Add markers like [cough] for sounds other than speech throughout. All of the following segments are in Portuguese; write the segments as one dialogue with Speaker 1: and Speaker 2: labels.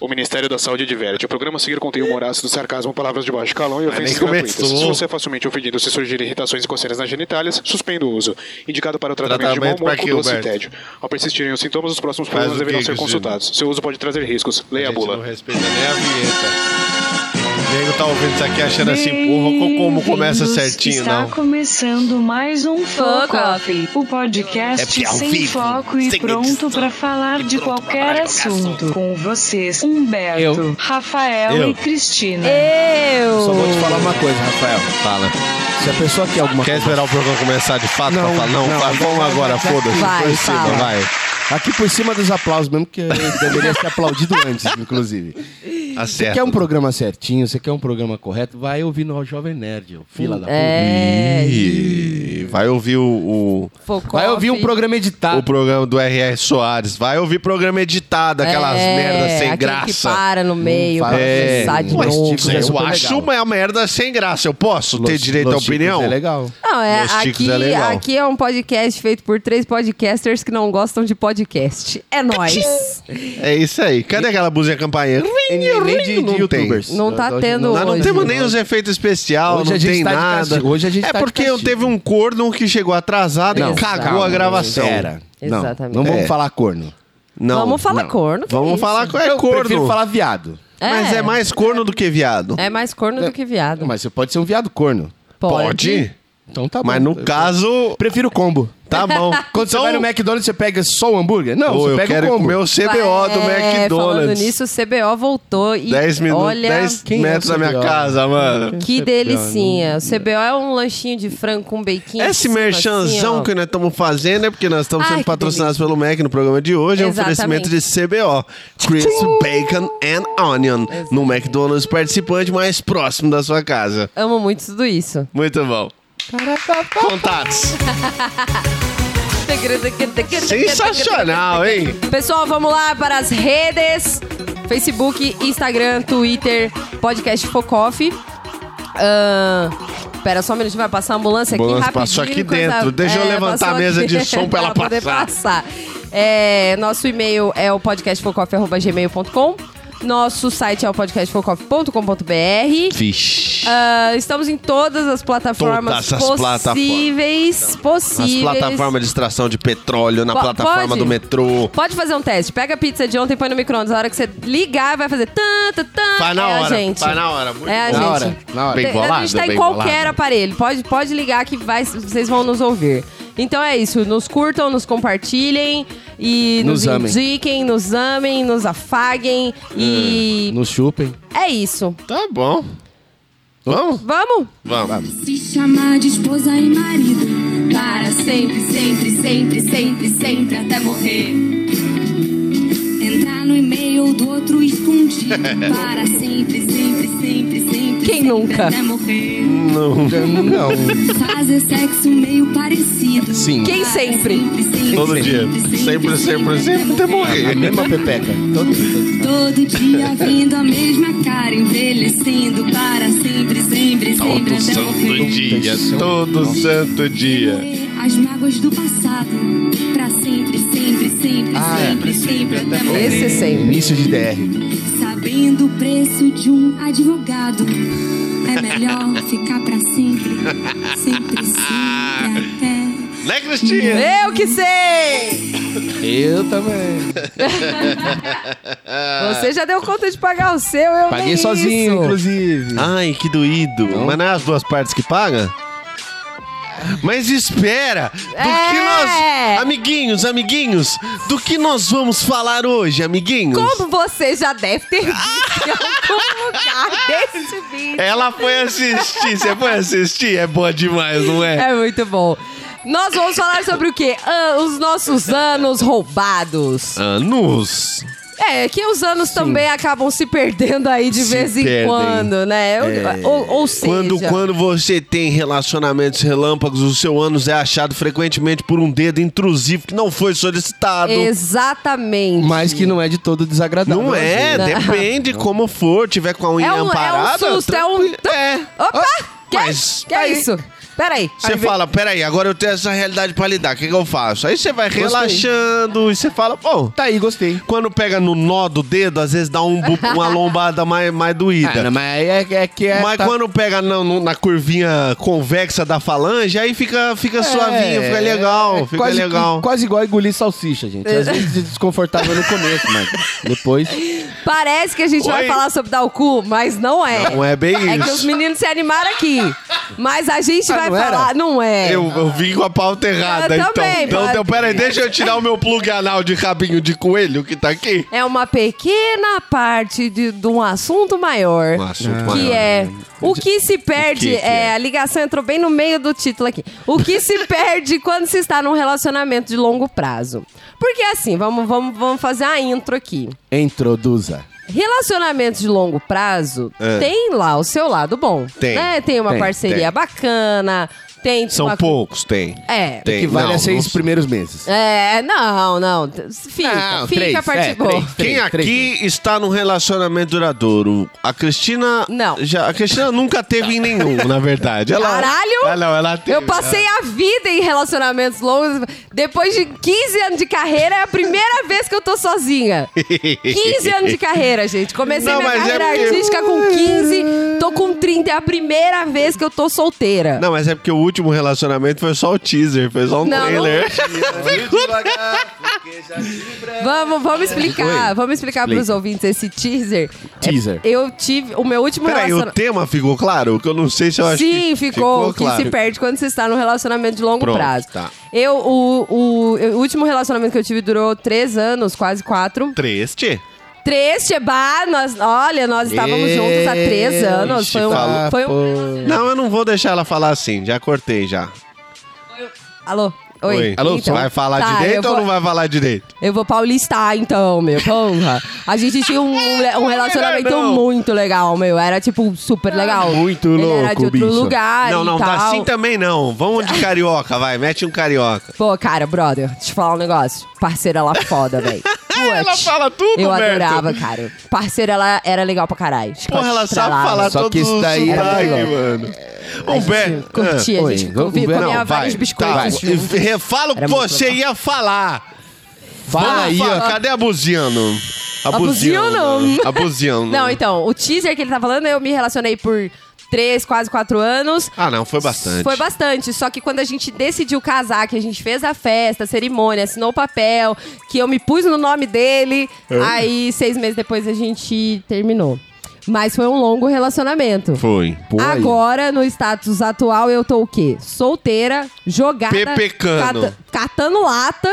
Speaker 1: O Ministério da Saúde adverte. O programa a seguir contém humor ácido, sarcasmo, palavras de baixo calão e
Speaker 2: Mas nem
Speaker 1: ofensas gratuitas.
Speaker 2: começou.
Speaker 1: Se você é facilmente ofendido se surgirem irritações e coceiras nas genitálias, suspenda o uso. Indicado para o tratamento,
Speaker 2: Tratamento
Speaker 1: de mau humor
Speaker 2: pra quê,
Speaker 1: com doce e
Speaker 2: Humberto?
Speaker 1: tédio. Ao persistirem os sintomas, os próximos
Speaker 2: Faz
Speaker 1: problemas
Speaker 2: o
Speaker 1: deverão
Speaker 2: quê,
Speaker 1: ser
Speaker 2: Cristina?
Speaker 1: consultados. Seu uso pode trazer riscos. Leia a
Speaker 2: gente não
Speaker 1: bula.
Speaker 2: respeita nem a vinheta. O Diego tá ouvindo isso aqui achando assim, porra, co- como começa
Speaker 3: Bem-vindos.
Speaker 2: certinho,
Speaker 3: Está
Speaker 2: não?
Speaker 3: começando mais um Foco
Speaker 4: Foco
Speaker 3: Off, o podcast
Speaker 2: É ao
Speaker 3: sem
Speaker 2: vivo,
Speaker 3: foco e
Speaker 2: sem
Speaker 3: pronto
Speaker 2: edição,
Speaker 3: para falar
Speaker 2: e
Speaker 3: de
Speaker 2: pronto pra falar
Speaker 3: qualquer
Speaker 2: de qualquer
Speaker 3: assunto. Com vocês, Humberto,
Speaker 5: Eu.
Speaker 3: Rafael
Speaker 2: Eu.
Speaker 3: e Cristina.
Speaker 4: Eu!
Speaker 5: Só vou te falar uma coisa, Rafael. Fala. Se a pessoa quer alguma
Speaker 2: Quer esperar o programa começar de fato
Speaker 5: Não,
Speaker 2: pra falar? Não,
Speaker 5: não,
Speaker 2: vai,
Speaker 5: não,
Speaker 2: vamos
Speaker 5: não,
Speaker 2: agora,
Speaker 5: não,
Speaker 2: foda-se.
Speaker 4: vai,
Speaker 2: por cima,
Speaker 4: fala.
Speaker 2: vai.
Speaker 5: Aqui por cima dos aplausos mesmo, que eu deveria ser aplaudido antes, inclusive. Você
Speaker 2: Acerta.
Speaker 5: quer um programa certinho, você quer um programa correto, vai ouvindo o Jovem Nerd, ô, fila da puta.
Speaker 4: Hum, É.
Speaker 2: Ih, Vai ouvir o,
Speaker 4: Foco
Speaker 5: Vai ouvir um
Speaker 4: off.
Speaker 5: programa
Speaker 2: o,
Speaker 5: editado.
Speaker 2: o programa do R.R. Soares. Vai ouvir programa editado, aquelas
Speaker 4: É,
Speaker 2: merdas sem
Speaker 4: aquele que
Speaker 2: graça.
Speaker 4: para no meio,
Speaker 5: fala
Speaker 4: para
Speaker 5: assim,
Speaker 2: É,
Speaker 4: pensar de
Speaker 5: mas
Speaker 4: novo.
Speaker 5: tipo, é
Speaker 2: eu
Speaker 5: super
Speaker 2: acho
Speaker 5: legal.
Speaker 2: uma merda sem graça. Eu posso ter
Speaker 5: Los-
Speaker 2: direito à
Speaker 5: Los Chicos
Speaker 2: opinião?
Speaker 5: É legal.
Speaker 4: Não, é,
Speaker 2: Los Chicos
Speaker 4: aqui,
Speaker 2: é legal.
Speaker 4: aqui é um podcast feito por três podcasters que não gostam de podcast. É nóis.
Speaker 2: É isso aí. Cadê aquela blusinha campainha?
Speaker 5: E nem nem de, de
Speaker 2: Não tem.
Speaker 5: youtubers.
Speaker 4: Não tá
Speaker 5: Hoje-
Speaker 4: tendo
Speaker 2: Nós não
Speaker 4: hoje.
Speaker 2: temos nem os efeitos especiais,
Speaker 5: Hoje a
Speaker 2: não
Speaker 5: gente
Speaker 2: tem
Speaker 5: tá de
Speaker 2: nada.
Speaker 5: castigo. Hoje a gente
Speaker 2: é
Speaker 5: tá de
Speaker 2: porque eu
Speaker 5: castigo.
Speaker 2: teve um corno que chegou atrasado
Speaker 4: Não,
Speaker 2: e cagou
Speaker 4: calma,
Speaker 2: a gravação.
Speaker 5: Era. Não,
Speaker 4: Exatamente.
Speaker 5: Não vamos
Speaker 2: É.
Speaker 5: falar corno.
Speaker 2: Não,
Speaker 4: Vamos falar corno, que
Speaker 2: Vamos
Speaker 4: isso?
Speaker 2: falar que é
Speaker 5: eu prefiro
Speaker 2: corno.
Speaker 5: falar viado.
Speaker 2: Mas é mais corno do que viado.
Speaker 4: É mais corno do que viado.
Speaker 5: Mas você pode ser um viado corno.
Speaker 2: Pode?
Speaker 5: Então tá bom.
Speaker 2: Mas no
Speaker 5: Eu-
Speaker 2: caso,
Speaker 5: Prefiro combo.
Speaker 2: tá bom.
Speaker 5: Quando você vai no McDonald's, você pega só o hambúrguer? Não,
Speaker 2: Ou
Speaker 5: você
Speaker 2: eu
Speaker 5: pega
Speaker 2: quero
Speaker 5: o combo.
Speaker 2: comer o CBO do
Speaker 4: É, Falando
Speaker 2: McDonald's.
Speaker 4: nisso, o CBO voltou e
Speaker 2: 10 minutos,
Speaker 4: olha...
Speaker 2: 10
Speaker 5: Quem é
Speaker 2: metros
Speaker 5: o
Speaker 2: da minha
Speaker 5: CBO?
Speaker 2: casa, mano.
Speaker 4: Que
Speaker 5: CBO,
Speaker 4: delicinha. O CBO é um lanchinho de frango com bacon. em
Speaker 2: Esse
Speaker 4: cima, assim,
Speaker 2: merchanzão
Speaker 4: ó.
Speaker 2: que nós estamos fazendo é porque nós estamos
Speaker 4: Ai,
Speaker 2: sendo
Speaker 4: que
Speaker 2: patrocinados pelo Mac no programa de hoje. É um
Speaker 4: Exatamente.
Speaker 2: oferecimento de CBO, Crisp Bacon and Onion, no McDonald's participante mais próximo da sua casa.
Speaker 4: Amo muito tudo isso.
Speaker 2: Muito bom. Contatos. Sensacional, hein?
Speaker 4: Pessoal, vamos lá para as redes: Facebook, Instagram, Twitter, podcast Focoff. Ahn, pera só um minutinho, vai passar a ambulância aqui
Speaker 2: Ambulância
Speaker 4: rapidinho. É,
Speaker 2: passou aqui dentro. Deixa eu levantar
Speaker 4: passou
Speaker 2: a mesa de som pra
Speaker 4: [laughs]
Speaker 2: ela
Speaker 4: poder
Speaker 2: passar.
Speaker 4: passar. É, nosso e-mail é o podcastfocoff.gmail.com. Nosso site é o podcastfocoff.com.br.
Speaker 2: Vixe.
Speaker 4: Ah, estamos em todas as plataformas
Speaker 2: Todas as
Speaker 4: possíveis.
Speaker 2: As
Speaker 4: Possíveis.
Speaker 2: plataformas de extração de petróleo, na
Speaker 4: Po-
Speaker 2: plataforma
Speaker 4: pode?
Speaker 2: do metrô.
Speaker 4: Pode fazer um teste. Pega a pizza de ontem, põe no micro-ondas. A hora que você ligar, vai fazer tan, tan, tan.
Speaker 2: Vai na
Speaker 4: é
Speaker 2: hora,
Speaker 4: A gente.
Speaker 2: vai na hora. Muito
Speaker 4: é
Speaker 2: bom.
Speaker 4: a gente.
Speaker 5: Na hora, na hora.
Speaker 2: Bem
Speaker 4: Tem- a
Speaker 2: bolado,
Speaker 4: gente tá em
Speaker 2: bem
Speaker 4: qualquer
Speaker 2: bolado.
Speaker 4: aparelho. Pode, pode ligar que vai, vocês vão nos ouvir. Então é isso. Nos curtam, nos compartilhem e nos,
Speaker 5: Nos amem.
Speaker 4: indiquem, nos amem, nos afaguem. E
Speaker 2: Hum.
Speaker 5: No chupem.
Speaker 4: é isso.
Speaker 2: Tá bom. Vamos?
Speaker 4: Vamos?
Speaker 2: Vamos.
Speaker 6: Se chamar de esposa e marido Para sempre, sempre, sempre, sempre, sempre Até morrer Entrar no e-mail do
Speaker 2: [laughs]
Speaker 6: outro escondido Para sempre, sempre, sempre,
Speaker 4: Quem
Speaker 6: sempre sempre,
Speaker 4: nunca?
Speaker 6: Até morrer
Speaker 2: Hum.
Speaker 5: Não.
Speaker 6: Fazer sexo meio parecido
Speaker 5: Sim.
Speaker 4: Quem
Speaker 6: Para
Speaker 4: sempre?
Speaker 6: sempre,
Speaker 2: Todo dia. Sempre, sempre, sempre até
Speaker 5: A
Speaker 2: morrer.
Speaker 5: mesma pepeca. Todo- todo-
Speaker 6: Todo
Speaker 2: [laughs]
Speaker 6: dia vendo a mesma cara Envelhecendo para sempre, sempre, sempre
Speaker 2: Todo
Speaker 6: Até
Speaker 2: santo
Speaker 6: morrer
Speaker 2: dia, todo santo dia.
Speaker 6: As mágoas do passado, pra sempre, sempre, sempre,
Speaker 5: Ah, é.
Speaker 6: sempre, sempre, até morrer.
Speaker 4: Esse é sempre.
Speaker 5: Início de DR.
Speaker 6: Sabendo o preço de um advogado, é melhor ficar pra sempre, sempre, sempre, até.
Speaker 2: Né, Cristina?
Speaker 4: Eu que sei!
Speaker 5: Eu também.
Speaker 2: Ah.
Speaker 4: Você já deu conta de pagar o seu, eu nem
Speaker 5: Paguei sozinho,
Speaker 4: isso.
Speaker 5: inclusive.
Speaker 2: Ai, que doído. Mas não é as duas partes que paga? Mas espera, do que
Speaker 4: É.
Speaker 2: nós... Amiguinhos, amiguinhos, do que nós vamos falar hoje, amiguinhos?
Speaker 4: Como você já deve ter visto em algum
Speaker 2: [laughs]
Speaker 4: lugar desse vídeo.
Speaker 2: Ela foi assistir, você foi assistir? É boa demais, não é?
Speaker 4: É muito bom. Nós vamos falar sobre o quê? Ah, os nossos anos roubados.
Speaker 2: Anos.
Speaker 4: É, que os anos também acabam se perdendo aí de
Speaker 2: Se
Speaker 4: vez em
Speaker 2: perdem. É.
Speaker 4: quando, né? Ou- Ou, ou seja...
Speaker 2: Quando, quando você tem relacionamentos relâmpagos, o seu ânus é achado frequentemente por um dedo intrusivo que não foi solicitado.
Speaker 4: Exatamente.
Speaker 5: Mas que não é de todo desagradável.
Speaker 2: Não é,
Speaker 4: Não.
Speaker 2: depende como for. Tiver com a unha
Speaker 4: É um- é um
Speaker 2: amparada.
Speaker 4: susto, é um-
Speaker 2: tranquilo. É.
Speaker 4: Opa! Que,
Speaker 2: Mas-
Speaker 4: que é isso? Peraí.
Speaker 2: Você
Speaker 4: Aí vem-
Speaker 2: fala, peraí, agora eu tenho essa realidade pra lidar, o que, que eu faço? Aí você vai relaxando e você fala, pô,
Speaker 5: Tá aí, gostei.
Speaker 2: quando pega no nó do dedo, às vezes dá um bu- uma lombada mais, mais doída.
Speaker 5: Ah, não, mas aí é, é que é.
Speaker 2: Mas
Speaker 5: tá-
Speaker 2: quando pega na, no- na curvinha convexa da falange, aí fica, fica suavinho, fica legal,
Speaker 5: é
Speaker 2: fica
Speaker 5: quase,
Speaker 2: legal.
Speaker 5: Quase igual engolir salsicha, gente. Às vezes é desconfortável no começo, mas depois.
Speaker 4: Parece que a gente vai
Speaker 2: Oi.
Speaker 4: falar sobre dar o cu, mas não é.
Speaker 2: Não é bem
Speaker 4: É que
Speaker 2: isso.
Speaker 4: os meninos se animaram aqui. Mas a gente
Speaker 5: Ah,
Speaker 4: vai
Speaker 5: não era?
Speaker 4: falar. Não é.
Speaker 2: Eu, eu vim com a pauta errada,
Speaker 4: Eu
Speaker 2: então.
Speaker 4: também,
Speaker 2: então,
Speaker 4: pode-
Speaker 2: então, peraí, deixa eu tirar o meu plug anal de rabinho de coelho que tá aqui.
Speaker 4: É uma pequena parte de, de um assunto maior.
Speaker 2: Um assunto
Speaker 4: Que é o que se perde.
Speaker 2: que que
Speaker 4: é, a ligação entrou bem no meio do título aqui. O que se perde quando se está num relacionamento de longo prazo? Porque assim, vamos, vamos, vamos fazer a intro aqui.
Speaker 5: Introduza.
Speaker 4: Relacionamentos de longo prazo tem lá o seu lado bom.
Speaker 2: Tem.
Speaker 4: né? Tem uma
Speaker 5: Tem,
Speaker 2: tem.
Speaker 4: parceria
Speaker 2: bacana.
Speaker 4: Tem
Speaker 2: São
Speaker 4: uma-
Speaker 2: poucos, tem.
Speaker 4: É.
Speaker 2: Tem.
Speaker 5: Que vale
Speaker 2: Não,
Speaker 5: a seis
Speaker 2: não-
Speaker 5: primeiros meses.
Speaker 4: É, não, não. Fica,
Speaker 5: Não,
Speaker 4: fica
Speaker 5: três,
Speaker 4: a parte
Speaker 5: é,
Speaker 4: boa.
Speaker 5: três.
Speaker 2: Quem
Speaker 5: Três, três
Speaker 2: aqui está num relacionamento duradouro? A Cristina.
Speaker 4: Não.
Speaker 2: Já, a Cristina nunca teve em nenhum, na verdade. Ela,
Speaker 4: Caralho!
Speaker 2: Ah, não, ela teve.
Speaker 4: Eu passei a vida em relacionamentos longos. Depois de 15 anos de carreira, é a primeira [laughs] vez que eu tô sozinha. 15 anos de carreira, gente. Comecei
Speaker 2: Não,
Speaker 4: minha
Speaker 2: mas é
Speaker 4: carreira
Speaker 2: porque-
Speaker 4: artística com 15, tô com 30. É a primeira vez que eu tô solteira.
Speaker 2: Não, mas é porque o último relacionamento foi só o teaser, foi só um
Speaker 4: Não,
Speaker 2: trailer.
Speaker 4: Vamos, vamos explicar. Vamos explicar pros
Speaker 5: Explica.
Speaker 4: ouvintes esse teaser.
Speaker 5: Teaser.
Speaker 4: Eu tive o meu último
Speaker 2: Peraí, o
Speaker 4: relacionamento.
Speaker 2: tema ficou claro? Que eu não sei se eu Então, acho
Speaker 4: Sim,
Speaker 2: que
Speaker 4: ficou, o que
Speaker 2: claro.
Speaker 4: se perde quando você está num relacionamento de longo
Speaker 2: Pronto,
Speaker 4: prazo.
Speaker 2: tá.
Speaker 4: Eu, o, o, o último relacionamento que eu tive durou três anos, quase quatro.
Speaker 2: Triste.
Speaker 4: Três, Cheba, nós, olha, nós estávamos juntos há três anos. Foi um,
Speaker 5: Ixi,
Speaker 4: foi um.
Speaker 5: papo.
Speaker 2: Não, eu não vou deixar ela falar assim, já cortei já.
Speaker 4: Alô? Oi.
Speaker 2: Alô,
Speaker 4: Então,
Speaker 2: vai falar
Speaker 4: tá, eu
Speaker 2: direito ou
Speaker 4: vou-
Speaker 2: não vai falar direito?
Speaker 4: Eu vou paulistar, então, meu. Porra. A gente tinha um, um relacionamento
Speaker 2: Não.
Speaker 4: muito legal, meu. Era, tipo, super legal.
Speaker 5: Muito
Speaker 4: Ele Era de
Speaker 5: louco,
Speaker 4: outro
Speaker 5: bicho.
Speaker 4: lugar
Speaker 2: não,
Speaker 4: e
Speaker 2: não,
Speaker 4: tal.
Speaker 2: tá assim também não. Vamos
Speaker 4: [laughs]
Speaker 2: de carioca, vai, mete um carioca.
Speaker 4: Pô, cara, brother, deixa eu te falar um negócio. Parceira, ela é foda, velho.
Speaker 2: [laughs] Ela fala tudo,
Speaker 4: Eu
Speaker 2: Berto.
Speaker 4: adorava, cara. Parceira, ela era legal pra caralho.
Speaker 2: Porra, ela sabe
Speaker 4: Estralava.
Speaker 2: falar
Speaker 5: Só
Speaker 2: todo
Speaker 5: que isso daí
Speaker 2: o
Speaker 5: né? era assim,
Speaker 2: sotaque,
Speaker 5: legal.
Speaker 2: mano.
Speaker 4: A gente
Speaker 2: Humberto.
Speaker 4: curtia, a
Speaker 5: Oi,
Speaker 4: gente
Speaker 5: go-
Speaker 4: comia
Speaker 5: Humberto,
Speaker 4: comia
Speaker 5: não,
Speaker 4: vários
Speaker 2: Tá,
Speaker 5: assim.
Speaker 4: biscoitos. juntos.
Speaker 2: e- refala o que
Speaker 4: Era muito
Speaker 2: você
Speaker 4: legal.
Speaker 2: ia falar.
Speaker 5: Fala aí,
Speaker 2: Fala,
Speaker 5: ó.
Speaker 2: cadê a buziano? A
Speaker 4: Abuziano.
Speaker 2: A buziano.
Speaker 4: Não, então, o teaser que ele tá falando, eu me relacionei por três, quase quatro anos.
Speaker 2: Ah, não, foi bastante.
Speaker 4: Foi bastante. Só que quando a gente decidiu casar, que a gente fez a festa, a cerimônia, assinou o papel, que eu me pus no nome dele, aí seis meses depois a gente terminou. Mas foi um longo relacionamento.
Speaker 2: Foi.
Speaker 5: Pô, aí.
Speaker 4: Agora, no status atual, eu tô o quê? Solteira, jogada.
Speaker 2: Pepecano.
Speaker 4: cata- catando lata.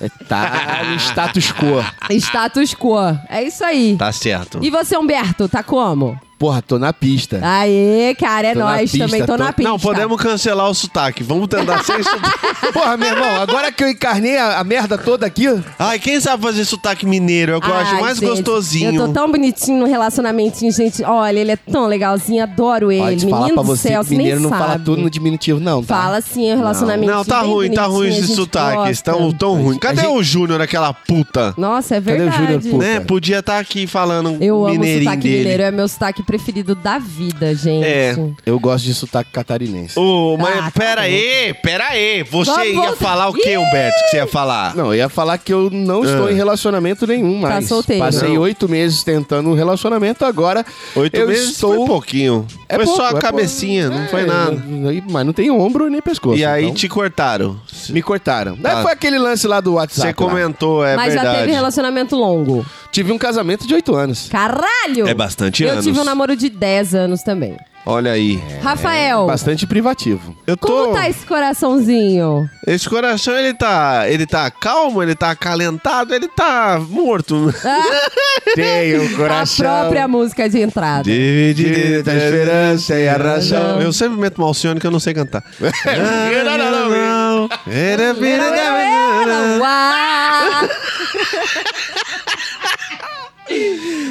Speaker 5: É, Tá no status quo.
Speaker 4: Status quo. É isso aí.
Speaker 2: Tá certo.
Speaker 4: E você, Humberto, tá como?
Speaker 5: Porra, tô na pista.
Speaker 4: Aê, cara, é
Speaker 5: Tô na
Speaker 4: nóis.
Speaker 5: pista,
Speaker 4: Também tô,
Speaker 5: tô-
Speaker 4: na
Speaker 5: Não,
Speaker 4: pista.
Speaker 2: Não, podemos cancelar o sotaque. Vamos tentar
Speaker 4: [laughs]
Speaker 2: sem sotaque.
Speaker 5: Porra, meu irmão, agora que eu encarnei a, a merda toda aqui,
Speaker 2: Ai, quem sabe fazer sotaque mineiro? É o que eu acho
Speaker 4: Ai,
Speaker 2: mais
Speaker 4: gente,
Speaker 2: gostosinho.
Speaker 4: Eu tô tão bonitinho no relacionamentinho, gente. Olha, ele é tão legalzinho, adoro ele.
Speaker 5: pode te
Speaker 4: Menino
Speaker 5: falar pra
Speaker 4: do
Speaker 5: você
Speaker 4: céu,
Speaker 5: que
Speaker 4: você nem
Speaker 5: mineiro não
Speaker 4: sabe.
Speaker 5: fala tudo no diminutivo, não, tá?
Speaker 4: Fala sim, o relacionamento.
Speaker 2: Não, tá ruim,
Speaker 4: assim,
Speaker 2: tá ruim esses sotaques. Estão tão ruim. Cadê
Speaker 5: gente-
Speaker 2: o Júnior, aquela puta?
Speaker 4: Nossa, é
Speaker 5: Cadê o
Speaker 4: verdade.
Speaker 5: Júnior, pô?
Speaker 2: Né? Podia estar aqui falando
Speaker 4: Eu amo o
Speaker 2: mineirinho
Speaker 4: sotaque
Speaker 2: dele.
Speaker 4: mineiro, é meu sotaque preferido da vida, gente.
Speaker 2: É.
Speaker 5: Eu gosto de sotaque catarinense.
Speaker 2: Ô, mas
Speaker 4: Ah, tá
Speaker 2: pera aí, pera aí. Você
Speaker 4: Vamos
Speaker 2: ia
Speaker 4: voltar.
Speaker 2: falar o que, Humberto, que você ia falar?
Speaker 5: Não, eu ia falar que eu não estou em relacionamento nenhum mais.
Speaker 4: Tá solteiro.
Speaker 5: Passei
Speaker 2: Ah. Não.
Speaker 5: oito meses tentando um relacionamento, agora
Speaker 2: Oito
Speaker 5: eu
Speaker 2: meses
Speaker 5: estou...
Speaker 2: foi pouquinho.
Speaker 5: É
Speaker 2: foi
Speaker 5: pouco,
Speaker 2: só
Speaker 5: é
Speaker 2: a
Speaker 5: pouco.
Speaker 2: cabecinha, não
Speaker 5: É,
Speaker 2: foi nada.
Speaker 5: aí- Mas não tem ombro nem pescoço.
Speaker 2: E aí
Speaker 5: então,
Speaker 2: te cortaram.
Speaker 5: me cortaram. Daí
Speaker 2: Tá.
Speaker 5: Foi aquele lance lá do WhatsApp.
Speaker 2: Você
Speaker 5: lá.
Speaker 2: comentou, é
Speaker 4: Mas já
Speaker 2: verdade.
Speaker 4: teve relacionamento longo.
Speaker 5: Tive um casamento de oito anos.
Speaker 4: Caralho!
Speaker 2: É bastante
Speaker 4: Eu
Speaker 2: anos.
Speaker 4: tive um namoro de 10 anos também.
Speaker 2: Olha aí.
Speaker 4: Rafael,
Speaker 5: Bastante privativo.
Speaker 2: Eu tô.
Speaker 4: como tá esse coraçãozinho?
Speaker 2: Esse coração, ele tá. Ele tá calmo, ele tá acalentado, ele tá morto.
Speaker 4: [laughs]
Speaker 5: Tenho o
Speaker 4: A própria música de entrada.
Speaker 5: Dividida a esperança e a razão.
Speaker 2: Eu sempre meto Malcione que eu não sei
Speaker 5: [laughs]
Speaker 2: cantar. né?
Speaker 4: Uau!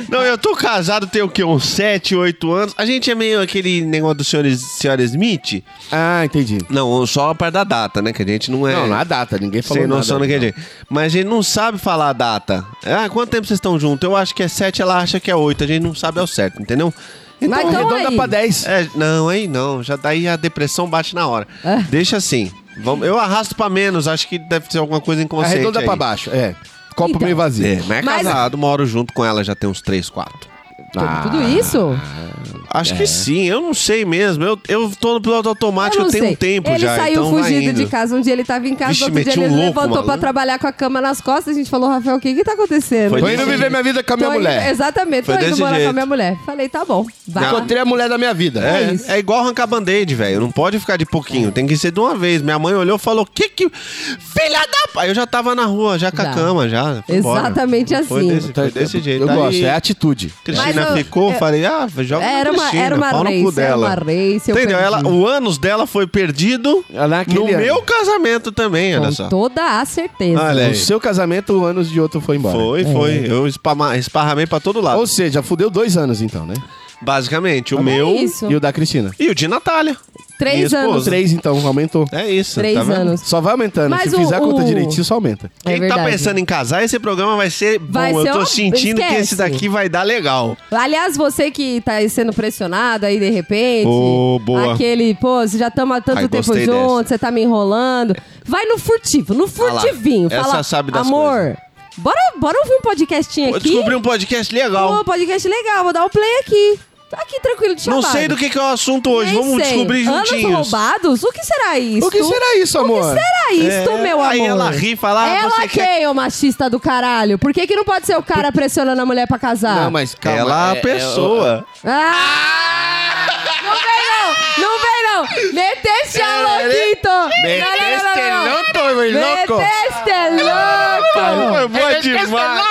Speaker 2: Não, eu tô casado, tem o quê? Uns 7, 8 anos. A gente é meio aquele negócio do senhor, senhora Smith.
Speaker 5: Ah, entendi.
Speaker 2: Não, só a parte da data, né? Que a gente não é.
Speaker 5: Não, não há data, ninguém falou
Speaker 2: Sem
Speaker 5: nada.
Speaker 2: noção do que é
Speaker 5: não.
Speaker 2: gente. Mas a gente não sabe falar a data. Ah, quanto tempo vocês estão juntos? Eu acho que é 7, ela acha que é 8. A gente não sabe ao certo, entendeu?
Speaker 5: Então,
Speaker 4: então
Speaker 5: redonda
Speaker 4: aí.
Speaker 5: pra 10.
Speaker 2: É, não, aí não. Já daí a depressão bate na hora.
Speaker 4: É.
Speaker 2: Deixa assim. Vamos, eu arrasto pra menos, acho que deve ser alguma coisa inconsciente.
Speaker 5: Arredonda
Speaker 2: aí.
Speaker 5: pra baixo, é. Copo
Speaker 4: Então.
Speaker 5: meio vazio.
Speaker 2: É, mas é
Speaker 4: Mas-
Speaker 2: casado, moro junto com ela já tem uns 3, 4. Ah.
Speaker 4: Tudo isso?
Speaker 2: Acho
Speaker 5: É.
Speaker 2: que sim, eu não sei mesmo. Eu, eu tô no piloto automático, eu,
Speaker 4: não
Speaker 2: tenho
Speaker 4: sei.
Speaker 2: um tempo
Speaker 4: ele
Speaker 2: já.
Speaker 4: saiu
Speaker 2: então vai
Speaker 4: fugido
Speaker 2: indo.
Speaker 4: de casa. Um dia ele tava em casa,
Speaker 2: Vixe,
Speaker 4: outro dia
Speaker 2: meti
Speaker 4: ele
Speaker 2: um louco,
Speaker 4: levantou pra
Speaker 2: maluco.
Speaker 4: trabalhar com a cama nas costas. A gente falou, Rafael, o que que tá acontecendo?
Speaker 2: Foi
Speaker 5: Tô
Speaker 2: desse
Speaker 5: indo viver minha vida com a minha
Speaker 4: Tô indo-
Speaker 5: mulher.
Speaker 4: Exatamente,
Speaker 2: Foi
Speaker 4: tô indo
Speaker 2: desse
Speaker 4: morar com a
Speaker 2: jeito.
Speaker 4: minha mulher. Falei, tá bom, vai. lá.
Speaker 5: Encontrei a mulher da minha vida.
Speaker 4: É
Speaker 2: É,
Speaker 4: isso.
Speaker 2: é, igual arrancar band-aid, velho. Não pode ficar de pouquinho. Tem que ser de uma vez. Minha mãe olhou e falou: Que que. Filha da. p-" Aí eu já tava na rua, já com
Speaker 4: Já.
Speaker 2: a cama, já. Foi embora.
Speaker 4: Exatamente
Speaker 2: Foi
Speaker 4: assim.
Speaker 2: desse, foi desse jeito.
Speaker 5: Eu
Speaker 2: Aí
Speaker 5: gosto, é atitude.
Speaker 2: Cristina
Speaker 4: Mas eu-
Speaker 2: ficou,
Speaker 4: eu-
Speaker 2: falei: Ah, joga na
Speaker 4: Era uma,
Speaker 2: Cristina,
Speaker 4: era uma
Speaker 2: pau no cu
Speaker 4: race, era
Speaker 2: dela.
Speaker 4: uma race. eu
Speaker 2: Entendeu?
Speaker 4: perdi.
Speaker 2: Ela, o ânus dela foi perdido
Speaker 5: Naquele
Speaker 2: no
Speaker 5: ano.
Speaker 2: meu casamento também, olha
Speaker 4: Com
Speaker 2: só.
Speaker 4: toda a certeza.
Speaker 2: Olha aí.
Speaker 5: No seu casamento, o anos de outro foi embora.
Speaker 2: Foi,
Speaker 4: É.
Speaker 2: foi. Eu espama- esparramei pra todo lado.
Speaker 5: Ou seja, fudeu dois anos então, né?
Speaker 2: Basicamente, o
Speaker 4: É
Speaker 2: meu
Speaker 4: isso.
Speaker 5: E o da Cristina.
Speaker 2: e o de Natália. minha
Speaker 4: Três
Speaker 2: esposa.
Speaker 4: anos.
Speaker 5: Três então, aumentou.
Speaker 2: É isso.
Speaker 4: Três
Speaker 2: tá vendo?
Speaker 4: anos.
Speaker 5: Só vai aumentando.
Speaker 4: Mas
Speaker 5: Se
Speaker 4: o-
Speaker 5: fizer a conta
Speaker 4: o-
Speaker 5: direito, isso aumenta.
Speaker 4: É
Speaker 2: Quem tá
Speaker 4: verdade.
Speaker 2: pensando em casar, esse programa vai ser bom.
Speaker 4: Vai ser
Speaker 2: eu tô
Speaker 4: uma-
Speaker 2: sentindo que
Speaker 4: esquece.
Speaker 2: esse daqui vai dar legal.
Speaker 4: Aliás, você que tá aí sendo pressionado aí de repente.
Speaker 2: Ô, boa.
Speaker 4: Aquele, pô, você já estamos há tanto
Speaker 2: Ai,
Speaker 4: tempo
Speaker 2: gostei
Speaker 4: junto,
Speaker 2: dessa.
Speaker 4: você tá me enrolando. Vai no furtivo, no
Speaker 2: lá,
Speaker 4: furtivinho.
Speaker 2: essa
Speaker 4: Fala,
Speaker 2: sabe das
Speaker 4: amor, bora, bora ouvir um podcastinho
Speaker 2: Eu
Speaker 4: aqui.
Speaker 2: descobri um podcast
Speaker 4: Pô,
Speaker 2: legal.
Speaker 4: podcast legal, vou dar o play aqui. Tá aqui tranquilo de
Speaker 2: Não
Speaker 4: chamada.
Speaker 2: sei do que, que é o assunto hoje.
Speaker 4: Nem
Speaker 2: Vamos
Speaker 4: sei.
Speaker 2: descobrir
Speaker 4: Anos
Speaker 2: juntinhos.
Speaker 4: roubados? O que será isso?
Speaker 5: O que será isso, amor?
Speaker 4: O que será isso,
Speaker 2: É,
Speaker 4: meu amor?
Speaker 2: aí ela ri e fala, ah,
Speaker 4: Ela
Speaker 2: você
Speaker 4: quem,
Speaker 2: quer-
Speaker 4: ô machista do caralho? Por que, que não pode ser o cara pressionando a mulher pra casar?
Speaker 5: Não, mas calma.
Speaker 2: Ela é
Speaker 5: é-
Speaker 2: a pessoa.
Speaker 4: Ah! Não vem não! Não vem não! Meteste a louquito!
Speaker 2: Meteste louco, meu louco.
Speaker 4: Meteste louco!
Speaker 2: boa
Speaker 4: é
Speaker 2: demais.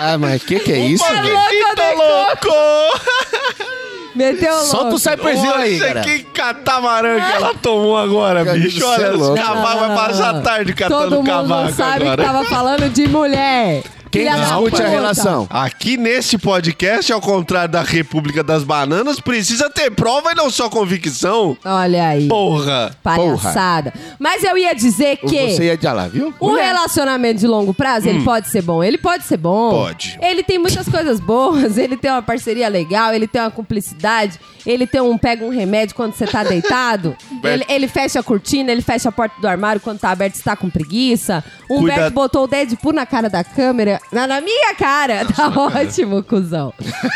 Speaker 5: Ah, mas o que, que é isso?
Speaker 4: Opa,
Speaker 5: velho?
Speaker 4: louco, é
Speaker 2: Tá
Speaker 4: louco.
Speaker 2: louco!
Speaker 4: Meteu louco!
Speaker 5: Solta o Cyperzinho aí,
Speaker 2: Nossa,
Speaker 5: cara.
Speaker 2: que catamarã que ela tomou agora,
Speaker 5: Cara,
Speaker 2: bicho.
Speaker 5: isso é
Speaker 2: Olha, os
Speaker 5: louco.
Speaker 2: cavalos vai passar a tarde catando
Speaker 4: Todo mundo
Speaker 2: cavaco
Speaker 4: sabe
Speaker 2: agora.
Speaker 4: que tava falando de mulher!
Speaker 5: Quem
Speaker 4: Filha da
Speaker 5: discute a
Speaker 4: puta.
Speaker 5: relação?
Speaker 2: Aqui neste podcast, ao contrário da República das Bananas, precisa ter prova e não só convicção.
Speaker 4: Olha aí,
Speaker 2: Porra!
Speaker 4: palhaçada. Mas eu ia dizer que...
Speaker 5: Você ia de lá, viu?
Speaker 4: Um relacionamento de longo prazo, ele pode ser bom. Ele pode ser bom.
Speaker 2: Hum. Pode.
Speaker 4: Ele tem muitas coisas boas, [laughs] ele tem uma parceria legal, ele tem uma cumplicidade, ele tem um pega um remédio quando você tá
Speaker 2: [laughs]
Speaker 4: deitado. ele, ele fecha a cortina, ele fecha a porta do armário quando tá aberto e está com preguiça. O
Speaker 2: Cuida-
Speaker 4: Humberto botou o Deadpool na cara da câmera. Na, na minha cara! [laughs] tá ótimo, cuzão.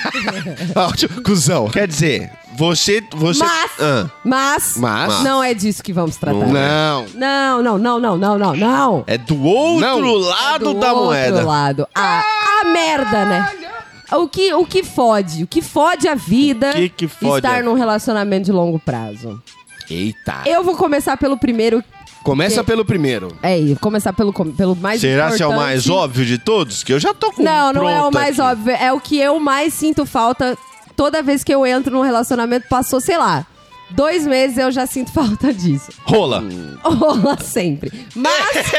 Speaker 5: [laughs] Ótimo, Cuzão.
Speaker 2: Quer dizer, você. você
Speaker 4: Mas,
Speaker 2: Ah,
Speaker 4: mas,
Speaker 5: Mas-
Speaker 4: não é disso que vamos tratar.
Speaker 5: Não.
Speaker 4: Não, não, não, não, não, não, não.
Speaker 2: é do outro
Speaker 5: Não.
Speaker 2: lado
Speaker 4: do
Speaker 2: da
Speaker 4: outro
Speaker 2: moeda. Ah!
Speaker 4: lado. A, a merda, né? O que, o que fode? O que fode a vida
Speaker 2: O que que fode a
Speaker 4: estar
Speaker 2: vida?
Speaker 4: num relacionamento de longo prazo?
Speaker 5: Eita.
Speaker 4: Eu vou começar pelo primeiro.
Speaker 5: Começa pelo primeiro.
Speaker 4: É, eu vou começar pelo, com- pelo mais
Speaker 2: Será se é o
Speaker 4: importante.
Speaker 2: mais óbvio de todos? Que eu já tô com
Speaker 4: Não,
Speaker 2: um
Speaker 4: não é o
Speaker 2: pronto
Speaker 4: mais
Speaker 2: aqui.
Speaker 4: óbvio. É o que eu mais sinto falta toda vez que eu entro num relacionamento. Passou, sei lá, dois meses eu já sinto [laughs] falta disso.
Speaker 2: Rola.
Speaker 4: Rola sempre. Mas.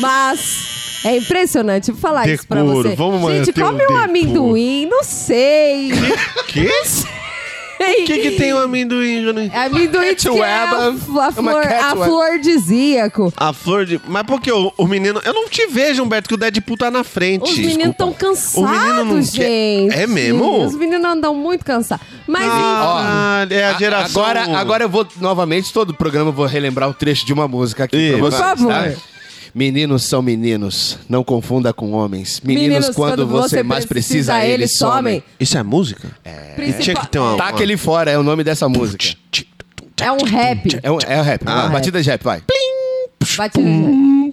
Speaker 4: mas. É impressionante Vou falar isso pra
Speaker 2: Decoro,
Speaker 4: você.
Speaker 2: vamos
Speaker 4: Gente,
Speaker 2: manter o
Speaker 4: come um
Speaker 2: decoro.
Speaker 4: amendoim, não sei.
Speaker 2: [laughs] Que? O [laughs] que, que tem o amendoim? Eu não entendi.
Speaker 4: [laughs] Amendoim diz que é a,
Speaker 5: Catweba.
Speaker 4: a
Speaker 5: É uma
Speaker 4: flor, a
Speaker 5: catweba.
Speaker 4: afrodisíaco.
Speaker 2: A flor de. Mas por que o, o menino. Eu não te vejo, Humberto, que o Deadpool tá na frente.
Speaker 4: Os meninos
Speaker 2: Desculpa.
Speaker 4: estão
Speaker 2: O menino não
Speaker 4: cansados,
Speaker 2: quer-
Speaker 4: gente.
Speaker 2: É mesmo?
Speaker 4: Os meninos andam muito cansados. Mas,
Speaker 2: Ah, é a
Speaker 5: A-
Speaker 2: geração.
Speaker 5: Agora, agora eu vou novamente, todo o programa, eu vou relembrar o trecho de uma música aqui
Speaker 2: Ih,
Speaker 5: pra vocês.
Speaker 4: vai. Por favor.
Speaker 5: Tá? Meninos são meninos, não confunda com homens.
Speaker 4: enfim,
Speaker 5: Meninos, quando, você, mais precisa, eles somem.
Speaker 2: Isso é música?
Speaker 4: Principal-
Speaker 2: Tinha que ter uma.
Speaker 5: Tá aquele fora, é o nome dessa música.
Speaker 4: É um rap.
Speaker 5: É, um, é o rap,
Speaker 2: Ah.
Speaker 5: vai, batida de rap, vai.
Speaker 4: Batida de rap.
Speaker 2: Um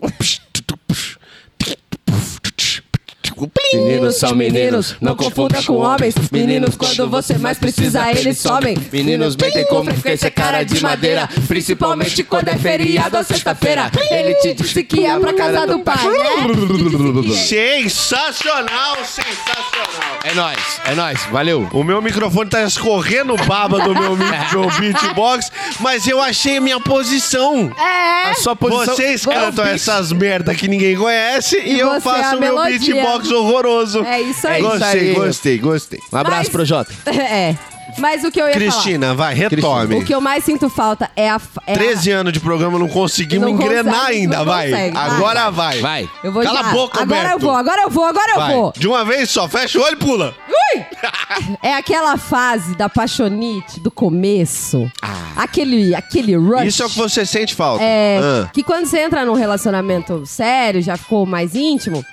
Speaker 5: Meninos são meninos, não confunda com homens. Meninos, quando você mais precisa, eles somem. Meninos mentem com frequência cara de madeira, principalmente quando é feriado ou sexta-feira. Ele te disse que é pra casa do pai. [laughs] né?
Speaker 2: Sensacional, sensacional.
Speaker 5: É nóis, é nóis, valeu.
Speaker 2: O meu microfone tá escorrendo baba do meu, [laughs] mi- meu beatbox, mas eu achei a minha posição.
Speaker 4: É.
Speaker 5: A sua
Speaker 2: Vocês cantam essas merda que ninguém conhece e,
Speaker 4: E
Speaker 2: eu
Speaker 4: você é
Speaker 2: faço
Speaker 4: a
Speaker 2: meu
Speaker 4: melodia.
Speaker 2: beatbox horroroso.
Speaker 4: É isso aí.
Speaker 5: É isso
Speaker 2: Gostei,
Speaker 5: aí.
Speaker 2: gostei, gostei.
Speaker 5: Um abraço,
Speaker 4: Mas-
Speaker 5: Projota.
Speaker 4: [laughs] É. Mas o que eu ia
Speaker 2: Cristina, vai,
Speaker 4: falar... O
Speaker 2: retome.
Speaker 4: que eu mais sinto falta é a... f- É a-
Speaker 2: 13 anos de programa, não conseguimos
Speaker 4: Não
Speaker 2: engrenar
Speaker 4: consegue,
Speaker 2: ainda,
Speaker 4: não
Speaker 2: vai.
Speaker 4: consegue, vai.
Speaker 2: Agora vai.
Speaker 5: Vai.
Speaker 4: Eu vou
Speaker 2: Cala
Speaker 4: já.
Speaker 2: a boca,
Speaker 4: Agora
Speaker 2: Humberto.
Speaker 4: eu vou, agora eu vou, agora eu
Speaker 2: Vai.
Speaker 4: vou.
Speaker 2: De uma vez só, fecha o olho e pula.
Speaker 4: [laughs] É aquela fase da paixonite do começo. Aquele, aquele rush.
Speaker 2: Ah. Isso é o que você sente falta.
Speaker 4: É,
Speaker 2: Ah.
Speaker 4: que quando você entra num relacionamento sério, já ficou mais íntimo,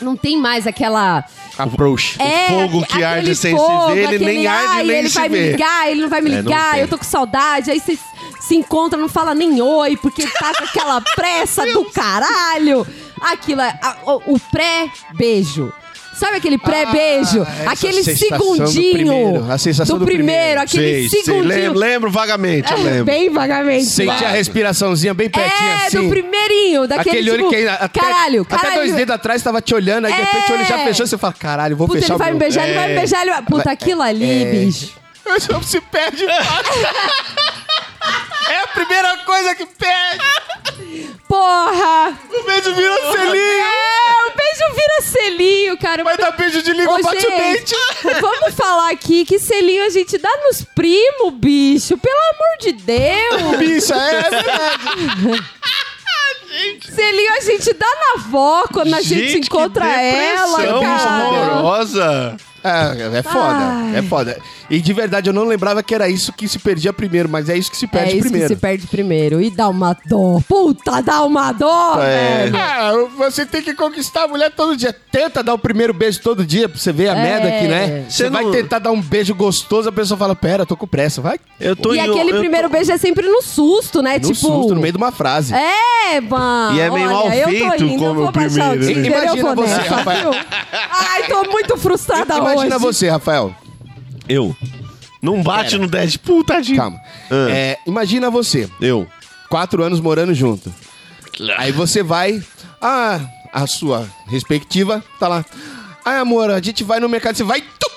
Speaker 4: não tem mais aquela.
Speaker 5: Approach.
Speaker 4: É,
Speaker 2: fogo
Speaker 4: aque-
Speaker 2: que arde
Speaker 4: aquele
Speaker 2: sem se ver, ele
Speaker 4: aquele,
Speaker 2: nem arde,
Speaker 4: "Ai,
Speaker 2: nem
Speaker 4: ele
Speaker 2: se
Speaker 4: vai
Speaker 2: vê."
Speaker 4: me ligar, ele não vai me
Speaker 2: É, não
Speaker 4: ligar,
Speaker 2: tem.
Speaker 4: eu tô com saudade. Aí vocês se encontram, não fala nem oi, porque tá com
Speaker 5: [laughs]
Speaker 4: aquela pressa do caralho. Aquilo, é- a- o, o pré-beijo. Sabe aquele pré-beijo?
Speaker 5: Ah, essa
Speaker 4: aquele
Speaker 5: sensação do
Speaker 4: segundinho.
Speaker 5: primeiro, a sensação do primeiro.
Speaker 4: aquele segundinho.
Speaker 2: lembro, lembro vagamente, eu
Speaker 4: É,
Speaker 2: lembro.
Speaker 4: Bem vagamente.
Speaker 5: Senti a respiraçãozinha bem pertinho
Speaker 4: É,
Speaker 5: assim.
Speaker 4: do primeirinho, daquele
Speaker 5: Aquele olho
Speaker 4: tipo,
Speaker 5: que até,
Speaker 4: caralho, caralho.
Speaker 5: até dois dedos atrás tava te olhando, aí de
Speaker 4: É.
Speaker 5: repente o olho já fechou, você fala, caralho, vou
Speaker 4: Puta,
Speaker 5: fechar
Speaker 4: ele
Speaker 5: o
Speaker 4: vai me
Speaker 5: meu.
Speaker 4: beijar, ele vai me beijar, ele vai... Puta, aquilo ali,
Speaker 5: É.
Speaker 4: bicho.
Speaker 5: beijar. Se perde fácil. É a primeira coisa que perde.
Speaker 4: Porra!
Speaker 5: O beijo vira selinho.
Speaker 4: É, o beijo vira selinho, cara.
Speaker 5: Vai dar beijo de língua,
Speaker 4: Ô,
Speaker 5: bate o
Speaker 4: gente, [laughs]
Speaker 5: dente.
Speaker 4: Vamos falar aqui que selinho a gente dá nos primos, bicho. Pelo amor de Deus.
Speaker 5: Bicha, é, é verdade.
Speaker 4: selinho a gente dá na avó quando a gente,
Speaker 2: que
Speaker 4: encontra ela,
Speaker 2: depressão
Speaker 4: cara.
Speaker 2: horrorosa.
Speaker 5: É, é foda,
Speaker 4: Ai.
Speaker 5: é foda. E de verdade, eu não lembrava que era isso que se perdia primeiro, mas é isso que se
Speaker 4: É
Speaker 5: perde
Speaker 4: isso
Speaker 5: primeiro.
Speaker 4: que se perde primeiro. E dá uma dó. Puta, dá uma dó,
Speaker 2: É.
Speaker 4: velho.
Speaker 5: Ah, você tem que conquistar a mulher todo dia. Tenta dar o primeiro beijo todo dia pra você ver a
Speaker 4: É.
Speaker 5: merda que, né? Você
Speaker 2: Você
Speaker 5: vai
Speaker 2: não-
Speaker 5: tentar dar um beijo gostoso, a pessoa fala, pera, tô com pressa, vai.
Speaker 2: Eu tô
Speaker 4: E
Speaker 2: em- um-
Speaker 4: aquele
Speaker 2: eu tô-
Speaker 4: primeiro beijo é sempre no susto, né?
Speaker 5: No
Speaker 4: tipo.
Speaker 5: susto, no meio de uma frase.
Speaker 4: É, mano.
Speaker 2: E é meio
Speaker 4: olha,
Speaker 2: mal
Speaker 4: eu tô
Speaker 2: feito
Speaker 4: indo, eu
Speaker 2: como
Speaker 4: vou
Speaker 2: o
Speaker 4: baixar
Speaker 2: primeiro, né?
Speaker 4: Tinder,
Speaker 5: Imagina
Speaker 4: eu vou
Speaker 5: você,
Speaker 4: nessa,
Speaker 5: Rafael.
Speaker 4: viu? Ai, tô muito frustrada
Speaker 5: Imagina
Speaker 4: hoje.
Speaker 5: você, Rafael.
Speaker 2: Eu. Não bate no 10. Puta de...
Speaker 5: Calma.
Speaker 2: Ah.
Speaker 5: É, imagina você,
Speaker 2: Eu.
Speaker 5: quatro anos morando junto. Aí você vai, ah, a sua respectiva tá lá. Ai, amor, a gente vai no mercado, você vai... tum,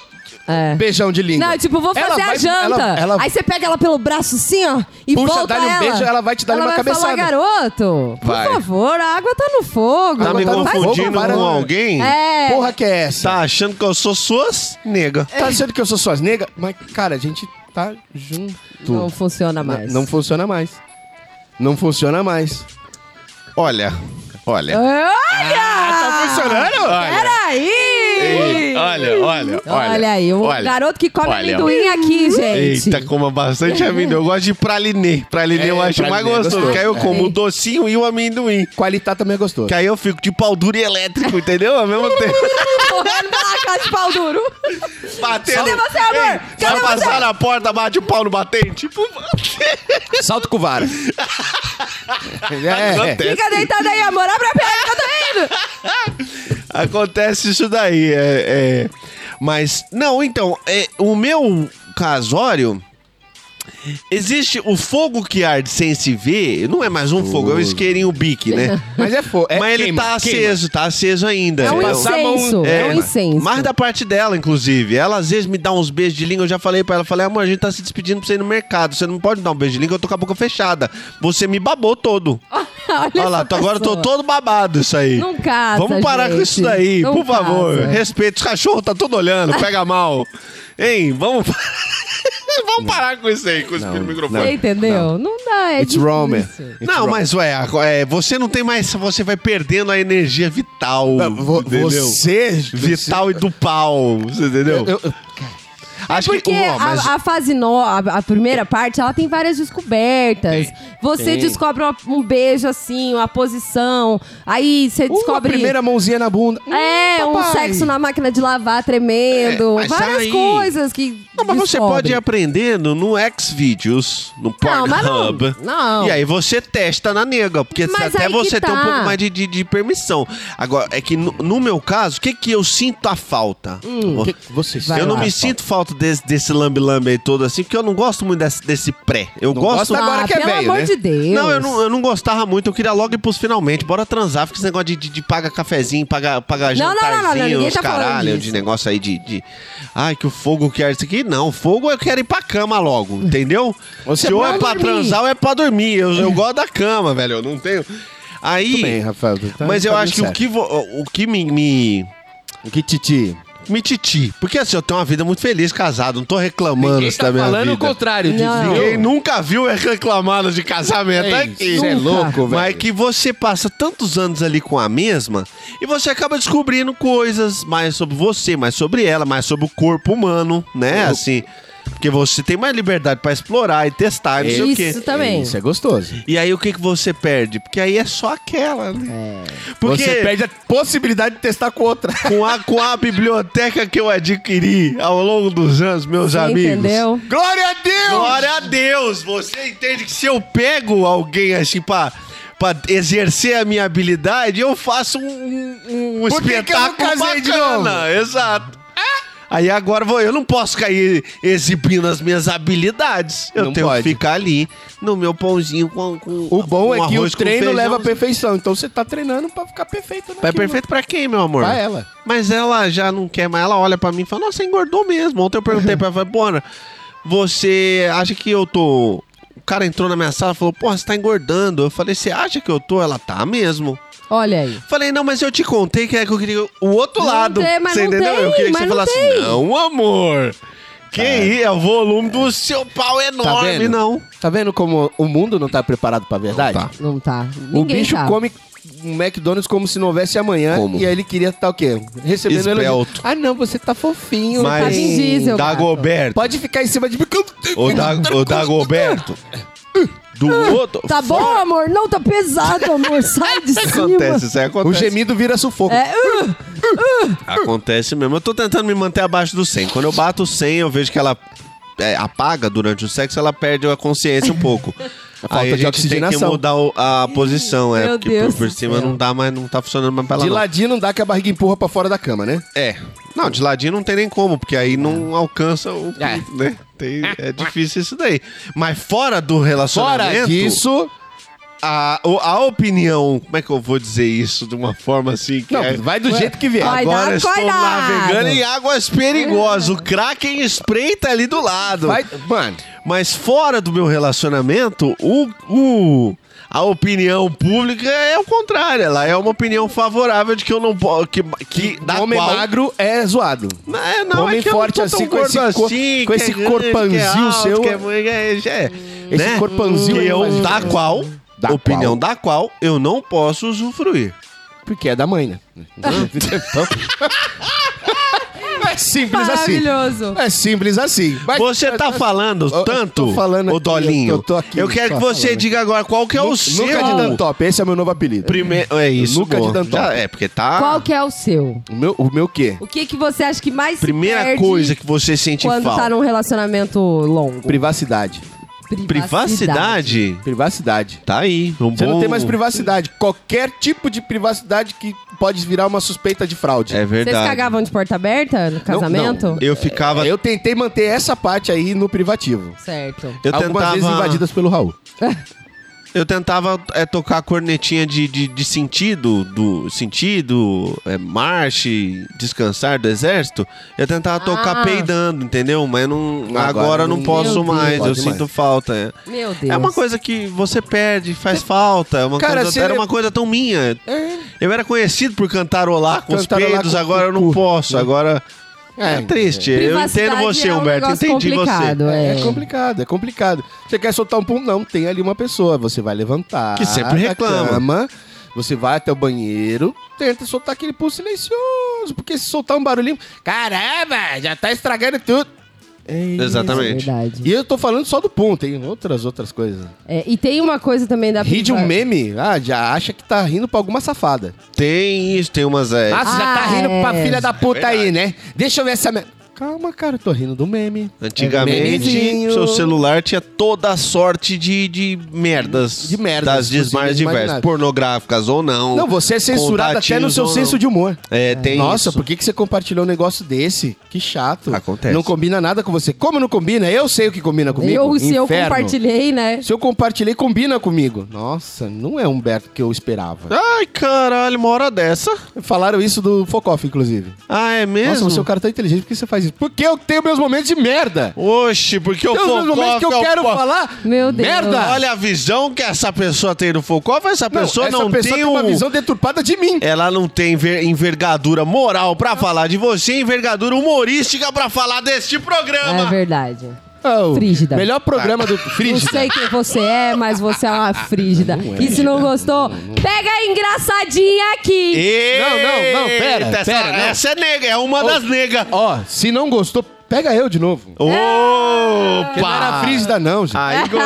Speaker 4: É.
Speaker 5: Beijão de língua.
Speaker 4: Não, tipo, vou fazer
Speaker 5: Ela
Speaker 4: a
Speaker 5: vai-
Speaker 4: janta.
Speaker 5: Ela, ela-
Speaker 4: Aí você pega ela pelo braço assim, ó, e
Speaker 5: Puxa,
Speaker 4: volta
Speaker 5: dá-lhe um
Speaker 4: ela.
Speaker 5: beijo, ela vai te dar
Speaker 4: ela
Speaker 5: uma
Speaker 4: vai
Speaker 5: cabeçada.
Speaker 4: falar, garoto, por
Speaker 5: Vai.
Speaker 4: favor, a água tá no fogo.
Speaker 2: Tá
Speaker 4: Água
Speaker 2: me
Speaker 5: tá no
Speaker 4: faz
Speaker 2: confundindo
Speaker 5: fogo, para,
Speaker 2: com
Speaker 5: não.
Speaker 2: alguém?
Speaker 4: É.
Speaker 5: Porra que é essa?
Speaker 2: Tá achando que eu sou suas? Nega.
Speaker 5: Tá achando que eu sou suas nega? Mas, cara, a gente tá junto.
Speaker 4: Não funciona
Speaker 5: N-
Speaker 4: mais.
Speaker 5: Não funciona mais. Não funciona mais.
Speaker 2: Olha, olha.
Speaker 4: Olha!
Speaker 5: Ah,
Speaker 2: tá funcionando? Olha.
Speaker 4: Peraí!
Speaker 2: Ei, olha, olha,
Speaker 4: Olha,
Speaker 2: olha.
Speaker 4: aí, um
Speaker 2: olha.
Speaker 4: garoto que é come
Speaker 2: Olha.
Speaker 4: amendoim aqui, gente. [laughs]
Speaker 2: Eita, coma bastante amendoim. Eu gosto de pralinê. Pralinê
Speaker 5: É,
Speaker 2: eu acho mais
Speaker 5: pralinê é
Speaker 2: gostoso.
Speaker 5: gostoso.
Speaker 2: Que aí eu
Speaker 5: É.
Speaker 2: como o docinho e o amendoim.
Speaker 5: Qualitá também é gostoso.
Speaker 2: Que aí eu fico de pau duro e elétrico, entendeu? Ao mesmo tempo.
Speaker 4: Correndo pela casa de pau duro.
Speaker 2: Batendo.
Speaker 4: [laughs] Cadê você, amor?
Speaker 2: Ei,
Speaker 4: Cadê
Speaker 2: vai passar na porta, bate o pau no batente. Tipo, [laughs]
Speaker 5: Salto com vara. [laughs] é, é.
Speaker 2: acontece.
Speaker 4: Fica deitado aí, amor. Abre a perna que eu tô indo.
Speaker 2: Acontece isso daí. É, é. Mas, não, então, é, o meu casório. Existe o fogo que arde sem se ver, não é mais um fogo, é um isqueirinho bique,
Speaker 4: [laughs]
Speaker 2: né?
Speaker 5: Mas é fogo.
Speaker 2: Mas ele tá aceso, tá aceso ainda.
Speaker 4: É um
Speaker 2: Eu-
Speaker 5: passar a mão-
Speaker 4: incenso. É, um incenso.
Speaker 2: Mais da parte dela, inclusive. Ela às vezes me dá uns beijos de língua. Eu já falei pra ela, falei, amor, a gente tá se despedindo pra você ir no mercado. Você não pode me dar um beijo de língua, eu tô com a boca fechada. Você me babou todo.
Speaker 4: Olha,
Speaker 2: Olha lá,
Speaker 4: essa
Speaker 2: tô- agora eu tô
Speaker 4: pessoa.
Speaker 2: todo babado isso aí.
Speaker 4: Não casa,
Speaker 2: Vamos parar com
Speaker 4: gente.
Speaker 2: isso daí,
Speaker 4: Não
Speaker 2: por favor.
Speaker 4: casa.
Speaker 2: Respeito, os cachorros tá todo olhando, pega mal. Hein, vamos... [laughs] vamos parar com isso aí, com esse microfone.
Speaker 4: Você entendeu? Não, dá, é
Speaker 5: It's
Speaker 4: difícil.
Speaker 5: wrong, man. It's
Speaker 2: Não,
Speaker 5: wrong.
Speaker 2: mas ué, a- é, você não tem mais. Você vai perdendo a energia vital.
Speaker 5: Vo-
Speaker 2: entendeu?
Speaker 5: Você...
Speaker 2: Vital e do pau. Você entendeu?
Speaker 5: Eu- eu-
Speaker 2: Acho
Speaker 4: É Porque
Speaker 2: Ó, mas-
Speaker 4: a, a fase no, a, a primeira parte, ela tem várias descobertas. Você descobre uma- um beijo assim, uma posição. Aí você
Speaker 5: Uma
Speaker 4: descobre.
Speaker 5: primeira mãozinha na bunda.
Speaker 4: É,
Speaker 5: Hum,
Speaker 4: um
Speaker 5: papai.
Speaker 4: sexo na máquina de lavar tremendo.
Speaker 2: É, mas
Speaker 4: várias
Speaker 2: aí-
Speaker 4: coisas que.
Speaker 2: Não, mas você
Speaker 4: descobre.
Speaker 2: pode ir aprendendo no Xvideos, no
Speaker 4: Não, mas não-
Speaker 2: Pornhub.
Speaker 4: não.
Speaker 2: E aí você testa na nega, porque
Speaker 4: Mas
Speaker 2: até
Speaker 4: aí que
Speaker 2: você tem um
Speaker 4: tá.
Speaker 2: pouco mais de, de- de permissão. Agora, é que no, no meu caso, o que, que eu sinto a falta?
Speaker 4: Hum,
Speaker 2: Vou-
Speaker 5: Que- Você
Speaker 4: Vai
Speaker 2: eu não
Speaker 4: lá,
Speaker 2: me
Speaker 4: Paulo.
Speaker 2: sinto falta desse, desse lambe-lambe aí todo assim, porque eu não gosto muito desse, desse pré. Eu
Speaker 5: Não
Speaker 2: gosto
Speaker 5: gosta agora
Speaker 4: ah,
Speaker 5: que é
Speaker 4: pelo
Speaker 5: velho,
Speaker 4: amor
Speaker 5: né?
Speaker 4: de Deus.
Speaker 2: Não eu, não, eu não gostava muito, eu queria logo ir pros finalmente. Bora transar, fica esse negócio de, de, de pagar cafezinho, pagar, pagar
Speaker 4: Não, não, não, não,
Speaker 2: jantarzinho,
Speaker 4: ninguém
Speaker 2: os
Speaker 4: tá falando
Speaker 2: caralho,
Speaker 4: disso.
Speaker 2: de negócio aí de, de- Ai, que o fogo que é isso aqui. Não, fogo eu quero ir pra cama logo, entendeu?
Speaker 4: [laughs]
Speaker 5: Você
Speaker 2: Se ou
Speaker 5: vai
Speaker 2: é pra
Speaker 4: dormir.
Speaker 2: transar ou é pra dormir. Eu, eu gosto da cama, velho, eu não tenho... Aí...
Speaker 5: Tudo bem, Rafael, tu tá-
Speaker 2: mas eu
Speaker 5: tá
Speaker 2: acho que
Speaker 5: bem
Speaker 2: o que, vo- o que me- me
Speaker 5: O que Titi...
Speaker 2: mititi. Porque assim, eu tenho uma vida muito feliz casado, não tô reclamando
Speaker 5: Ninguém
Speaker 2: isso da
Speaker 5: tá
Speaker 2: minha
Speaker 5: falando o
Speaker 2: vida.
Speaker 5: contrário disso.
Speaker 4: Não.
Speaker 5: viu?
Speaker 2: Ninguém nunca viu é reclamado de casamento
Speaker 5: É isso,
Speaker 2: aqui.
Speaker 5: isso é
Speaker 4: Nunca.
Speaker 5: louco, velho.
Speaker 2: Mas que você passa tantos anos ali com a mesma e você acaba descobrindo coisas mais sobre você, mais sobre ela, mais sobre o corpo humano, né? Assim, porque você tem mais liberdade pra explorar e testar, e não sei o quê.
Speaker 4: Isso também.
Speaker 5: Isso é gostoso.
Speaker 2: E aí o que, que você perde? Porque aí é só aquela, né? Porque
Speaker 5: Você perde a possibilidade de testar com
Speaker 2: [laughs]
Speaker 5: outra.
Speaker 2: com, a, com a biblioteca que eu adquiri ao longo dos anos, meus
Speaker 4: Você
Speaker 2: amigos.
Speaker 4: entendeu?
Speaker 5: Glória a Deus!
Speaker 2: Glória a Deus! Você entende que se eu pego alguém assim pra, pra exercer a minha habilidade, eu faço um, um, um
Speaker 5: Por que que eu
Speaker 2: espetáculo
Speaker 5: não casei de É?
Speaker 2: bacana. Exato. Aí agora vou, eu não posso cair exibindo as minhas habilidades. Eu
Speaker 5: Não
Speaker 2: tenho
Speaker 5: pode.
Speaker 2: que ficar ali no meu pãozinho com, com
Speaker 5: O bom
Speaker 2: com
Speaker 5: é que o
Speaker 2: Um arroz com
Speaker 5: treino
Speaker 2: feijão.
Speaker 5: leva à perfeição. Então você tá treinando pra ficar perfeito, né?
Speaker 2: É perfeito pra quem, meu amor?
Speaker 5: Pra ela.
Speaker 2: Mas ela já não quer mais. Ela olha pra mim e fala: Nossa, você engordou mesmo. Ontem eu perguntei pra ela: falei, Bona, você acha que eu tô. O cara entrou na minha sala e falou: Porra, você tá engordando. Eu falei: Você acha que eu tô? Ela tá mesmo.
Speaker 4: Olha aí.
Speaker 2: Falei: Não, mas eu te contei que é que eu queria o outro
Speaker 4: Não
Speaker 2: lado.
Speaker 4: tem, mas
Speaker 2: você
Speaker 4: não
Speaker 2: entendeu?
Speaker 4: tem,
Speaker 2: eu queria que
Speaker 4: mas
Speaker 2: você
Speaker 4: não
Speaker 2: falasse:
Speaker 4: tem. Tá
Speaker 2: Não, amor. Que isso? É o volume do seu pau
Speaker 5: Tá
Speaker 2: enorme,
Speaker 5: vendo?
Speaker 2: não.
Speaker 5: Tá vendo como o mundo não tá preparado pra verdade?
Speaker 2: Não tá.
Speaker 4: Não tá.
Speaker 5: O
Speaker 4: Ninguém
Speaker 5: bicho
Speaker 4: tá.
Speaker 5: come um McDonald's como se não houvesse amanhã.
Speaker 2: Como?
Speaker 5: E aí ele queria estar o quê? Recebendo
Speaker 2: Esbelto.
Speaker 5: elogio. Ah, não, você tá fofinho.
Speaker 4: Mas-
Speaker 5: tá
Speaker 4: Vin
Speaker 5: bem.
Speaker 4: Diesel, cara.
Speaker 2: Dagoberto.
Speaker 5: Pode ficar em cima de mim.
Speaker 2: O,
Speaker 4: [laughs]
Speaker 2: da, o Dagoberto. Do outro.
Speaker 4: Tá bom, amor? Não, tá
Speaker 2: [laughs]
Speaker 4: pesado, amor. Sai de cima.
Speaker 2: Acontece, É, isso aí
Speaker 5: O
Speaker 2: acontece.
Speaker 5: gemido vira sufoco.
Speaker 4: É, uh,
Speaker 2: Acontece mesmo. Eu tô tentando me manter abaixo do 100. Quando eu bato o 100, eu vejo que ela é, apaga durante o sexo, ela perde a consciência um
Speaker 5: [laughs]
Speaker 2: pouco.
Speaker 5: falta
Speaker 2: Aí a gente
Speaker 5: de
Speaker 2: tem que
Speaker 5: oxigenação.
Speaker 2: mudar o- a posição, é.
Speaker 4: Meu
Speaker 2: porque
Speaker 4: Deus
Speaker 2: por, por
Speaker 4: do
Speaker 2: cima
Speaker 4: céu.
Speaker 2: não dá mais, não tá funcionando mais pra ela.
Speaker 5: De
Speaker 2: não.
Speaker 5: ladinho não dá que a barriga empurra pra fora da cama, né?
Speaker 2: É. Não, de ladinho não tem nem como, porque aí não alcança o.
Speaker 5: É.
Speaker 2: né? Tem- é difícil isso daí. Mas fora do relacionamento.
Speaker 5: Fora disso...
Speaker 2: A, o- a opinião. Como é que eu vou dizer isso de uma forma assim? Que
Speaker 5: Não,
Speaker 2: é-
Speaker 5: vai do jeito que vier.
Speaker 4: Vai
Speaker 2: Agora
Speaker 4: dar
Speaker 2: estou
Speaker 4: cuidado.
Speaker 2: navegando em águas perigosas. O Kraken espreita ali do lado.
Speaker 5: Vai, mano,
Speaker 2: Mas fora do meu relacionamento, o, o- a opinião pública é o contrário. Ela é uma opinião favorável de que eu não posso. Que, que, da
Speaker 5: um homem
Speaker 2: qual-
Speaker 5: magro é zoado.
Speaker 2: É, não,
Speaker 5: Um homem
Speaker 2: é que eu
Speaker 5: forte
Speaker 2: não tô tão
Speaker 5: assim, com esse
Speaker 2: gordo
Speaker 5: cor-
Speaker 2: assim,
Speaker 5: com
Speaker 2: que
Speaker 5: esse
Speaker 2: é grande,
Speaker 5: corpanzinho
Speaker 2: que é alto,
Speaker 5: seu.
Speaker 2: que é mu- é, é,
Speaker 5: Esse
Speaker 2: né?
Speaker 5: corpanzinho
Speaker 2: Que
Speaker 5: aí
Speaker 2: eu,
Speaker 5: faz
Speaker 2: da
Speaker 5: diferença.
Speaker 2: qual,
Speaker 5: Da
Speaker 2: opinião
Speaker 5: qual.
Speaker 2: da qual, eu não posso usufruir.
Speaker 5: Porque é da
Speaker 2: [laughs]
Speaker 5: mãe, né? é simples assim.
Speaker 4: maravilhoso.
Speaker 5: É simples assim. Vai-
Speaker 2: Você tá falando
Speaker 5: eu tô
Speaker 2: tanto,
Speaker 5: falando
Speaker 2: ô
Speaker 5: aqui,
Speaker 2: Dolinho. Eu,
Speaker 5: eu tô aqui,
Speaker 2: quero
Speaker 5: tô
Speaker 2: que você
Speaker 5: falando.
Speaker 2: diga agora qual que é o
Speaker 5: Lu-
Speaker 2: seu
Speaker 5: Luca de Dantop, esse é o meu novo apelido.
Speaker 2: primeiro, é isso.
Speaker 5: Luca de
Speaker 2: bom.
Speaker 5: Dantop.
Speaker 2: Já é porque tá
Speaker 4: Qual que é o seu?
Speaker 5: O meu, o meu quê?
Speaker 4: O que, que você acha que mais se
Speaker 2: primeira
Speaker 4: perde
Speaker 2: coisa que você sente
Speaker 4: quando
Speaker 2: falta.
Speaker 4: tá num relacionamento longo?
Speaker 5: Privacidade.
Speaker 2: Privacidade?
Speaker 5: Privacidade.
Speaker 2: Tá aí. Um
Speaker 5: Você
Speaker 2: bom...
Speaker 5: não tem mais privacidade. Qualquer tipo de privacidade que pode virar uma suspeita de fraude.
Speaker 2: É
Speaker 4: Vocês
Speaker 2: verdade.
Speaker 4: cagavam de porta aberta no casamento?
Speaker 2: Eu ficava
Speaker 5: Eu tentei manter essa parte aí no privativo.
Speaker 4: Certo.
Speaker 2: eu
Speaker 5: Algumas
Speaker 2: tentava
Speaker 5: vezes invadidas pelo Raul.
Speaker 4: [laughs]
Speaker 2: Eu tentava é, tocar a cornetinha de, de, de sentido, do sentido, é, marche, descansar do exército. Eu tentava tocar
Speaker 4: Ah.
Speaker 2: peidando, entendeu? Mas não, agora,
Speaker 5: Agora
Speaker 2: eu não
Speaker 5: não-
Speaker 2: posso
Speaker 4: Meu
Speaker 2: mais, eu
Speaker 5: Deus. Pode
Speaker 2: sinto falta. é.
Speaker 4: Meu
Speaker 2: É.
Speaker 4: Deus.
Speaker 2: uma coisa que você perde, faz falta. é uma
Speaker 5: Cara,
Speaker 2: coisa-
Speaker 5: você-
Speaker 2: Era uma coisa tão minha. Eu era conhecido por cantarolar com
Speaker 5: Cantarolar
Speaker 2: os peidos,
Speaker 5: com-
Speaker 2: agora eu
Speaker 5: com
Speaker 2: não
Speaker 5: o cu. né?
Speaker 2: posso. Agora é, triste. Eu
Speaker 4: Privacidade
Speaker 2: entendo você,
Speaker 4: é um
Speaker 2: Humberto.
Speaker 4: negócio
Speaker 2: Entendi você.
Speaker 4: complicado,
Speaker 5: É.
Speaker 4: É.
Speaker 5: complicado, é complicado. Você quer soltar um pum? Não, tem ali uma pessoa. Você vai levantar.
Speaker 2: Que sempre
Speaker 5: da
Speaker 2: reclama.
Speaker 5: cama, você vai até o banheiro, tenta soltar aquele pum silencioso. Porque se soltar um barulhinho. Caramba, já tá estragando tudo.
Speaker 2: Exatamente.
Speaker 4: É verdade.
Speaker 5: E eu tô falando só do pum, tem outras, outras coisas.
Speaker 4: É, e tem uma coisa também
Speaker 2: Tá
Speaker 4: da
Speaker 5: Ri de um
Speaker 4: priva-
Speaker 5: meme, ah, já acha que tá rindo pra alguma safada.
Speaker 2: Tem isso, tem umas. É,
Speaker 5: Ah, você já tá
Speaker 4: Ah,
Speaker 5: rindo
Speaker 4: é.
Speaker 5: pra filha da puta
Speaker 2: verdade.
Speaker 5: aí, né? Deixa eu ver essa. me- Calma, cara, eu tô rindo do meme.
Speaker 2: Antigamente,
Speaker 5: memezinho.
Speaker 2: seu celular tinha toda a sorte de, de merdas.
Speaker 5: De merdas
Speaker 2: Das desmais
Speaker 5: possíveis,
Speaker 2: diversas.
Speaker 5: imagináveis.
Speaker 2: Pornográficas ou não.
Speaker 5: Não, você é censurado até no
Speaker 2: contatinhos
Speaker 5: seu
Speaker 2: ou
Speaker 5: senso
Speaker 2: não.
Speaker 5: de humor.
Speaker 2: É, tem
Speaker 5: Nossa,
Speaker 2: isso.
Speaker 5: por que, que você compartilhou um negócio desse? Que chato.
Speaker 2: Acontece.
Speaker 5: Não combina nada com você. Como não combina? Eu sei o que combina comigo.
Speaker 4: Eu, se eu
Speaker 5: Inferno.
Speaker 4: compartilhei, né?
Speaker 5: Se eu compartilhei, combina comigo. Nossa, não é o Humberto que eu esperava.
Speaker 2: Ai, caralho, uma hora dessa.
Speaker 5: Falaram isso do Focoff, inclusive.
Speaker 2: Ah, é mesmo?
Speaker 5: Nossa, você é um cara tão inteligente, por que você faz personagens, porque eu tenho meus momentos de merda.
Speaker 2: Oxe, porque o
Speaker 5: Tem os meus momentos
Speaker 2: Focoff
Speaker 5: que eu
Speaker 2: é o
Speaker 5: quero
Speaker 2: po-
Speaker 5: falar.
Speaker 4: Meu Deus.
Speaker 5: Merda!
Speaker 2: Olha a visão que essa pessoa tem no Focoff, essa
Speaker 5: Não,
Speaker 2: pessoa
Speaker 5: essa
Speaker 2: não
Speaker 5: pessoa
Speaker 2: tem,
Speaker 5: tem
Speaker 2: um...
Speaker 5: uma visão deturpada de mim.
Speaker 2: Ela não tem enver- envergadura moral pra falar de você, envergadura humorística pra falar deste
Speaker 4: É
Speaker 2: programa.
Speaker 4: verdade.
Speaker 2: É.
Speaker 5: Oh,
Speaker 4: Frígida.
Speaker 5: Melhor programa do Frígida.
Speaker 4: Não sei quem você é, mas você é uma frígida. e se não gostou, pega a engraçadinha aqui.
Speaker 2: Eita,
Speaker 5: Não, não, não, pera,
Speaker 2: essa,
Speaker 5: pera, não.
Speaker 2: essa é nega, é uma das negas.
Speaker 5: Ó, se não gostou, pega eu de novo. Porque não era
Speaker 2: Opa!
Speaker 5: Frígida não, gente.
Speaker 2: Aí, go-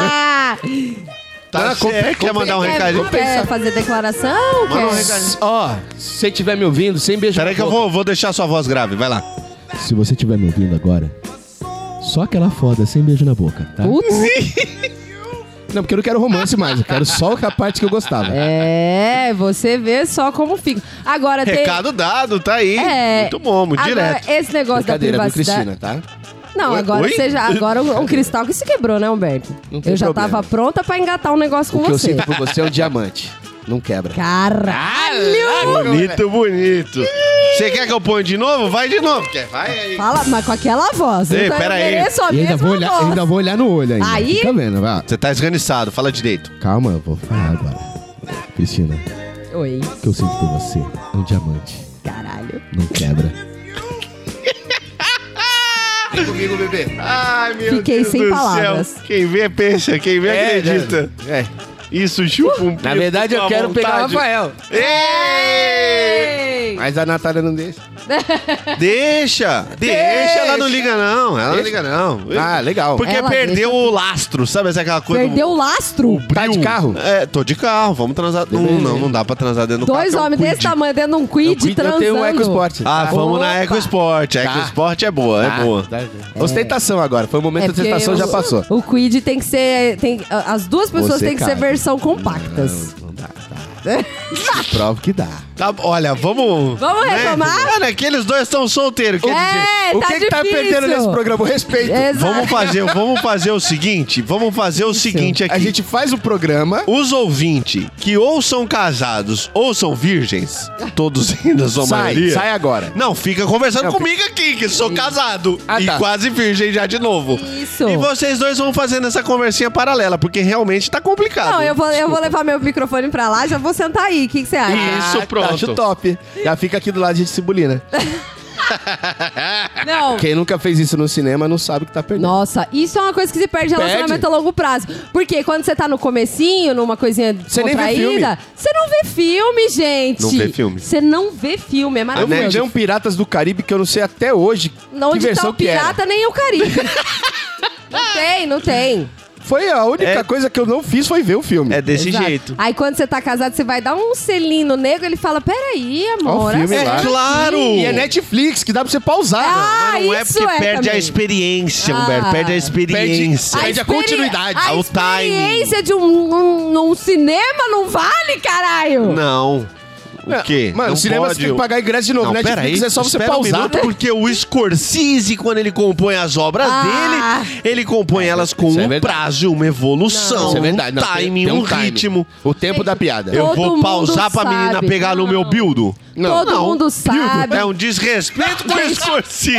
Speaker 2: tá
Speaker 5: Ah,
Speaker 2: certo. Quer mandar um
Speaker 4: Quer-
Speaker 2: recadinho?
Speaker 4: Quer fazer declaração? Quer...
Speaker 5: S- Ó, se você estiver me ouvindo, sem beijo
Speaker 2: Peraí
Speaker 5: na
Speaker 2: que eu
Speaker 5: boca.
Speaker 2: vou, vou deixar sua voz grave, vai lá.
Speaker 5: Se você estiver me ouvindo agora, só aquela foda, sem beijo na boca, tá?
Speaker 4: Putz.
Speaker 5: Não, porque eu não quero romance mais, eu quero só a parte que eu gostava.
Speaker 4: É, você vê só como fica. Agora tem...
Speaker 2: Recado dado, tá aí.
Speaker 4: É,
Speaker 2: muito bom, muito
Speaker 4: agora,
Speaker 2: direto.
Speaker 4: Esse negócio da
Speaker 5: Brincadeira, viu,
Speaker 4: privacidade.
Speaker 5: Cristina, tá?
Speaker 4: Não,
Speaker 2: Oi?
Speaker 4: agora
Speaker 2: Oi?
Speaker 4: você já. Agora o, o cristal que se quebrou, né, Humberto?
Speaker 5: Não tem
Speaker 4: Eu já
Speaker 5: problema.
Speaker 4: tava pronta pra engatar um negócio com
Speaker 5: O que eu
Speaker 4: você.
Speaker 5: sinto por você é um diamante. Não quebra.
Speaker 4: Caralho!
Speaker 2: Ah, Bonito, bonito. Você quer que eu ponha de novo? Vai de novo. Quer? Vai aí.
Speaker 4: Fala, mas com aquela voz.
Speaker 2: Ei,
Speaker 4: então
Speaker 2: pera
Speaker 4: eu
Speaker 2: aí.
Speaker 4: mereço a
Speaker 5: E ainda
Speaker 4: mesma
Speaker 5: vou, olhar,
Speaker 4: voz.
Speaker 5: ainda vou olhar no olho ainda.
Speaker 4: Aí?
Speaker 5: Fica vendo, vai.
Speaker 2: Você tá esganiçado, fala direito.
Speaker 5: Calma, eu vou falar agora. Cristina,
Speaker 4: Oi,
Speaker 5: o que eu sinto por você é um diamante.
Speaker 4: caralho.
Speaker 5: Não quebra.
Speaker 2: Ai, meu
Speaker 4: Fiquei
Speaker 2: Deus
Speaker 4: sem
Speaker 2: do
Speaker 4: palavras.
Speaker 2: céu. Quem vê pensa, quem vê acredita.
Speaker 5: É.
Speaker 2: Isso chupa um
Speaker 5: Na verdade, eu quero pegar o Rafael.
Speaker 2: tá Ei!
Speaker 5: Mas a Natália não deixa.
Speaker 2: Deixa, deixa, ela não liga não, ela não
Speaker 5: Deixa.
Speaker 2: liga não.
Speaker 5: Ah, legal.
Speaker 2: Porque
Speaker 4: Ela
Speaker 2: perdeu
Speaker 4: deixa.
Speaker 2: o lastro, sabe essa aquela coisa?
Speaker 4: Perdeu o lastro.
Speaker 5: Tá de carro?
Speaker 2: É, tô de carro, vamos transar. Não, não, não dá pra transar dentro do carro.
Speaker 4: Dois
Speaker 2: que é um
Speaker 4: homens
Speaker 2: quid.
Speaker 4: desse tamanho dentro de um quid transando.
Speaker 5: Eu tenho um EcoSport.
Speaker 2: Ah, vamos na
Speaker 4: Opa. Tá.
Speaker 2: EcoSport. A
Speaker 5: Tá.
Speaker 2: EcoSport é boa, é boa.
Speaker 5: Ostentação agora. Foi o momento de
Speaker 4: porque
Speaker 5: ostentação, já
Speaker 4: É o-
Speaker 5: passou.
Speaker 4: O quid tem que ser. Tem, as duas pessoas
Speaker 5: Você
Speaker 4: têm que
Speaker 5: cai.
Speaker 4: ser versão compactas.
Speaker 5: Não, não dá, dá. Prova que dá.
Speaker 2: Tá, olha, vamos. né?
Speaker 4: Vamos retomar?
Speaker 2: Cara, aqueles dois estão solteiros. Quer dizer,
Speaker 4: É,
Speaker 5: o
Speaker 4: tá
Speaker 5: que, que tá
Speaker 4: difícil. É
Speaker 5: perdendo nesse programa? O respeito.
Speaker 4: Exato.
Speaker 2: vamos fazer, vamos fazer o seguinte. Vamos fazer o seguinte aqui. Um
Speaker 5: A gente faz o programa. tá
Speaker 2: Os ouvintes que ou são casados ou são virgens, todos [laughs] ainda são
Speaker 5: Sai,
Speaker 2: maioria.
Speaker 5: sai agora. É
Speaker 2: Não, fica conversando
Speaker 5: Não,
Speaker 2: comigo aqui, que sou casado.
Speaker 5: Ah,
Speaker 2: e
Speaker 5: tá.
Speaker 2: quase virgem já de novo.
Speaker 4: Isso.
Speaker 2: E vocês dois vão fazendo essa conversinha paralela, porque realmente tá complicado.
Speaker 4: Não, eu vou, eu vou levar meu microfone pra lá, já vou sentar aí. O que que você acha?
Speaker 5: Ah,
Speaker 2: Isso,
Speaker 5: tá
Speaker 2: pronto.
Speaker 5: Acho top. Já fica aqui do lado, a gente se bulina.
Speaker 4: Não.
Speaker 5: Quem nunca fez isso no cinema não sabe o que tá perdendo.
Speaker 4: Nossa, isso é uma coisa que se perde em
Speaker 5: Perde.
Speaker 4: relacionamento a longo prazo. Porque quando você tá no comecinho, numa coisinha
Speaker 5: Você nem vê filme.
Speaker 4: contraída, você não vê filme, gente.
Speaker 2: Não vê filme.
Speaker 4: Você não vê filme, é
Speaker 5: Eu
Speaker 4: maravilhoso.
Speaker 5: mandei um Piratas do Caribe que eu não sei até hoje
Speaker 4: Não
Speaker 5: que
Speaker 4: onde tá
Speaker 5: versão
Speaker 4: o pirata, nem o
Speaker 5: [laughs]
Speaker 4: Caribe. não tem, não tem.
Speaker 5: que era. Foi a única
Speaker 2: É.
Speaker 5: coisa que eu não fiz foi ver o filme.
Speaker 2: É desse
Speaker 4: Exato.
Speaker 2: jeito.
Speaker 4: Aí quando você tá casado, você vai dar um selinho no nego, ele fala: Peraí,
Speaker 5: Ó o
Speaker 4: amor. assim,
Speaker 5: filme
Speaker 4: olha
Speaker 5: lá.
Speaker 4: só."
Speaker 5: É
Speaker 2: claro!
Speaker 5: E é Netflix, que dá pra você pausar.
Speaker 4: Ah,
Speaker 2: Não é
Speaker 4: isso
Speaker 2: porque
Speaker 4: é
Speaker 2: perde a
Speaker 4: também.
Speaker 2: experiência,
Speaker 4: Ah.
Speaker 2: Humberto. Perde a experiência.
Speaker 5: Perde a
Speaker 4: experi-
Speaker 5: continuidade,
Speaker 4: A
Speaker 2: o timing.
Speaker 4: experiência de um, um- um cinema não vale, caralho!
Speaker 2: Não. O quê?
Speaker 5: É, Mano,
Speaker 2: não
Speaker 5: o cinema você tem que pagar ingresso de novo.
Speaker 2: Não,
Speaker 5: Netflix
Speaker 2: peraí,
Speaker 5: é só você
Speaker 2: espera um
Speaker 5: pausar.
Speaker 2: minuto, porque
Speaker 5: [laughs]
Speaker 2: o Scorsese, quando ele compõe as obras
Speaker 4: Ah.
Speaker 2: dele, ele compõe elas com
Speaker 5: isso é
Speaker 2: um
Speaker 5: verdade. é
Speaker 2: prazo, uma evolução, um timing, um ritmo.
Speaker 5: O tempo da piada.
Speaker 2: Eu
Speaker 4: Todo
Speaker 2: vou
Speaker 4: mundo
Speaker 2: pausar pra menina
Speaker 4: sabe.
Speaker 2: pegar no meu buildo?
Speaker 5: Não.
Speaker 4: Todo mundo sabe.
Speaker 2: É um desrespeito com o Scorsese.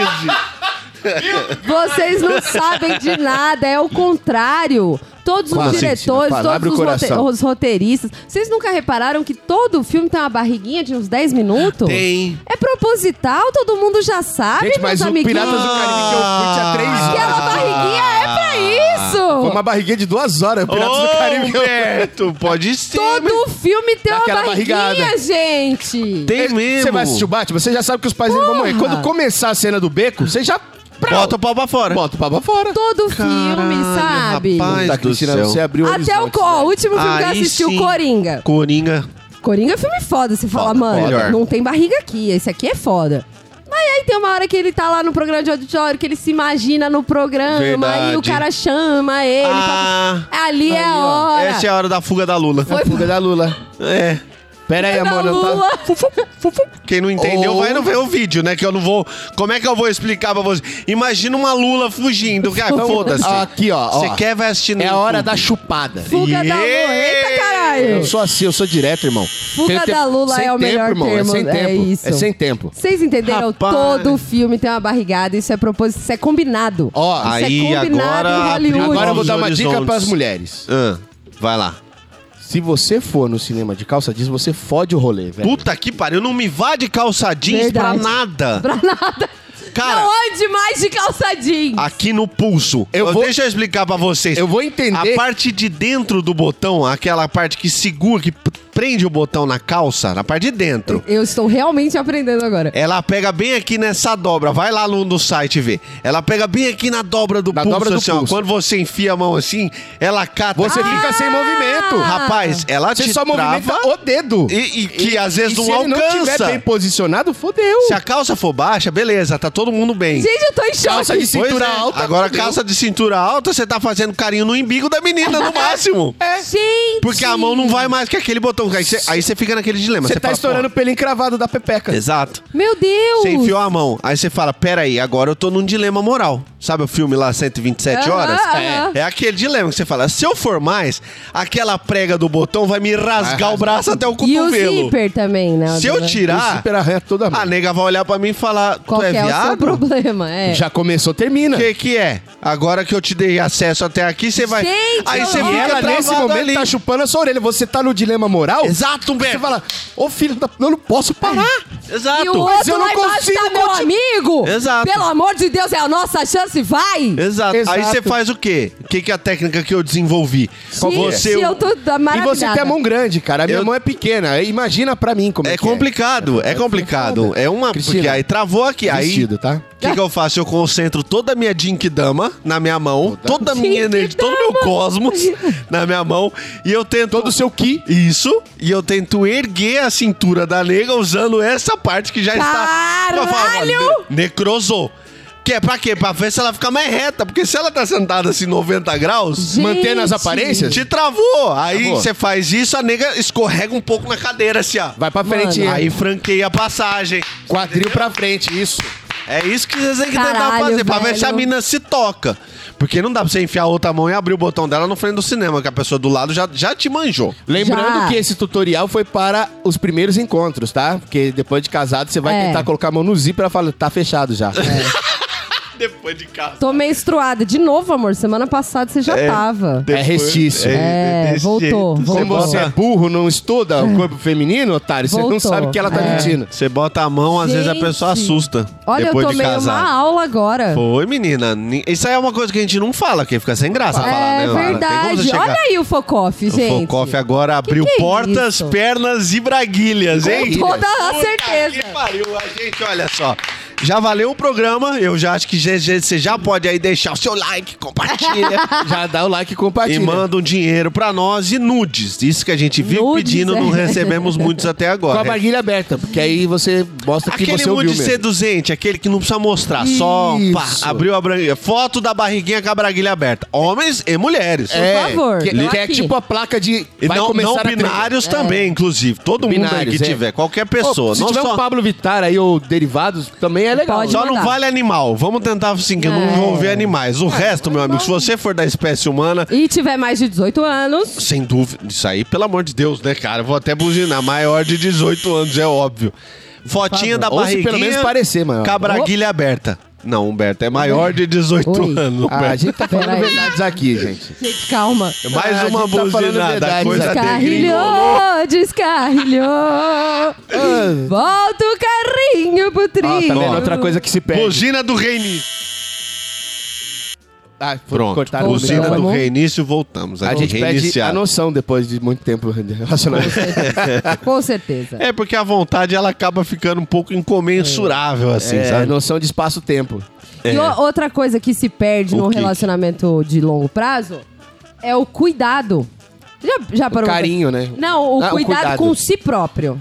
Speaker 4: Vocês não sabem de nada, é o contrário. Todos
Speaker 5: Como
Speaker 4: os
Speaker 5: assim, Cristina?
Speaker 4: diretores,
Speaker 5: Fala, abre
Speaker 4: todos
Speaker 5: o
Speaker 4: os, rote-
Speaker 5: coração.
Speaker 4: os roteiristas. Vocês nunca repararam que todo filme tem uma barriguinha de uns 10 minutos?
Speaker 2: Tem.
Speaker 4: É proposital, todo mundo já sabe,
Speaker 5: Gente,
Speaker 4: meus
Speaker 5: mas o
Speaker 4: amiguinhos.
Speaker 5: Piratas do Caribe que eu Ah. fui tinha três
Speaker 4: Aquela
Speaker 5: horas.
Speaker 4: barriguinha é pra
Speaker 5: Foi
Speaker 4: isso!
Speaker 5: uma barriguinha de duas horas. O Piratas do
Speaker 2: Ah. Ô,
Speaker 5: Caribe.
Speaker 2: Humberto, pode ser.
Speaker 4: Todo filme tem uma
Speaker 5: Daquela
Speaker 4: barriguinha,
Speaker 5: barrigada.
Speaker 4: gente!
Speaker 2: Tem mesmo.
Speaker 5: Você vai assistir o Batman, você já sabe que os pais dele vão morrer.
Speaker 4: Porra.
Speaker 5: Quando começar a cena do beco, você já...
Speaker 2: Bota o pau pra fora.
Speaker 5: Bota o pau pra fora.
Speaker 4: Todo filme,
Speaker 2: Caralho,
Speaker 4: sabe?
Speaker 2: rapaz
Speaker 5: Tá,
Speaker 2: do
Speaker 5: Cristina,
Speaker 2: céu.
Speaker 5: você abriu
Speaker 4: Até o,
Speaker 5: horizontes,
Speaker 4: co- o último filme que eu
Speaker 2: Aí
Speaker 4: assisti,
Speaker 2: sim.
Speaker 4: o Coringa.
Speaker 2: Coringa.
Speaker 4: Coringa é filme foda. Você fala,
Speaker 2: Foda,
Speaker 4: mano,
Speaker 2: melhor.
Speaker 4: não tem barriga aqui. Esse aqui é foda. Mas aí tem uma hora que ele tá lá no programa de auditório, que ele se imagina no programa,
Speaker 2: Verdade.
Speaker 4: e o cara chama ele.
Speaker 2: Ah.
Speaker 4: pra- Ali é a
Speaker 5: Aí, ó.
Speaker 4: hora.
Speaker 2: Essa é a hora da fuga da Lula.
Speaker 5: Foi. Fuga da Lula.
Speaker 2: É.
Speaker 5: Pera aí,
Speaker 4: da
Speaker 5: amor. eu tava-
Speaker 4: Lua.
Speaker 2: Quem não entendeu
Speaker 5: Ou-
Speaker 2: vai não ver o vídeo, né? Que eu não vou. Como é que eu vou explicar pra você? Imagina uma Lula fugindo. Ah, foda-se.
Speaker 5: então Aqui, ó, ó.
Speaker 2: Você quer, vai assistir no
Speaker 5: É a hora
Speaker 2: YouTube.
Speaker 5: da chupada.
Speaker 4: Fuga da
Speaker 2: Yeah!
Speaker 4: Lua. Eita, Ai.
Speaker 5: Eu sou assim, eu sou direto, irmão.
Speaker 4: Fuga da Lula
Speaker 5: sem
Speaker 4: é o
Speaker 5: tempo,
Speaker 4: melhor
Speaker 5: irmão.
Speaker 4: termo,
Speaker 5: É sem
Speaker 4: é
Speaker 5: tempo.
Speaker 4: isso.
Speaker 5: É sem tempo.
Speaker 4: Vocês entenderam?
Speaker 2: Rapaz.
Speaker 4: Todo filme tem uma barrigada, isso é propósito, isso é combinado.
Speaker 5: Ó,
Speaker 4: Isso é
Speaker 2: Aí
Speaker 4: combinado em
Speaker 2: agora.
Speaker 4: Hollywood.
Speaker 2: abriu
Speaker 5: agora eu vou
Speaker 2: novos
Speaker 5: dar uma dica
Speaker 2: horizontes.
Speaker 5: pras mulheres.
Speaker 2: Ah, vai lá.
Speaker 5: Se você for no cinema de calça jeans, você fode o rolê, velho.
Speaker 2: Puta que pariu, não me vá de calça jeans
Speaker 4: Verdade.
Speaker 2: pra nada.
Speaker 4: [laughs] Pra nada.
Speaker 2: Cara,
Speaker 4: Não ande mais de calça jeans.
Speaker 2: aqui no pulso.
Speaker 5: Eu
Speaker 2: Eu
Speaker 5: vou-
Speaker 2: Deixa eu explicar pra vocês.
Speaker 5: Eu vou entender.
Speaker 2: A parte de dentro do botão, aquela parte que segura, que p- prende o botão na calça, na parte de dentro.
Speaker 4: Eu estou realmente aprendendo agora.
Speaker 2: Ela pega bem aqui nessa dobra. Vai lá no, no site ver. Ela pega bem aqui na dobra do
Speaker 5: Na
Speaker 2: pulso,
Speaker 5: dobra do
Speaker 2: assim,
Speaker 5: pulso.
Speaker 2: ó. Quando você enfia a mão assim, ela cata.
Speaker 5: Você
Speaker 2: aqui.
Speaker 5: fica sem movimento.
Speaker 2: Rapaz, ela
Speaker 5: Você
Speaker 2: te
Speaker 5: só movimenta
Speaker 2: trava
Speaker 5: o dedo.
Speaker 2: e, e que às vezes
Speaker 5: e
Speaker 2: não
Speaker 5: se ele
Speaker 2: alcança.
Speaker 5: não estiver bem posicionado, fodeu.
Speaker 2: Se a calça for baixa, beleza, tá todo mundo bem.
Speaker 4: Gente, eu tô em choque.
Speaker 5: Calça de
Speaker 2: Pois
Speaker 5: cintura
Speaker 2: é.
Speaker 5: alta,
Speaker 2: Agora,
Speaker 5: fodeu.
Speaker 2: calça de cintura alta, você tá fazendo carinho no umbigo da menina,
Speaker 5: [laughs]
Speaker 2: no máximo.
Speaker 5: É.
Speaker 4: Gente.
Speaker 2: Porque a mão não vai mais que aquele botão. Aí você, aí você fica naquele dilema.
Speaker 5: Você tá
Speaker 2: fala,
Speaker 5: estourando o pelo encravado da
Speaker 2: "Pô,
Speaker 5: pepeca.
Speaker 2: Exato.
Speaker 4: Meu Deus.
Speaker 2: Você enfiou a mão. Aí você fala, peraí, agora eu tô num dilema moral. Sabe o filme lá, 127
Speaker 4: Aham,
Speaker 2: horas?
Speaker 4: aham.
Speaker 2: É. É aquele dilema que você fala, se eu for mais, aquela prega do botão vai me rasgar o braço até o
Speaker 4: E o
Speaker 2: cotovelo.
Speaker 4: zíper também, né?
Speaker 2: Se eu
Speaker 5: O
Speaker 2: tirar,
Speaker 5: zíper arranha toda a mão.
Speaker 2: a nega vai olhar pra mim e falar,
Speaker 4: Qual
Speaker 2: tu é
Speaker 4: que é, o seu
Speaker 2: viado?
Speaker 4: problema? É.
Speaker 5: Já começou, termina.
Speaker 2: O que, que é? Agora que eu te dei acesso até aqui, você vai.
Speaker 4: Gente,
Speaker 2: aí você
Speaker 4: eu-
Speaker 5: E
Speaker 2: fica
Speaker 5: ela, nesse
Speaker 2: travado
Speaker 5: momento,
Speaker 2: ali.
Speaker 5: tá chupando a sua orelha. Você tá no dilema moral.
Speaker 2: Exato,
Speaker 5: Você
Speaker 2: Humberto.
Speaker 5: fala, ô filho, da- eu não posso parar.
Speaker 2: É.
Speaker 4: E o
Speaker 2: Exato.
Speaker 4: outro
Speaker 5: Mas eu não
Speaker 4: lá embaixo
Speaker 5: consigo
Speaker 4: tá meu
Speaker 5: continuar.
Speaker 4: amigo.
Speaker 2: Exato.
Speaker 4: Pelo amor de Deus, é a nossa chance, vai.
Speaker 2: Exato. Aí
Speaker 5: Exato.
Speaker 2: você faz o quê? O que, que é a técnica que eu desenvolvi?
Speaker 4: Gente,
Speaker 2: você
Speaker 4: eu tô da-
Speaker 5: E você
Speaker 4: maravilhada.
Speaker 5: tem a mão grande, cara. A minha
Speaker 2: Eu-
Speaker 5: mão é pequena. Imagina pra mim como é,
Speaker 2: É
Speaker 5: que é.
Speaker 2: complicado, é complicado. É uma. Porque
Speaker 5: Cristina,
Speaker 2: aí travou aqui. Aí.
Speaker 5: Vestido, tá?
Speaker 2: O que, que eu faço? Eu concentro toda a minha Jinkidama na minha mão, toda a minha energia, todo o meu cosmos na minha mão, e eu tento.
Speaker 5: Todo o seu ki.
Speaker 2: Isso, e eu tento erguer a cintura da nega usando essa parte que já está. Eu falo,
Speaker 4: Caralho!
Speaker 2: "Ne- necrosou. Que é pra quê? Pra ver se ela fica mais reta. Porque se ela tá sentada assim 90 graus,
Speaker 4: Gente.
Speaker 5: Mantendo as aparências.
Speaker 2: te travou. Aí
Speaker 5: Travou.
Speaker 2: você faz isso, a nega escorrega um pouco na cadeira assim, ó.
Speaker 5: Vai pra frente.
Speaker 2: Aí franqueia a passagem.
Speaker 5: Quadril pra frente, isso.
Speaker 2: É isso que vocês têm que tentar
Speaker 4: Caralho,
Speaker 2: fazer, pra ver
Speaker 4: velho.
Speaker 2: se a mina se toca. Porque não dá pra você enfiar a outra mão e abrir o botão dela no frente do cinema, que a pessoa do lado já, já te manjou.
Speaker 5: Lembrando
Speaker 4: Já.
Speaker 5: que esse tutorial foi para os primeiros encontros, tá? Porque depois de casado, você vai
Speaker 4: É.
Speaker 5: tentar colocar a mão no zíper e fala, tá fechado já.
Speaker 2: Depois de casa.
Speaker 4: Tô menstruada. De novo, amor. Semana passada você já tava.
Speaker 5: É restício.
Speaker 4: É, voltou,
Speaker 5: Como
Speaker 4: voltou.
Speaker 5: você é burro, não estuda o corpo feminino, otário, você não
Speaker 4: Voltou.
Speaker 5: sabe que ela tá
Speaker 4: É.
Speaker 5: mentindo.
Speaker 2: Você bota a mão, às vezes a pessoa
Speaker 4: Gente.
Speaker 2: assusta.
Speaker 4: Olha,
Speaker 2: depois
Speaker 4: eu
Speaker 2: de
Speaker 4: tomei
Speaker 2: casar.
Speaker 4: uma aula agora.
Speaker 2: Foi, menina. Ni- Isso aí é uma coisa que a gente não fala, que fica sem graça falar, né?
Speaker 4: É
Speaker 2: Mara? Tem como você
Speaker 4: verdade.
Speaker 2: chegar-
Speaker 4: Olha aí o Focoff,
Speaker 2: O
Speaker 4: gente.
Speaker 2: Focoff agora abriu
Speaker 4: que é
Speaker 2: portas,
Speaker 4: isso?
Speaker 2: pernas e braguilhas, hein?
Speaker 4: toda a
Speaker 2: Puta
Speaker 4: certeza.
Speaker 2: Que pariu, a gente, olha só. Já valeu o programa, eu já acho que já- já- você já pode aí deixar o seu like, compartilha.
Speaker 4: [laughs]
Speaker 5: Já dá o like e compartilha.
Speaker 2: E manda um dinheiro pra nós e nudes. Isso que a gente vive
Speaker 4: Nudes,
Speaker 2: pedindo, não
Speaker 4: é.
Speaker 2: recebemos muitos até
Speaker 5: Com a
Speaker 2: agora.
Speaker 5: barguilha aberta, porque aí você mostra que
Speaker 2: Aquele
Speaker 5: você ouviu
Speaker 2: nude
Speaker 5: mesmo.
Speaker 2: seduzente, aquele que não precisa mostrar, só pá,
Speaker 5: Isso.
Speaker 2: abriu a barriguinha. Foto da barriguinha com a barriguinha aberta. Homens e mulheres.
Speaker 5: É,
Speaker 4: favor,
Speaker 5: que,
Speaker 4: eu
Speaker 5: que é
Speaker 4: aqui.
Speaker 5: tipo a placa de...
Speaker 2: E
Speaker 5: vai
Speaker 2: não,
Speaker 5: começar
Speaker 2: não
Speaker 5: a tremer.
Speaker 2: binários também, inclusive. Todo mundo aí
Speaker 5: Binários,
Speaker 2: que
Speaker 5: é.
Speaker 2: tiver, qualquer pessoa.
Speaker 5: Pô, se
Speaker 2: não
Speaker 5: tiver
Speaker 2: só,
Speaker 5: um Pablo Vittar aí ou derivados, também é legal.
Speaker 4: Pode.
Speaker 2: só
Speaker 4: mandar.
Speaker 2: não vale animal. Vamos tentar assim, que não
Speaker 4: É.
Speaker 2: vão ver animais. O resto, meu amigo, se você for da espécie humana,
Speaker 4: E tiver mais de 18 anos,
Speaker 2: sem dúvida. Isso aí, pelo amor de Deus, né, cara? Eu Vou até buzinar. Maior de 18 anos, é óbvio. Fotinha da
Speaker 5: Ou se pelo
Speaker 2: barriguinha.
Speaker 5: menos parecer maior.
Speaker 2: Com a braguilha aberta. Não, Humberto, é maior de 18
Speaker 4: Oi.
Speaker 2: anos.
Speaker 5: Ah, a
Speaker 2: Humberto.
Speaker 5: gente tá falando
Speaker 4: Peraí.
Speaker 5: verdades aqui, gente.
Speaker 4: gente, calma.
Speaker 2: Mais
Speaker 5: Ah, a
Speaker 2: uma
Speaker 5: gente tá falando
Speaker 2: buzinada,
Speaker 5: verdades
Speaker 2: coisa
Speaker 5: aqui.
Speaker 2: um
Speaker 4: Descarrilhou,
Speaker 2: [laughs]
Speaker 4: descarrilhou. Volta o carrinho
Speaker 2: Ah,
Speaker 4: pro
Speaker 5: Ó, Ah, tá
Speaker 4: trilho.
Speaker 5: vendo? Outra coisa que se perde.
Speaker 2: Buzina do reinício.
Speaker 5: Ah, foi-
Speaker 2: Pronto,
Speaker 5: cortaram o
Speaker 2: buzina
Speaker 5: microfone.
Speaker 2: do
Speaker 4: Vamos.
Speaker 2: reinício, voltamos. um
Speaker 5: A
Speaker 2: Aqui,
Speaker 5: gente perde a
Speaker 2: reiniciar.
Speaker 5: noção depois de muito tempo
Speaker 2: [laughs]
Speaker 5: de relacionamento.
Speaker 4: Com certeza.
Speaker 2: É porque a vontade ela acaba ficando um pouco incomensurável, assim,
Speaker 5: É,
Speaker 2: sabe?
Speaker 5: noção de espaço-tempo.
Speaker 4: E o- outra coisa que se perde
Speaker 2: O
Speaker 4: num
Speaker 2: quê?
Speaker 4: relacionamento de longo prazo é o cuidado. Já, já parou? pra-
Speaker 5: carinho, né?
Speaker 4: Não, o,
Speaker 5: Ah, o
Speaker 4: cuidado
Speaker 5: cuidado.
Speaker 4: com si próprio.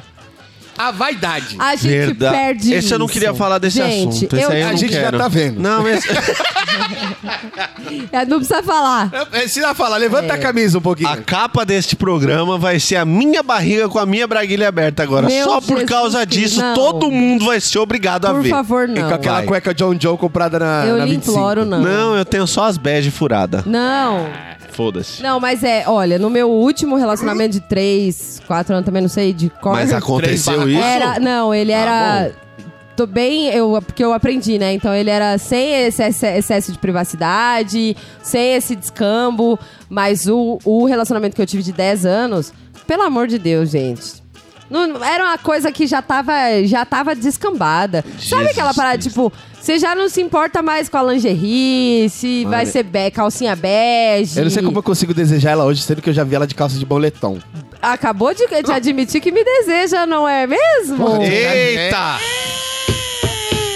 Speaker 5: A vaidade.
Speaker 4: A gente
Speaker 2: Verdade.
Speaker 4: perde
Speaker 2: Esse eu não
Speaker 4: isso.
Speaker 2: queria falar desse
Speaker 4: gente,
Speaker 2: assunto. Esse
Speaker 4: Eu,
Speaker 2: aí eu
Speaker 5: A
Speaker 2: não
Speaker 5: gente já
Speaker 2: quero.
Speaker 5: tá vendo.
Speaker 2: Não, esse...
Speaker 4: é, não precisa falar.
Speaker 5: é, Se dá falar, levanta a camisa um pouquinho. [laughs]
Speaker 2: a capa deste programa vai ser a minha barriga com a minha braguilha aberta agora.
Speaker 4: Meu
Speaker 2: Só por
Speaker 4: Jesus,
Speaker 2: causa
Speaker 4: filho,
Speaker 2: disso,
Speaker 4: não.
Speaker 2: todo mundo vai ser obrigado a
Speaker 4: Por
Speaker 2: ver.
Speaker 4: favor,
Speaker 5: e
Speaker 4: não.
Speaker 5: É com Ah, aquela
Speaker 2: vai.
Speaker 5: cueca John Joe comprada na
Speaker 4: eu
Speaker 5: na
Speaker 4: lhe
Speaker 5: 25.
Speaker 4: imploro, não.
Speaker 2: Não, eu tenho só as bege furada.
Speaker 4: Não.
Speaker 2: Foda-se.
Speaker 4: Não, mas é, olha, no meu último relacionamento de 3, 4 anos, também não sei, de é cor.
Speaker 2: Mas aconteceu
Speaker 5: Três
Speaker 2: isso?
Speaker 4: Era, não, ele
Speaker 5: Ah,
Speaker 4: era. tô bem, eu, porque eu aprendi, né? Então ele era sem esse ex- excesso de privacidade, sem esse descambo, mas o, o relacionamento que eu tive de 10 anos, pelo amor de Deus, gente. Não- era uma coisa que já tava, já tava descambada. Sabe
Speaker 2: Jesus
Speaker 4: aquela parada, tipo, você já não se importa mais com a lingerie, se vai ser be- calcinha bege.
Speaker 5: Eu não sei como eu consigo desejar ela hoje, sendo que eu já vi ela de calça de boletom.
Speaker 4: Acabou de, de admitir que me deseja, não é mesmo?
Speaker 2: Eita!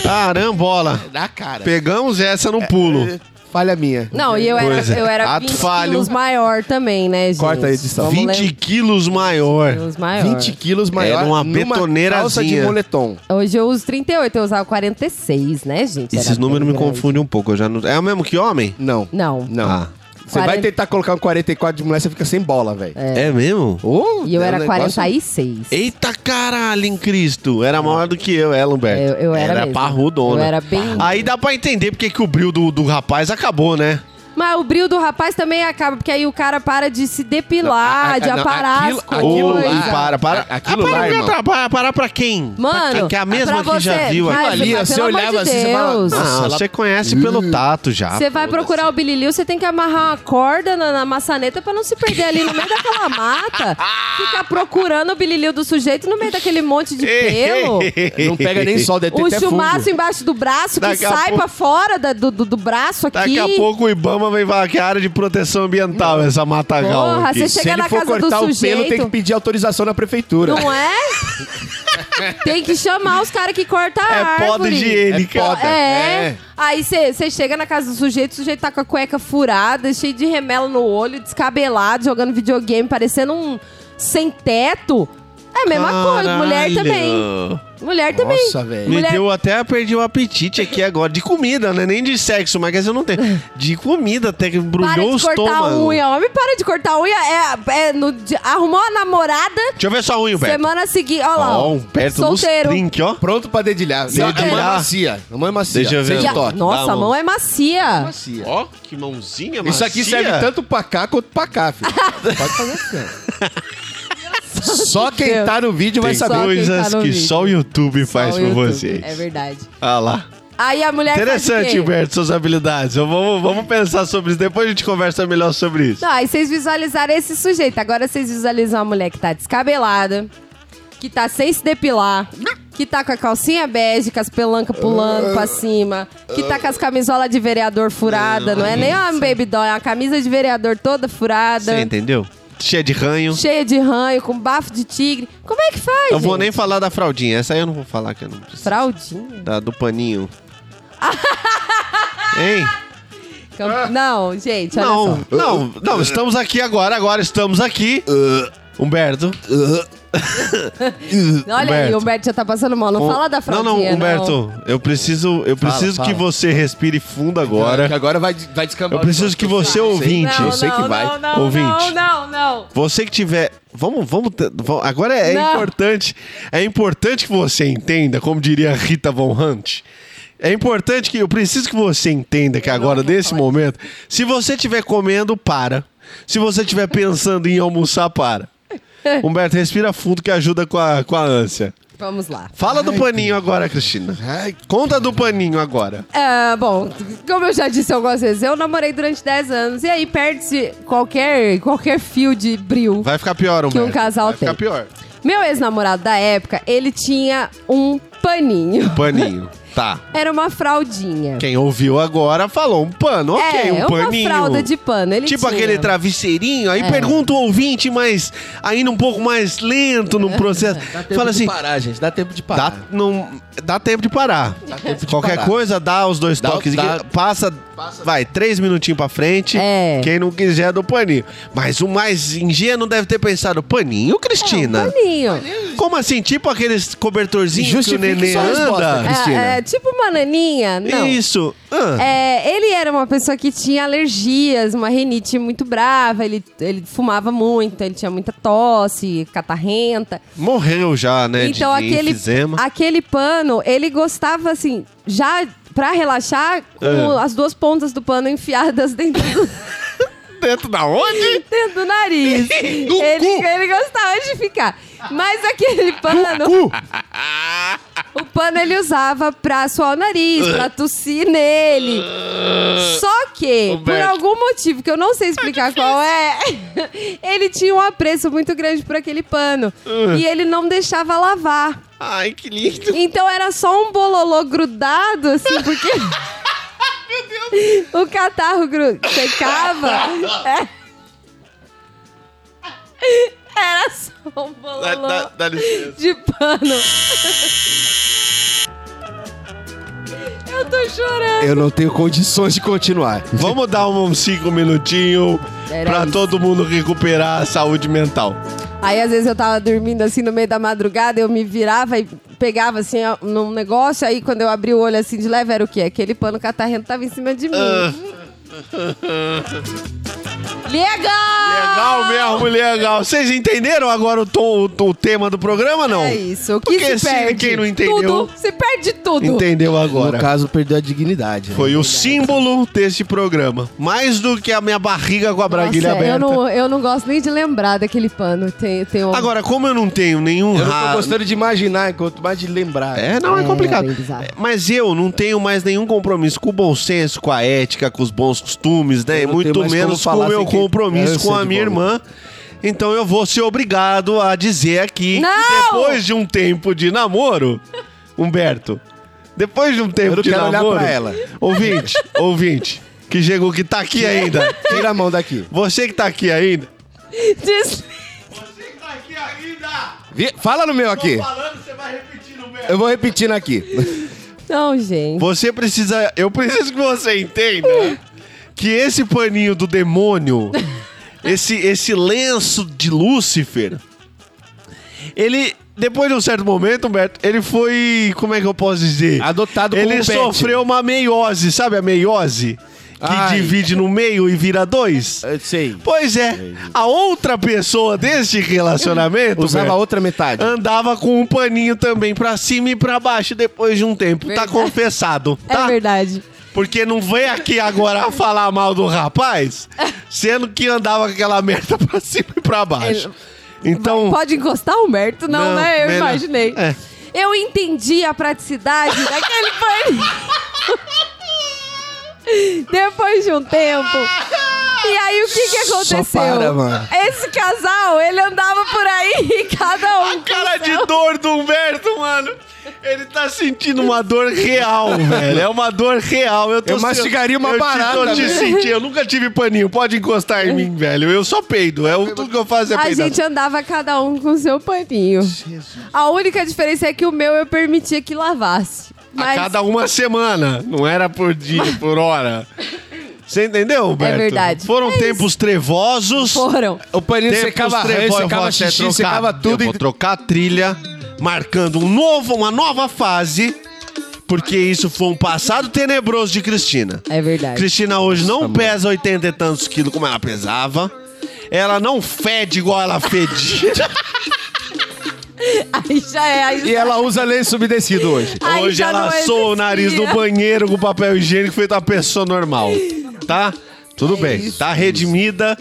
Speaker 2: Carambola.
Speaker 5: Na cara.
Speaker 2: Pegamos essa no pulo.
Speaker 5: Falha minha.
Speaker 4: Não, e eu
Speaker 2: Pois
Speaker 4: era,
Speaker 2: é.
Speaker 4: eu era
Speaker 2: Ato
Speaker 4: 20
Speaker 2: falho.
Speaker 4: quilos maior também, né, gente?
Speaker 5: Corta a edição.
Speaker 4: Vamos um.
Speaker 2: 20
Speaker 4: lembrar-
Speaker 2: quilos maior.
Speaker 4: quilos maior.
Speaker 5: 20 quilos maior
Speaker 2: Era uma
Speaker 5: numa
Speaker 2: betoneirazinha.
Speaker 5: calça de moletom.
Speaker 4: Hoje eu uso 38, eu usava 46, né, gente?
Speaker 2: Esses
Speaker 4: Era
Speaker 2: números me
Speaker 4: bem grande.
Speaker 2: confundem um pouco. Eu já não... É o mesmo que homem?
Speaker 5: Não.
Speaker 4: Não.
Speaker 5: Não.
Speaker 2: Ah.
Speaker 5: Você vai
Speaker 4: 40
Speaker 5: tentar colocar um 44 de mulher, você fica sem bola, velho.
Speaker 2: É, mesmo?
Speaker 5: Oh,
Speaker 4: E eu
Speaker 5: é um
Speaker 4: era
Speaker 5: negócio-
Speaker 4: 46.
Speaker 2: Eita caralho, em Cristo. Era maior do que eu, ela, Humberto.
Speaker 4: É. Eu- eu era
Speaker 2: Era
Speaker 4: mesmo.
Speaker 2: parrudona.
Speaker 4: Eu era bem-
Speaker 2: Aí dá pra entender porque que o bril do, do rapaz acabou, né?
Speaker 4: Mas o brilho do rapaz também acaba, porque aí o cara para de se depilar,
Speaker 5: Não, a- a-
Speaker 4: de
Speaker 5: não,
Speaker 4: aparar
Speaker 5: aquilo-
Speaker 4: as coisas.
Speaker 5: aquilo
Speaker 2: Ô,
Speaker 5: lá-
Speaker 2: para, para.
Speaker 5: a- aquilo
Speaker 2: Ah, para
Speaker 5: lá,
Speaker 2: pra
Speaker 5: irmão.
Speaker 2: trabalhar, parar pra quem? pra
Speaker 4: Mano,
Speaker 2: quem? Que é a
Speaker 4: pra
Speaker 2: mesma
Speaker 4: você,
Speaker 2: que já viu
Speaker 4: mas,
Speaker 2: aqui.
Speaker 5: Aquilo ali,
Speaker 4: mas,
Speaker 5: você
Speaker 4: pelo amor
Speaker 5: olhava
Speaker 4: de
Speaker 5: assim, você falava,
Speaker 4: Deus.
Speaker 5: "Nossa,
Speaker 2: Ah,
Speaker 5: ela-
Speaker 2: você conhece pelo tato já.
Speaker 4: Você
Speaker 2: foda-se.
Speaker 4: vai procurar o bililiu, você tem que amarrar uma corda na, na maçaneta pra não se perder ali no meio daquela
Speaker 2: [laughs]
Speaker 4: mata. Ficar procurando o bililiu do sujeito no meio daquele monte de pelo.
Speaker 5: [laughs] Não pega nem sol, é deve ter
Speaker 4: O
Speaker 5: até fungo.
Speaker 4: chumaço embaixo do braço que
Speaker 2: Daqui a
Speaker 4: sai
Speaker 2: pouco-
Speaker 4: pra fora da- do, do- do braço aqui.
Speaker 2: Daqui a pouco o Ibama vem falar que é área de proteção ambiental, essa matagal.
Speaker 4: Porra,
Speaker 2: aqui.
Speaker 4: você
Speaker 5: Se
Speaker 4: chega
Speaker 5: ele
Speaker 4: na
Speaker 5: for
Speaker 4: casa do
Speaker 5: cortar o pelo,
Speaker 4: sujeito-
Speaker 5: tem que pedir autorização na prefeitura.
Speaker 2: [laughs]
Speaker 4: Não é? tem que chamar os caras que cortam a
Speaker 2: É
Speaker 4: árvore.
Speaker 2: poda higiênica.
Speaker 5: É poda.
Speaker 4: É.
Speaker 2: né?
Speaker 5: É.
Speaker 4: Aí você chega na casa do sujeito, o sujeito tá com a cueca furada, cheio de remela no olho, descabelado, jogando videogame, parecendo um sem teto. É a mesma coisa, mulher
Speaker 2: Caralho.
Speaker 4: também. Mulher também.
Speaker 5: Nossa, velho.
Speaker 2: Me
Speaker 4: Mulher-
Speaker 2: deu até, perdi o apetite aqui agora. De comida, né? Nem de sexo, mas quer dizer, eu não tenho. De comida, até que
Speaker 4: Para
Speaker 2: embrulhou o
Speaker 4: de cortar a
Speaker 2: estômago.
Speaker 4: unha. Homem, para de cortar a unha. É, é no dia- arrumou a namorada,
Speaker 2: Deixa eu ver sua unha, Humberto.
Speaker 4: semana seguinte. Olha lá.
Speaker 2: Ó,
Speaker 4: ó,
Speaker 2: um perto
Speaker 4: solteiro.
Speaker 2: dos trinques, ó.
Speaker 5: Pronto pra dedilhar.
Speaker 2: Dedilhar.
Speaker 5: A mão é macia. A mão é macia.
Speaker 2: Deixa eu ver.
Speaker 5: Sem
Speaker 4: Já-
Speaker 5: toque.
Speaker 4: Nossa,
Speaker 2: Dá a
Speaker 4: a mão é macia.
Speaker 5: Macia.
Speaker 2: Ó, que mãozinha, mano.
Speaker 5: Isso aqui serve tanto pra cá quanto pra cá, filho.
Speaker 4: [laughs]
Speaker 5: Pode fazer assim. ó. Só quem tá no vídeo vai
Speaker 2: Tem
Speaker 4: Só quem
Speaker 5: saber.
Speaker 2: coisas
Speaker 4: tá no
Speaker 2: que
Speaker 4: vídeo.
Speaker 2: só o YouTube faz
Speaker 4: Só
Speaker 2: por
Speaker 4: o YouTube.
Speaker 2: vocês.
Speaker 4: É verdade. É,
Speaker 2: Ah lá.
Speaker 4: Aí a mulher faz o
Speaker 2: Interessante,
Speaker 4: quê?
Speaker 2: Humberto, suas habilidades. Vamos, vamos pensar sobre isso. Depois a gente conversa melhor sobre isso.
Speaker 4: Não, aí vocês visualizaram esse sujeito. Agora vocês visualizam uma mulher que tá descabelada, que tá sem se depilar, que tá com a calcinha bege, com as pelancas pulando pra cima, que tá com as camisolas de vereador furada, não é nem uma baby doll, é uma camisa de vereador toda furada,
Speaker 2: Você entendeu? Cheia de ranho.
Speaker 4: cheia de ranho, com bafo de tigre. Como é que faz,
Speaker 2: Eu vou
Speaker 4: gente?
Speaker 2: nem falar da fraldinha. Essa aí eu não vou falar que eu não preciso.
Speaker 4: Fraldinha?
Speaker 2: Da, do
Speaker 4: [laughs]
Speaker 2: paninho. hein?
Speaker 4: Cam- Não, gente, olha só.
Speaker 2: Não, não, não, estamos aqui agora, agora estamos aqui.
Speaker 5: Uh.
Speaker 2: Humberto.
Speaker 4: [laughs] Olha aí, o Humberto já tá passando mal. Não fala da fraldinha,
Speaker 2: Um, Não, não, Humberto, eu preciso, eu preciso
Speaker 5: fala.
Speaker 2: que você respire fundo agora.
Speaker 5: Que agora vai, vai descambar.
Speaker 2: Eu preciso que você, ouvinte,
Speaker 4: Não,
Speaker 5: Eu sei que
Speaker 4: não,
Speaker 5: vai.
Speaker 4: Não, não,
Speaker 2: Ouvinte.
Speaker 4: não, não, não.
Speaker 2: Você que tiver. Vamos, vamos. ter- va- Agora é
Speaker 4: Não.
Speaker 2: importante. É importante que você entenda, como diria a Rita Von Hunt. É importante que. Eu preciso que você entenda que agora, nesse momento, se você estiver comendo, para. Se você estiver pensando em almoçar,
Speaker 4: [laughs]
Speaker 2: para. Humberto, respira fundo que ajuda com a, com a ânsia.
Speaker 4: Vamos lá.
Speaker 2: Fala do paninho agora, Cristina.
Speaker 5: Ai,
Speaker 2: Conta do paninho agora.
Speaker 4: Ah, bom, como eu já disse algumas vezes, eu namorei durante 10 anos. E aí perde-se qualquer, qualquer fio de bril.
Speaker 2: Vai ficar pior,
Speaker 4: Que um
Speaker 2: Humberto.
Speaker 4: casal
Speaker 2: Vai ficar
Speaker 4: tem.
Speaker 2: pior.
Speaker 4: Meu ex-namorado da época, ele tinha um paninho.
Speaker 2: Paninho. Tá.
Speaker 4: Era uma fraldinha.
Speaker 2: Quem ouviu agora falou um pano. Ok,
Speaker 4: é,
Speaker 2: um
Speaker 4: uma
Speaker 2: paninho.
Speaker 4: fralda de pano. Ele
Speaker 2: tipo
Speaker 4: tinha. É.
Speaker 2: aquele travesseirinho, aí pergunta o ouvinte, mas ainda um pouco mais lento
Speaker 4: É.
Speaker 2: no processo. Fala assim,
Speaker 5: parar, gente. Dá tempo de
Speaker 2: dá, não, dá tempo de parar.
Speaker 5: tempo de
Speaker 2: Qualquer
Speaker 5: parar.
Speaker 2: coisa, dá os dois
Speaker 5: Dá-
Speaker 2: toques.
Speaker 5: dá-
Speaker 2: que- passa, vai, três minutinhos pra frente.
Speaker 4: É.
Speaker 2: Quem não quiser, do paninho. Mas o mais ingênuo deve ter pensado, paninho, Cristina?
Speaker 4: É, um Paninho.
Speaker 2: Como assim? Tipo aqueles cobertorzinhos que o
Speaker 5: Justifique
Speaker 2: neném
Speaker 5: sua resposta,
Speaker 2: anda?
Speaker 5: Cristina.
Speaker 4: É, é, tipo uma naninha. É, Não.
Speaker 2: Isso. Ah.
Speaker 4: É, ele era uma pessoa que tinha alergias, uma rinite muito brava, ele, ele fumava muito, ele tinha muita tosse, catarrenta.
Speaker 2: Morreu já, né? de-
Speaker 4: então
Speaker 2: de
Speaker 4: aquele,
Speaker 2: enfisema.
Speaker 4: aquele pano, ele gostava assim, já pra relaxar, com
Speaker 2: Ah.
Speaker 4: [laughs] as duas pontas do pano enfiadas dentro do,
Speaker 2: Dentro da onde?
Speaker 4: Dentro do nariz.
Speaker 2: [laughs] Do
Speaker 4: ele,
Speaker 2: cu.
Speaker 4: ele gostava de ficar. Mas aquele pano. O pano ele usava pra suar o nariz,
Speaker 2: [laughs]
Speaker 4: pra tossir nele. Só que, por
Speaker 2: Humberto.
Speaker 4: algum motivo que eu não sei explicar qual é, [laughs] ele tinha um apreço muito grande por aquele pano.
Speaker 2: Ah.
Speaker 4: E ele não deixava lavar.
Speaker 2: Ai, que lindo.
Speaker 4: Então era só um bololô grudado, assim, porque. O catarro gru... secava. É. Era só um
Speaker 2: Dá,
Speaker 4: bololô
Speaker 2: dá, dá licença.
Speaker 4: de pano. Eu tô chorando.
Speaker 5: Eu não tenho condições de continuar.
Speaker 2: Vamos dar uns cinco minutinhos
Speaker 4: Era
Speaker 2: pra
Speaker 4: isso.
Speaker 2: todo mundo recuperar a saúde mental.
Speaker 4: Aí, às vezes, eu tava dormindo assim no meio da madrugada, eu me virava e pegava assim ó, num negócio. Aí, quando eu abri o olho assim de leve, era o quê? Aquele pano catarrento tava em
Speaker 2: [laughs]
Speaker 4: cima de mim. Legal!
Speaker 2: Legal mesmo, Ah, legal. Vocês entenderam agora o, tom, o, o tema do programa, não?
Speaker 4: É isso. O que
Speaker 2: Porque
Speaker 4: se
Speaker 2: se
Speaker 4: perde?
Speaker 2: quem não entendeu-
Speaker 4: Tudo. Se perde tudo.
Speaker 2: Entendeu
Speaker 5: No
Speaker 2: agora.
Speaker 5: caso, perdeu a dignidade. né?
Speaker 2: Foi o símbolo deste programa. Mais do que a minha barriga com a braguilha
Speaker 4: Nossa,
Speaker 2: aberta.
Speaker 4: eu não, eu não gosto nem de lembrar daquele pano. Tem, tem um...
Speaker 2: Agora, como eu não tenho nenhum
Speaker 5: Eu não tô
Speaker 2: ra-
Speaker 5: gostando de imaginar, quanto mais de lembrar.
Speaker 2: É, não, é,
Speaker 4: É,
Speaker 2: complicado.
Speaker 4: bem bizarro.
Speaker 2: É, Mas eu não tenho mais nenhum compromisso com o bom senso, com a ética, com os bons costumes, né?
Speaker 5: Eu
Speaker 2: E
Speaker 5: não tenho
Speaker 2: muito
Speaker 5: mais como
Speaker 2: menos com
Speaker 5: falar
Speaker 2: o meu
Speaker 5: sem que- É,
Speaker 2: compromisso
Speaker 5: eu
Speaker 2: com
Speaker 5: sei
Speaker 2: a
Speaker 5: de
Speaker 2: minha
Speaker 5: qual. é.
Speaker 2: irmã. Então eu vou ser obrigado a dizer aqui que
Speaker 4: Não!
Speaker 2: depois de um tempo de namoro, Humberto, depois de um tempo
Speaker 5: não
Speaker 2: de
Speaker 5: quero olhar
Speaker 2: namoro,
Speaker 5: pra ela. [laughs]
Speaker 2: ouvinte, ouvinte, que chegou que tá aqui ainda.
Speaker 5: Tira a mão daqui.
Speaker 2: Você que tá aqui ainda,
Speaker 4: Des-
Speaker 5: Vi- Fala no meu aqui. Eu vou repetindo aqui.
Speaker 4: [laughs] Não, gente.
Speaker 2: Você precisa. Eu preciso que você entenda que esse paninho do demônio, esse, esse lenço de Lúcifer, ele. Depois de um certo momento, Humberto, ele foi. Como é que eu posso dizer?
Speaker 5: Adotado como
Speaker 2: Ele
Speaker 5: pet.
Speaker 2: sofreu uma meiose, sabe a meiose? Que
Speaker 5: Ai.
Speaker 2: divide no meio e vira dois?
Speaker 5: Eu sei.
Speaker 2: Pois é, a outra pessoa deste relacionamento
Speaker 5: Usava
Speaker 2: Humberto,
Speaker 5: outra metade.
Speaker 2: andava com um paninho também pra cima e pra baixo depois de um tempo. Tá
Speaker 4: Verdade.
Speaker 2: confessado,
Speaker 4: É
Speaker 2: tá?
Speaker 4: verdade.
Speaker 2: Porque não vem aqui agora [laughs] falar mal do rapaz, sendo que andava com aquela merda pra cima e pra
Speaker 4: [laughs]
Speaker 2: baixo. Então,
Speaker 4: Pode encostar, Humberto? Não,
Speaker 2: Não,
Speaker 4: né? Eu
Speaker 2: melhor-
Speaker 4: imaginei.
Speaker 2: É.
Speaker 4: Eu entendi a praticidade daquele paninho. [laughs] Depois de um tempo. E aí, o que que aconteceu?
Speaker 5: para, mano.
Speaker 4: Esse casal, ele andava por aí [laughs] e cada um. com
Speaker 2: cara
Speaker 4: seu.
Speaker 2: de dor do Humberto, mano. Ele tá sentindo uma dor
Speaker 5: [laughs]
Speaker 2: real, velho. É uma dor real. Eu, tô
Speaker 5: Eu mastigaria uma
Speaker 2: eu te-
Speaker 5: barata,
Speaker 2: Eu te
Speaker 5: velho.
Speaker 2: senti. Eu nunca tive paninho. Pode encostar em mim, velho. Eu só peido. É, o- tudo que eu faço é
Speaker 4: A
Speaker 2: peidar.
Speaker 4: gente andava cada um com seu paninho. A única diferença é que o meu eu permitia que lavasse.
Speaker 2: A
Speaker 4: Mas
Speaker 2: cada um. uma semana. Não era por dia, por hora. Você entendeu, Humberto?
Speaker 4: É verdade.
Speaker 2: Foram
Speaker 4: É
Speaker 2: tempos trevosos.
Speaker 4: foram.
Speaker 5: O paninho
Speaker 2: Tempos
Speaker 5: secava ranho,
Speaker 2: trevosos. Eu vou
Speaker 5: secava
Speaker 2: até
Speaker 5: xixi,
Speaker 2: trocar-
Speaker 5: secava tudo.
Speaker 2: Eu vou
Speaker 5: e-
Speaker 2: trocar a trilha, marcando um novo, uma nova fase. Porque isso foi um passado tenebroso de Cristina.
Speaker 4: É verdade.
Speaker 2: Cristina hoje não pesa 80 e tantos quilos como ela pesava. Ela não fede igual ela fedia.
Speaker 4: Aí já é. Aí,
Speaker 5: E ela usa lenço subdecido hoje.
Speaker 4: [laughs] aí
Speaker 2: hoje
Speaker 4: já
Speaker 2: ela
Speaker 4: não é
Speaker 2: assou o
Speaker 4: existia.
Speaker 2: nariz no banheiro com papel higiênico feito uma pessoa normal. Tá?
Speaker 4: É
Speaker 2: Tudo bem. tá redimida.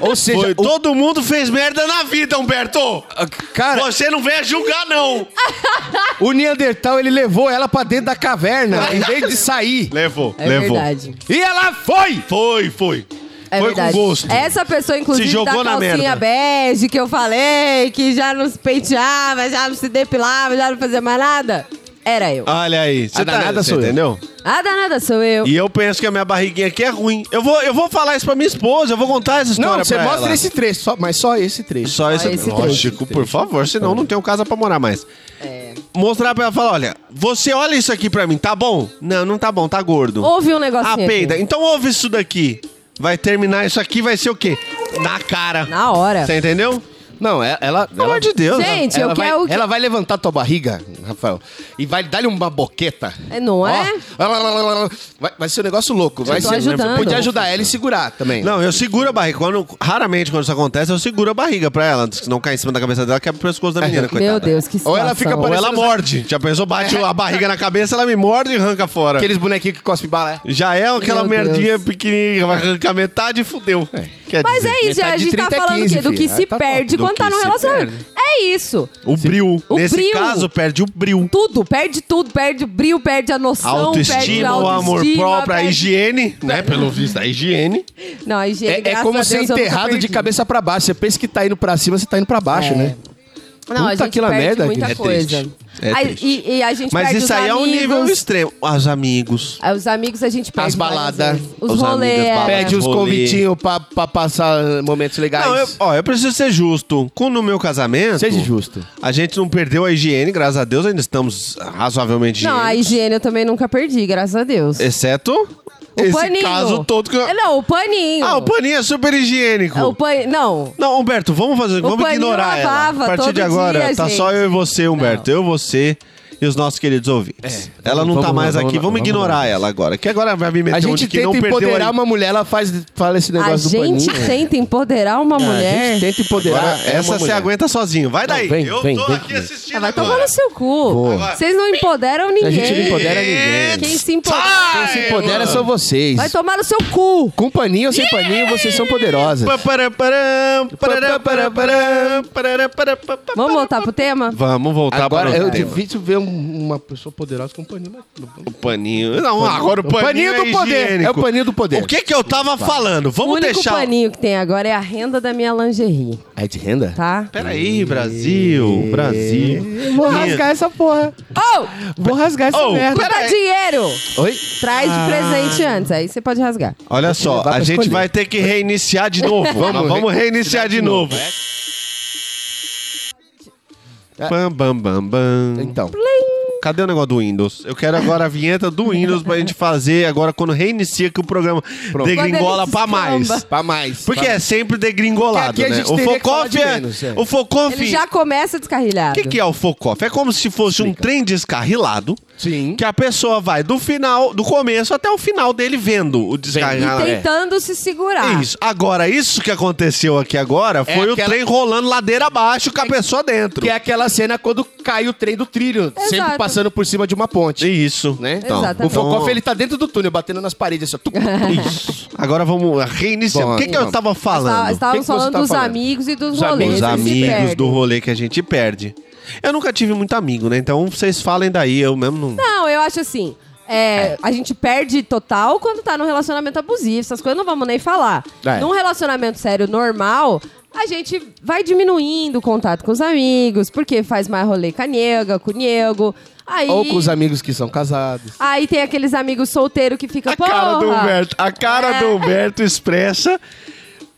Speaker 5: Ou seja,
Speaker 2: Foi-
Speaker 5: o-
Speaker 2: Todo mundo fez merda na vida, Humberto!
Speaker 5: cara,
Speaker 2: Você não vem julgar,
Speaker 4: [laughs]
Speaker 2: não!
Speaker 4: É
Speaker 5: o Neandertal ele levou ela pra dentro da caverna em vez de sair.
Speaker 2: Levou,
Speaker 4: É
Speaker 2: levou.
Speaker 4: verdade.
Speaker 5: E ela foi!
Speaker 2: Foi, foi.
Speaker 4: É
Speaker 2: foi
Speaker 4: verdade.
Speaker 2: com gosto.
Speaker 4: Essa pessoa, inclusive,
Speaker 2: Se jogou
Speaker 4: da
Speaker 2: na merda.
Speaker 4: calcinha bege que eu falei, que já não se penteava, já não se depilava, já não fazia mais nada. Era eu.
Speaker 2: Olha aí, você
Speaker 5: A
Speaker 2: tá,
Speaker 5: danada
Speaker 2: você
Speaker 5: Ah, sou eu.
Speaker 2: entendeu?
Speaker 4: A danada sou eu.
Speaker 2: E eu penso que a minha barriguinha aqui é ruim. Eu vou, eu vou falar isso pra minha esposa, eu vou contar essa história
Speaker 5: Não, você
Speaker 2: pra
Speaker 5: mostra
Speaker 2: ela.
Speaker 5: esse trecho, só- mas só esse trecho.
Speaker 2: Só esse,
Speaker 4: Só Ah, esse
Speaker 2: Lógico, por favor, senão não tenho casa pra morar mais.
Speaker 4: É.
Speaker 2: Mostrar pra ela, falar, olha, você olha isso aqui pra mim, tá bom? Não, não tá bom, tá gordo.
Speaker 4: Houve um
Speaker 2: Ah,
Speaker 4: negocinho.
Speaker 2: peida.
Speaker 4: aqui.
Speaker 2: Então ouve isso daqui. Vai terminar isso aqui, vai ser o quê? Na cara.
Speaker 4: Na hora.
Speaker 2: Você entendeu?
Speaker 5: Não, é- ela.
Speaker 2: Pelo amor de Deus.
Speaker 4: Gente,
Speaker 5: ela
Speaker 4: eu
Speaker 5: vai,
Speaker 4: quero. que-
Speaker 5: Ela vai levantar tua barriga Rafael. E vai dar-lhe uma boqueta.
Speaker 4: É, não é?
Speaker 5: Ó, lá, lá, lá, lá, lá. Vai, vai ser um negócio louco. Vai
Speaker 4: tô
Speaker 5: ser,
Speaker 4: ajudando.
Speaker 5: Podia ajudar ela e segurar também.
Speaker 2: Não, eu seguro a barriga. Quando- raramente quando isso acontece, eu seguro a barriga pra ela. Se não cair em cima da cabeça dela, quebra o pescoço da
Speaker 5: É.
Speaker 2: menina, coitada.
Speaker 4: Meu Deus, que
Speaker 5: Ou
Speaker 4: situação.
Speaker 5: ela fica
Speaker 2: Ou
Speaker 5: parecendo-
Speaker 2: ela morde. Já pensou? Bate a barriga na cabeça, ela me morde e arranca fora.
Speaker 5: Aqueles bonequinhos que cospe balé.
Speaker 2: Já é aquela
Speaker 4: Meu
Speaker 2: merdinha pequenininha, vai arrancar metade e fudeu. Quer
Speaker 4: Mas
Speaker 2: dizer,
Speaker 4: é isso,
Speaker 5: metade
Speaker 4: a
Speaker 5: de
Speaker 4: gente tá
Speaker 5: 30 é
Speaker 4: falando o
Speaker 5: 15,
Speaker 4: quê? Do que
Speaker 5: filho.
Speaker 4: se
Speaker 5: Ah, tá bom.
Speaker 4: perde
Speaker 5: Do
Speaker 4: quando tá
Speaker 5: que
Speaker 4: no
Speaker 5: se
Speaker 4: relacionamento.
Speaker 5: perde.
Speaker 4: É isso.
Speaker 2: O bril.
Speaker 4: O
Speaker 2: Nesse
Speaker 4: bril.
Speaker 2: caso, perde o bril.
Speaker 4: Tudo, perde tudo, perde o brilho, perde a noção, perde a
Speaker 2: Autoestima, o amor
Speaker 4: autoestima,
Speaker 2: próprio, a
Speaker 4: perde-
Speaker 2: higiene, né? Pelo visto, a higiene.
Speaker 4: Não, a higiene,
Speaker 5: É, é
Speaker 4: graças a
Speaker 5: como
Speaker 4: Deus,
Speaker 5: ser
Speaker 4: eu nunca
Speaker 5: enterrado de
Speaker 4: perdi.
Speaker 5: cabeça pra baixo. Você pensa que tá indo pra cima, você tá indo pra baixo,
Speaker 4: É.
Speaker 5: né?
Speaker 4: Não, a
Speaker 5: Puta
Speaker 4: gente
Speaker 5: que lá
Speaker 4: perde
Speaker 5: merda,
Speaker 4: muita
Speaker 5: é
Speaker 4: coisa.
Speaker 5: triste. É
Speaker 4: Aí-
Speaker 5: triste.
Speaker 4: e, e a gente
Speaker 2: Mas
Speaker 4: perde os
Speaker 2: isso aí é um
Speaker 4: amigos,
Speaker 2: nível extremo. Os amigos.
Speaker 4: aí Os amigos a gente perde.
Speaker 5: As
Speaker 4: várias
Speaker 5: balada,
Speaker 4: vezes. Os
Speaker 2: os amigos,
Speaker 4: rolês.
Speaker 2: balada.
Speaker 4: é.
Speaker 5: Pede os
Speaker 2: Rolê.
Speaker 5: convitinhos pra, pra passar momentos legais.
Speaker 2: Não, eu, ó, eu preciso ser justo. Com no meu casamento.
Speaker 5: Seja justo.
Speaker 2: A gente não perdeu a higiene, graças a Deus, ainda estamos razoavelmente
Speaker 4: Não, a
Speaker 2: higiênicos.
Speaker 4: higiene eu também nunca perdi, graças a Deus.
Speaker 2: Exceto
Speaker 4: O
Speaker 2: esse
Speaker 4: paninho.
Speaker 2: caso todo que eu-
Speaker 4: É, Não, o paninho. É,
Speaker 2: Ah, o paninho é super higiênico.
Speaker 4: O pan... Não.
Speaker 2: Não, Humberto, vamos fazer, vamos
Speaker 4: paninho
Speaker 2: ignorar ela. A
Speaker 4: lavava
Speaker 2: partir
Speaker 4: todo
Speaker 2: de agora,
Speaker 4: dia,
Speaker 2: tá
Speaker 4: gente.
Speaker 2: só eu e você, Humberto. Eu, você e os nossos queridos ouvintes. ela não
Speaker 5: É, vamos-
Speaker 2: tá
Speaker 5: vamos
Speaker 2: mais
Speaker 5: lá,
Speaker 2: aqui,
Speaker 5: vamos
Speaker 2: vamos
Speaker 5: lá,
Speaker 2: ignorar
Speaker 5: vamos
Speaker 2: ela agora. Que agora vai me meter
Speaker 5: A
Speaker 2: um de
Speaker 5: gente
Speaker 2: que
Speaker 5: tenta
Speaker 2: não perdeu
Speaker 5: empoderar
Speaker 2: a...
Speaker 5: uma mulher, ela faz, fala esse
Speaker 4: A
Speaker 5: negócio do
Speaker 4: gente
Speaker 5: paninho. né? É,
Speaker 4: tenta empoderar uma
Speaker 5: A
Speaker 4: mulher.
Speaker 5: gente tenta empoderar.
Speaker 2: Agora,
Speaker 5: é
Speaker 2: essa
Speaker 5: uma
Speaker 2: você
Speaker 5: mulher.
Speaker 2: aguenta sozinho. Vai daí.
Speaker 5: vem,
Speaker 2: eu
Speaker 5: vem,
Speaker 2: tô
Speaker 5: vem,
Speaker 2: aqui
Speaker 5: vem.
Speaker 2: assistindo
Speaker 4: Ah, vai tomar
Speaker 2: agora.
Speaker 4: no seu cu.
Speaker 5: Agora.
Speaker 4: Vocês não empoderam ninguém.
Speaker 5: A gente não
Speaker 2: é
Speaker 5: empodera ninguém.
Speaker 4: Quem se empodera. é
Speaker 5: Quem se empodera são é vocês.
Speaker 4: Vai tomar no seu cu.
Speaker 5: Com paninho ou sem paninho, vocês são poderosas.
Speaker 2: Paparaparam, pararaparaparam, pararapapapá.
Speaker 4: Vamos voltar pro tema?
Speaker 2: Vamos voltar
Speaker 5: Agora,
Speaker 2: para
Speaker 5: eu
Speaker 2: o tema.
Speaker 5: difícil ver um- uma pessoa poderosa com paninho. mas tudo bem.
Speaker 2: O paninho. Não, agora o
Speaker 5: O
Speaker 2: paninho,
Speaker 5: paninho do
Speaker 2: é
Speaker 5: poder.
Speaker 2: higiênico.
Speaker 5: É o paninho do poder.
Speaker 2: O que que eu tava falando?
Speaker 4: O
Speaker 2: Vamos
Speaker 4: único
Speaker 2: deixar.
Speaker 4: paninho que tem agora é a renda da minha lingerie,
Speaker 5: É de renda?
Speaker 4: tá?
Speaker 2: Peraí, Brasil, Brasil.
Speaker 5: Vou
Speaker 2: Minha-
Speaker 5: rasgar essa porra.
Speaker 4: Oh!
Speaker 5: Vou rasgar essa
Speaker 2: Oh,
Speaker 5: merda.
Speaker 2: pera-
Speaker 4: Quanto
Speaker 2: Peraí.
Speaker 4: dinheiro!
Speaker 5: Oi?
Speaker 4: Traz de presente antes, aí você pode rasgar.
Speaker 2: Olha só,
Speaker 5: levar
Speaker 2: a
Speaker 5: pra
Speaker 2: gente
Speaker 5: escolher.
Speaker 2: vai ter que reiniciar de novo. Nós vamos,
Speaker 5: re-
Speaker 2: reiniciar de novo. Bam, bam, bam, bam.
Speaker 5: Então.
Speaker 2: Cadê o negócio do Windows? Eu quero agora a vinheta do Windows pra gente fazer agora quando reinicia que o programa degringola
Speaker 4: Quando ele
Speaker 2: pra mais.
Speaker 4: descamba.
Speaker 5: Pra mais.
Speaker 2: Porque
Speaker 5: pra...
Speaker 2: é sempre degringolado,
Speaker 5: Porque aqui a
Speaker 2: né?
Speaker 5: gente
Speaker 2: O
Speaker 5: teria que falar
Speaker 2: Focoff
Speaker 5: de
Speaker 2: é...
Speaker 5: menos, é.
Speaker 2: O Focoff...
Speaker 4: Ele já começa
Speaker 2: O
Speaker 4: descarrilhado.
Speaker 2: que, que é o Focoff? É como se fosse um trem descarrilado.
Speaker 5: Sim.
Speaker 2: Que é a pessoa vai do final, do começo até o final dele vendo o
Speaker 4: E
Speaker 2: descarrilado.
Speaker 4: tentando se segurar.
Speaker 2: Ah, é. Isso. Agora, isso que aconteceu aqui agora foi o
Speaker 5: É aquela-
Speaker 2: trem rolando ladeira abaixo com a pessoa dentro.
Speaker 5: Que é aquela cena quando cai o trem do trilho. Sempre
Speaker 4: Exato.
Speaker 5: passando por cima de uma ponte.
Speaker 2: Isso.
Speaker 5: [laughs] Né?
Speaker 2: Então,
Speaker 4: Exatamente.
Speaker 5: O Focoff,
Speaker 2: então-
Speaker 5: ele tá dentro do túnel, batendo nas paredes. Assim, ó. Tuc, tuc, tuc.
Speaker 2: É Isso. Agora vamos reiniciar.
Speaker 5: Bom,
Speaker 2: O que, que eu
Speaker 5: vamos.
Speaker 2: tava
Speaker 4: Tá-
Speaker 2: falando?
Speaker 4: Estávamos
Speaker 5: que que você
Speaker 4: falando
Speaker 5: tá
Speaker 4: dos
Speaker 5: falando?
Speaker 4: amigos e dos
Speaker 5: Os amigos.
Speaker 4: rolês.
Speaker 2: Os
Speaker 5: Eles se
Speaker 2: amigos do rolê que a gente perde. Eu nunca tive muito amigo, né? Então vocês falem daí, eu mesmo não.
Speaker 4: Não, eu acho assim. é, A gente perde total quando tá num relacionamento abusivo. Essas coisas não vamos nem falar.
Speaker 5: É.
Speaker 4: Num relacionamento sério normal, a gente vai diminuindo o contato com os amigos, porque faz mais rolê com a nega, com o nego. Aí,
Speaker 5: Ou com os amigos que são casados.
Speaker 4: aí tem aqueles amigos solteiros que ficam.
Speaker 2: A cara do
Speaker 4: "Porra,
Speaker 2: Humberto, a cara
Speaker 5: É.
Speaker 2: do Humberto expressa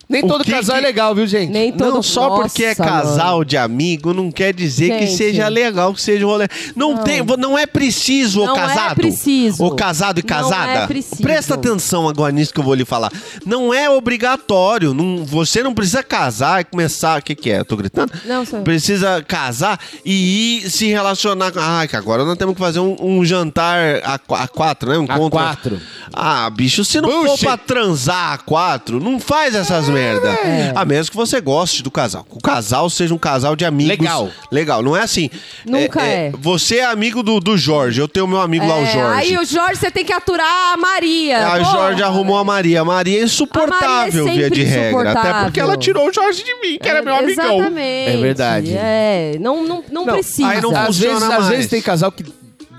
Speaker 5: Nem
Speaker 2: O
Speaker 5: todo
Speaker 2: que
Speaker 5: casal
Speaker 2: que-
Speaker 5: é legal, viu, gente?
Speaker 4: Nem todo
Speaker 2: não só porque é
Speaker 4: Nossa,
Speaker 2: casal de amigo, não quer dizer que
Speaker 4: Gente.
Speaker 2: seja legal, que seja um rolê. Não, tem, vo- não é preciso o
Speaker 4: Não é
Speaker 2: casado.
Speaker 4: preciso.
Speaker 2: O casado e
Speaker 4: Não
Speaker 2: casada.
Speaker 4: é preciso.
Speaker 2: Presta atenção agora nisso que eu vou lhe falar. Não é obrigatório. não- você não precisa casar e começar. O que, que é? Eu tô gritando?
Speaker 4: Não, sou eu.
Speaker 2: Precisa casar e ir se relacionar. com- Ah, que agora nós temos que fazer um, um jantar a, qu- a quatro, né? Um
Speaker 5: A
Speaker 2: encontro-
Speaker 5: quatro.
Speaker 2: Ah, bicho, se não for
Speaker 5: Bullshit.
Speaker 2: pra transar a quatro, não faz essas merda.
Speaker 5: É.
Speaker 2: A menos que você goste do casal. Que o casal seja um casal de amigos.
Speaker 5: Legal.
Speaker 2: Legal. Não é assim.
Speaker 4: Nunca é.
Speaker 2: Você é amigo do, do Jorge. Eu tenho meu amigo lá, o
Speaker 4: é,
Speaker 2: Jorge.
Speaker 4: Aí o Jorge você tem que aturar a Maria.
Speaker 2: Aí o
Speaker 4: Porra.
Speaker 2: Jorge arrumou a Maria. A Maria é insuportável,
Speaker 4: A Maria é
Speaker 2: via de
Speaker 4: sempre
Speaker 2: regra. Até
Speaker 4: insuportável.
Speaker 2: porque ela tirou o Jorge de mim, que era meu amigão.
Speaker 4: Exatamente.
Speaker 5: É verdade.
Speaker 4: É, não, não, não,
Speaker 5: Não,
Speaker 4: precisa.
Speaker 2: aí não
Speaker 5: às
Speaker 2: funciona
Speaker 5: vezes,
Speaker 2: mais.
Speaker 5: às vezes tem casal que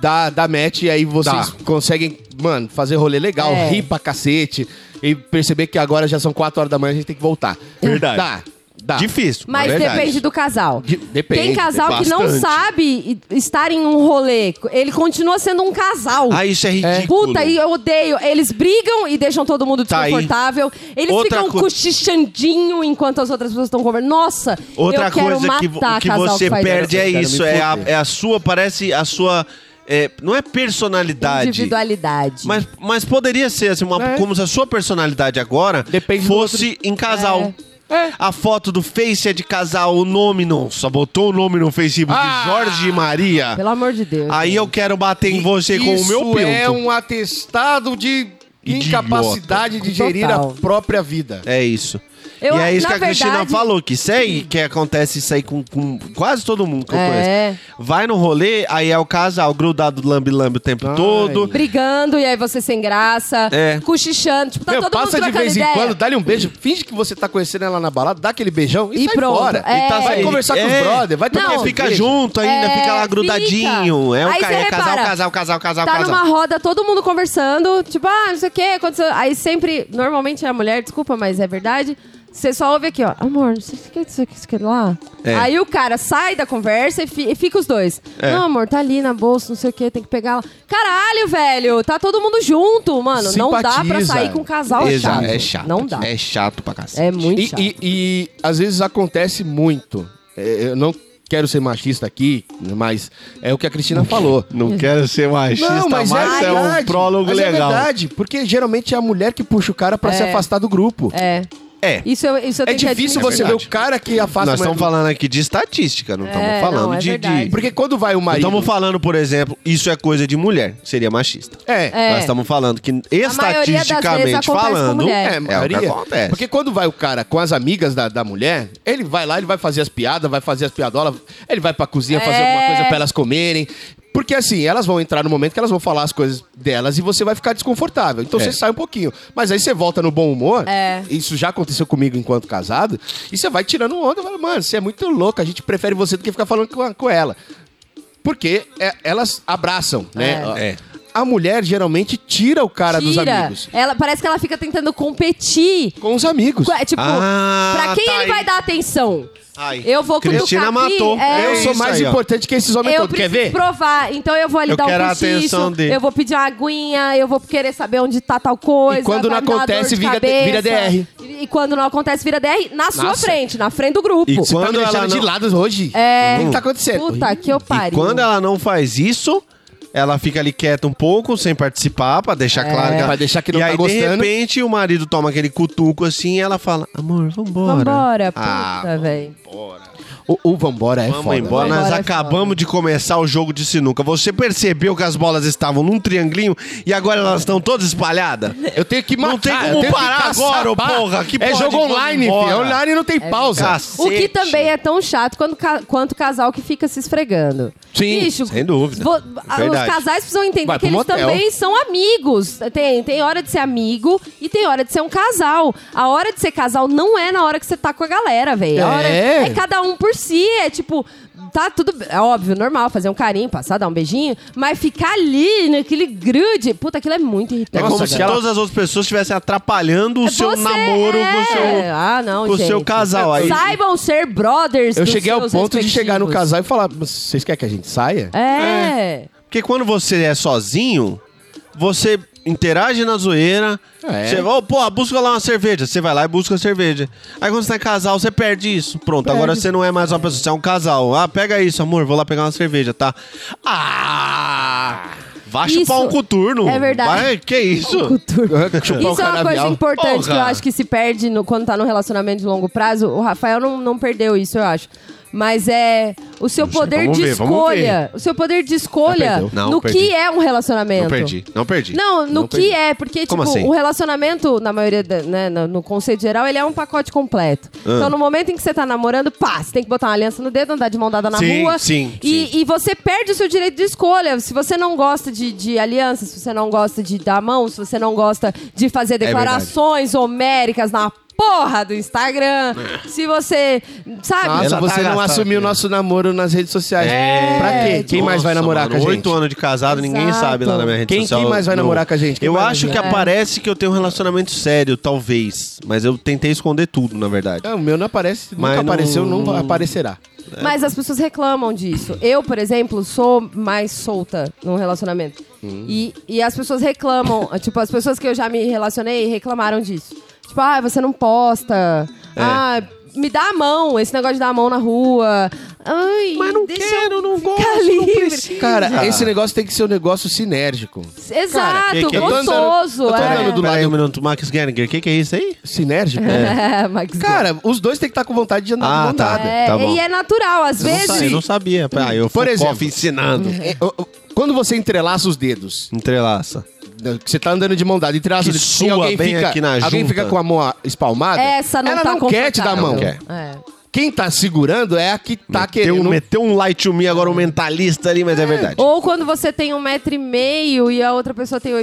Speaker 5: dá, dá match e aí vocês
Speaker 2: Dá.
Speaker 5: conseguem, mano, fazer rolê legal,
Speaker 4: É.
Speaker 5: rir pra cacete e perceber que agora já são 4 horas da manhã e a gente tem que voltar.
Speaker 2: Verdade.
Speaker 5: Dá, dá.
Speaker 2: Tá. Difícil.
Speaker 4: Mas
Speaker 2: é verdade.
Speaker 4: depende do casal.
Speaker 5: De- depende,
Speaker 4: Tem casal que não
Speaker 2: bastante.
Speaker 4: sabe e- estar em um rolê. Ele continua sendo um casal.
Speaker 2: Ah, isso é ridículo.
Speaker 4: Puta, e eu odeio. Eles brigam e deixam todo mundo
Speaker 2: Tá aí.
Speaker 4: desconfortável. Eles
Speaker 2: Outra
Speaker 4: ficam
Speaker 2: co-
Speaker 4: cochichandinho enquanto as outras pessoas estão conversando. Nossa,
Speaker 2: Outra
Speaker 4: eu quero
Speaker 2: coisa
Speaker 4: matar
Speaker 2: que, vo- que
Speaker 4: casal
Speaker 2: você
Speaker 4: que faz
Speaker 2: perde é
Speaker 5: Quero me
Speaker 2: isso. É a,
Speaker 5: foder.
Speaker 2: é a sua, parece a sua. é, não é personalidade.
Speaker 4: Individualidade.
Speaker 2: Mas, mas poderia ser assim, uma-
Speaker 5: É.
Speaker 2: como se a sua personalidade agora
Speaker 5: Depende do
Speaker 2: fosse em casal.
Speaker 4: É.
Speaker 2: A foto do Face é de casal, o nome não. Só botou o nome no Facebook
Speaker 5: Ah!
Speaker 2: de Jorge e Maria.
Speaker 4: Pelo amor de Deus.
Speaker 2: Aí eu quero bater em você com o meu
Speaker 5: Isso
Speaker 2: pinto.
Speaker 5: é um atestado de
Speaker 2: Idiota.
Speaker 5: incapacidade de gerir
Speaker 4: Total.
Speaker 5: a própria vida.
Speaker 2: É isso.
Speaker 4: Eu
Speaker 2: e é
Speaker 4: acho-
Speaker 2: isso que
Speaker 4: na
Speaker 2: a Cristina
Speaker 4: verdade-
Speaker 2: falou, que isso aí que acontece isso aí com, com quase todo mundo que eu
Speaker 4: É.
Speaker 2: conheço. Vai no rolê, aí é o casal grudado lambe-lambe o tempo todo.
Speaker 4: Brigando, e aí você sem graça.
Speaker 2: É.
Speaker 4: Cochichando. Tipo, tá
Speaker 5: Meu,
Speaker 4: todo
Speaker 5: passa
Speaker 4: mundo
Speaker 5: de
Speaker 4: trocando
Speaker 5: vez
Speaker 4: ideia.
Speaker 5: em quando, dá-lhe um beijo, finge que você tá conhecendo ela na balada, dá aquele beijão e,
Speaker 4: E
Speaker 5: sai
Speaker 4: pronto,
Speaker 5: fora.
Speaker 4: é.
Speaker 5: E tá- vai conversar com
Speaker 2: É.
Speaker 5: os brother, vai tomar
Speaker 4: Não.
Speaker 5: um
Speaker 2: Fica
Speaker 5: beijo.
Speaker 2: junto ainda,
Speaker 4: É,
Speaker 2: fica lá grudadinho. É, o
Speaker 4: Aí
Speaker 2: ca-
Speaker 4: você
Speaker 2: é casal,
Speaker 4: repara,
Speaker 2: casal, casal, casal,
Speaker 4: Tá
Speaker 2: casal.
Speaker 4: numa roda, todo mundo conversando, tipo, ah, não sei o que, aconteceu. Aí sempre, normalmente é a mulher, desculpa, mas é verdade. Você só ouve aqui, ó, amor, não sei o que, isso aqui, isso aqui lá.
Speaker 2: É.
Speaker 4: Aí o cara sai da conversa e, fi- e fica os dois.
Speaker 2: É.
Speaker 4: Não, amor, tá ali na bolsa, não sei o que, tem que pegar lá. Caralho, velho, tá todo mundo junto, mano. Não dá pra
Speaker 5: Simpatiza.
Speaker 4: sair com um casal
Speaker 2: Exato,
Speaker 4: chato.
Speaker 2: é chato.
Speaker 4: Não dá.
Speaker 2: É chato pra cacete.
Speaker 4: É muito
Speaker 5: E,
Speaker 4: chato.
Speaker 5: e- e, às vezes acontece muito. É, Eu não quero ser machista aqui, mas é o que a Cristina falou. é
Speaker 2: Não quero ser machista, é um
Speaker 5: verdade. Mas É verdade, porque geralmente é a mulher que puxa o cara pra se afastar do grupo. É,
Speaker 4: É.
Speaker 2: É.
Speaker 4: Isso eu, isso eu tenho que
Speaker 5: difícil
Speaker 4: admitir.
Speaker 5: você ver o cara que afasta. a
Speaker 2: Nós
Speaker 5: mulher
Speaker 2: estamos
Speaker 5: do-
Speaker 2: falando aqui de estatística, não estamos
Speaker 4: É,
Speaker 2: falando
Speaker 4: não, é
Speaker 2: de- de
Speaker 4: verdade.
Speaker 5: Porque quando vai o marido.
Speaker 2: Estamos falando, por exemplo, isso é coisa de mulher, seria machista.
Speaker 5: É.
Speaker 4: É.
Speaker 2: Nós estamos falando que
Speaker 4: maioria das vezes
Speaker 2: estatisticamente
Speaker 4: acontece com
Speaker 2: falando.
Speaker 4: mulher.
Speaker 5: É,
Speaker 2: É
Speaker 5: maioria.
Speaker 2: o que acontece.
Speaker 5: Porque quando vai o cara com as amigas da, da mulher, ele vai lá, ele vai fazer as piadas, vai fazer as piadolas, ele vai pra cozinha fazer
Speaker 4: É.
Speaker 5: alguma coisa pra elas comerem. Porque assim, elas vão entrar no momento que elas vão falar as coisas delas e você vai ficar desconfortável.
Speaker 2: É.
Speaker 5: Então você sai um pouquinho. Mas aí você volta no bom humor.
Speaker 4: É.
Speaker 5: Isso já aconteceu comigo enquanto casado. E você vai tirando onda. Fala, mano, você é muito louco. A gente prefere você do que ficar falando com, a- com ela. Porque é, elas abraçam, né?
Speaker 2: É.
Speaker 5: A mulher geralmente tira o cara dos
Speaker 4: Tira.
Speaker 5: amigos.
Speaker 4: Ela, parece que ela fica tentando competir
Speaker 5: Com os amigos.
Speaker 4: Ué, Tipo,
Speaker 2: Ah,
Speaker 4: pra quem
Speaker 2: tá
Speaker 4: ele
Speaker 2: aí.
Speaker 4: vai dar atenção?
Speaker 2: Ai.
Speaker 4: Eu vou cutucar
Speaker 2: Cristina
Speaker 4: aqui,
Speaker 2: matou.
Speaker 4: é.
Speaker 5: Eu
Speaker 2: É
Speaker 5: sou
Speaker 2: isso
Speaker 5: mais
Speaker 2: aí, ó.
Speaker 5: importante que esses homens
Speaker 4: eu
Speaker 5: todos. Quer
Speaker 4: preciso
Speaker 5: ver?
Speaker 4: provar, então eu vou ali
Speaker 2: Eu
Speaker 4: dar
Speaker 2: quero a
Speaker 4: um cochicho,
Speaker 2: atenção dele.
Speaker 4: eu vou pedir uma aguinha, eu vou querer saber onde tá tal coisa.
Speaker 5: E quando
Speaker 4: vai
Speaker 5: não
Speaker 4: me dar uma
Speaker 5: acontece,
Speaker 4: dor de
Speaker 5: vira- vira
Speaker 4: cabeça.
Speaker 5: DR.
Speaker 4: E, e quando não acontece, vira DR na sua
Speaker 5: Nossa.
Speaker 4: frente, na frente do grupo.
Speaker 2: E
Speaker 5: Você tá
Speaker 2: Quando
Speaker 5: me
Speaker 2: ela
Speaker 5: deixando de
Speaker 2: não-
Speaker 5: lado hoje.
Speaker 4: É.
Speaker 5: O que tá acontecendo?
Speaker 4: Puta que eu
Speaker 2: E
Speaker 4: pariu.
Speaker 2: quando ela não faz isso, ela fica ali quieta um pouco, sem participar, pra deixar claro que ela...
Speaker 5: Pra deixar que não
Speaker 2: e
Speaker 5: tá
Speaker 2: aí,
Speaker 5: gostando.
Speaker 2: de repente, o marido toma aquele cutuco assim e ela fala, amor, vambora.
Speaker 4: Vambora,
Speaker 2: Ah,
Speaker 4: puta, velho.
Speaker 5: O, o vambora é
Speaker 2: Vamos
Speaker 5: foda.
Speaker 2: embora,
Speaker 5: velho.
Speaker 2: nós
Speaker 4: Vambora é
Speaker 2: acabamos de começar o jogo de sinuca. Você percebeu que as bolas estavam num triangulinho e agora elas estão todas espalhadas?
Speaker 5: Eu tenho que matar.
Speaker 2: Não tem como
Speaker 5: eu tenho que
Speaker 2: parar
Speaker 5: caçar,
Speaker 2: agora, ô
Speaker 5: pá.
Speaker 2: porra, que
Speaker 5: é
Speaker 2: pode,
Speaker 5: jogo
Speaker 2: vamos
Speaker 5: online,
Speaker 2: embora.
Speaker 5: filho. Online não
Speaker 4: É
Speaker 5: tem pausa.
Speaker 2: Cacete.
Speaker 4: O que também é tão chato quando ca- quanto o casal que fica se esfregando.
Speaker 5: Sim,
Speaker 2: sem dúvida.
Speaker 4: vo-
Speaker 2: É verdade.
Speaker 4: os casais precisam entender
Speaker 5: Vai
Speaker 4: que
Speaker 5: pro
Speaker 4: eles
Speaker 5: motel.
Speaker 4: também são amigos. Tem, tem hora de ser amigo e tem hora de ser um casal. A hora de ser casal não é na hora que você tá com a galera, velho. A hora-
Speaker 5: É.
Speaker 4: é cada um por si. É tipo, tá tudo. b- É óbvio, normal fazer um carinho, passar, dar um beijinho. Mas ficar ali naquele grude. Puta, aquilo é muito
Speaker 2: É
Speaker 4: irritante.
Speaker 2: como
Speaker 5: Nossa,
Speaker 2: se
Speaker 5: cara.
Speaker 2: todas as outras pessoas estivessem atrapalhando o seu
Speaker 4: É Você
Speaker 2: namoro com o
Speaker 4: é-
Speaker 2: seu,
Speaker 4: ah, não,
Speaker 2: com o
Speaker 4: gente.
Speaker 2: seu casal. Aí,
Speaker 4: Saibam ser brothers.
Speaker 5: Eu
Speaker 4: dos
Speaker 5: cheguei ao
Speaker 4: seus
Speaker 5: ponto de chegar no
Speaker 4: respectivos.
Speaker 5: casal e falar: vocês querem que a gente saia?
Speaker 4: É.
Speaker 2: Porque quando você é sozinho, você interage na zoeira.
Speaker 5: É.
Speaker 2: Você, oh, porra, busca lá uma cerveja. Você vai lá e busca a cerveja. Aí quando você tá em casal, você perde isso. Pronto, agora você não é mais uma pessoa, você é um casal. Ah, pega isso, amor, vou lá pegar uma cerveja, tá? Ah! Vai
Speaker 4: Isso
Speaker 2: chupar um coturno.
Speaker 4: é verdade.
Speaker 2: Vai, que isso?
Speaker 5: Chupar o
Speaker 4: Isso é uma
Speaker 5: canavial.
Speaker 4: coisa importante
Speaker 2: Porra!
Speaker 4: que eu acho que se perde no- quando tá no relacionamento de longo prazo. O Rafael não, não perdeu isso, eu acho. Mas é o seu poder
Speaker 2: vamos
Speaker 4: de
Speaker 2: ver, vamos
Speaker 4: escolha. O seu poder de escolha
Speaker 2: perdeu. Não,
Speaker 4: no
Speaker 2: perdi.
Speaker 4: que é um relacionamento.
Speaker 2: Não perdi, não perdi.
Speaker 4: Não, no que
Speaker 2: perdi.
Speaker 4: é, porque, tipo,
Speaker 2: Como assim?
Speaker 4: o relacionamento, na maioria, da- né, no, no conceito geral, ele é um pacote completo.
Speaker 2: Ah.
Speaker 4: Então, no momento em que você tá namorando, pá, você tem que botar uma aliança no dedo, andar de mão dada na
Speaker 2: Sim,
Speaker 4: rua.
Speaker 2: sim,
Speaker 4: e, e você perde o seu direito de escolha. Se você não gosta de, de aliança, se você não gosta de dar a mão, se você não gosta de
Speaker 2: É
Speaker 4: fazer declarações homéricas na porra do Instagram,
Speaker 2: É.
Speaker 4: se você, sabe?
Speaker 5: Nossa,
Speaker 2: Ela tá
Speaker 5: você não
Speaker 2: gastada,
Speaker 5: assumiu o
Speaker 2: né?
Speaker 5: nosso namoro nas redes sociais.
Speaker 4: É.
Speaker 5: pra quê? Quem mais vai
Speaker 2: Nossa,
Speaker 5: namorar
Speaker 2: mano,
Speaker 5: com a gente?
Speaker 2: Oito anos de casado, ninguém
Speaker 4: Exato.
Speaker 2: sabe lá na minha rede
Speaker 5: Quem-
Speaker 2: social.
Speaker 5: quem mais vai
Speaker 2: não.
Speaker 5: namorar com a gente? Quem
Speaker 2: Eu
Speaker 5: mais
Speaker 2: acho
Speaker 5: vai
Speaker 2: que aparece que eu tenho um relacionamento sério, talvez. Mas eu tentei esconder tudo, na verdade.
Speaker 5: Ah, o meu não aparece,
Speaker 2: Mas
Speaker 5: nunca
Speaker 2: não-
Speaker 5: apareceu, não aparecerá.
Speaker 4: Mas as pessoas reclamam disso. Eu, por exemplo, sou mais solta num relacionamento.
Speaker 2: Hum.
Speaker 4: E, e as pessoas reclamam. tipo, as pessoas que eu já me relacionei reclamaram disso. Tipo, ah, você não posta.
Speaker 2: É.
Speaker 4: Ah, me dá a mão, esse negócio de dar a mão na rua. Ai,
Speaker 2: Mas não
Speaker 4: deixa
Speaker 2: quero,
Speaker 4: eu
Speaker 2: não
Speaker 4: ficar
Speaker 2: gosto, não
Speaker 4: livre. sentido.
Speaker 2: Ah,
Speaker 5: Cara, esse negócio tem que ser um negócio sinérgico.
Speaker 4: Exato,
Speaker 2: que que é? Eu tô andando-
Speaker 4: gostoso.
Speaker 5: eu tô
Speaker 4: é.
Speaker 5: andando do
Speaker 2: Pera
Speaker 5: lado-
Speaker 2: aí um minuto, Max Gerninger, o que, que é isso aí?
Speaker 5: Sinérgico?
Speaker 4: [laughs] É, Max.
Speaker 5: Cara, os dois têm que estar com vontade de andar
Speaker 2: Ah,
Speaker 5: de mão
Speaker 2: tá.
Speaker 5: dada.
Speaker 4: É,
Speaker 2: bom.
Speaker 4: E é natural, às
Speaker 2: Eu não sa- eu
Speaker 4: vezes.
Speaker 2: não sabia. pá, eu
Speaker 5: Por
Speaker 2: fui
Speaker 5: exemplo.
Speaker 2: cof ensinando.
Speaker 5: É, ó, ó, Quando você entrelaça os dedos,
Speaker 2: Entrelaça.
Speaker 5: né, que você tá andando de mão dada, entrelaça
Speaker 2: Que
Speaker 5: os dedos,
Speaker 2: sua
Speaker 5: e alguém
Speaker 2: bem
Speaker 5: fica,
Speaker 2: aqui na
Speaker 5: alguém
Speaker 2: junta.
Speaker 5: fica com a mão a- espalmada,
Speaker 4: Essa não
Speaker 5: ela
Speaker 4: tá
Speaker 5: não quer te dar a mão.
Speaker 4: confortável.
Speaker 2: Não quer.
Speaker 4: É.
Speaker 5: Quem tá segurando é a que tá
Speaker 2: Tem um-
Speaker 5: querendo...
Speaker 2: meteu um light to me agora, um mentalista ali, mas é, verdade.
Speaker 4: Ou quando você tem um metro e meio e a outra pessoa tem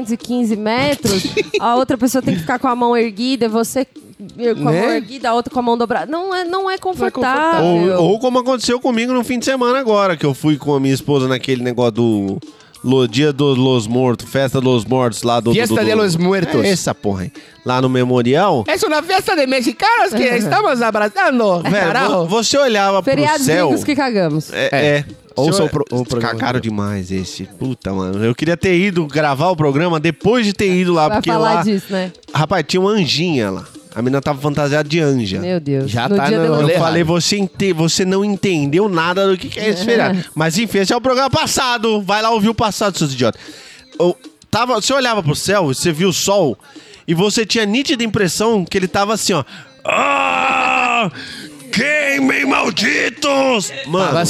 Speaker 4: 815 metros, a outra pessoa tem que ficar com a mão erguida, você com a
Speaker 5: Né?
Speaker 4: mão erguida, a outra com a mão dobrada. Não é, não é confortável.
Speaker 2: Ou, ou como aconteceu comigo no fim de semana agora, que eu fui com a minha esposa naquele negócio do Lo- Dia dos Los Mortos, Festa dos Mortos lá do...
Speaker 5: Fiesta
Speaker 2: do, do,
Speaker 5: de los Muertos.
Speaker 2: É essa porra, hein? Lá no Memorial.
Speaker 5: É uma festa de mexicanos
Speaker 4: Uhum.
Speaker 5: que estamos abraçando.
Speaker 2: Velho, vo- você olhava pro
Speaker 4: É, Feriados
Speaker 2: céu...
Speaker 4: gringos que cagamos.
Speaker 2: É. é.
Speaker 5: Ouça
Speaker 2: Ouça
Speaker 5: o pro- o programa.
Speaker 2: Cagaram demais esse. Puta, mano. Eu queria ter ido gravar o programa depois de ter ido lá.
Speaker 4: Vai
Speaker 2: porque
Speaker 4: falar
Speaker 2: lá...
Speaker 4: disso, né?
Speaker 2: Rapaz, tinha uma anjinha lá. A menina tava fantasiada de anja.
Speaker 4: Meu Deus.
Speaker 5: Já
Speaker 4: no
Speaker 5: tá
Speaker 4: dia
Speaker 5: no-
Speaker 4: da-
Speaker 2: Eu
Speaker 5: Olha
Speaker 2: falei,
Speaker 5: errado.
Speaker 2: você, ente- você não entendeu nada do que, que é esse feriado. Mas enfim, esse é o programa passado. Vai lá ouvir o passado, seus idiotas. Eu tava, você olhava pro céu, você viu o sol, e você tinha nítida impressão que ele tava assim, ó. Ah! Queimem, malditos! Mano,
Speaker 5: Tava
Speaker 2: tava,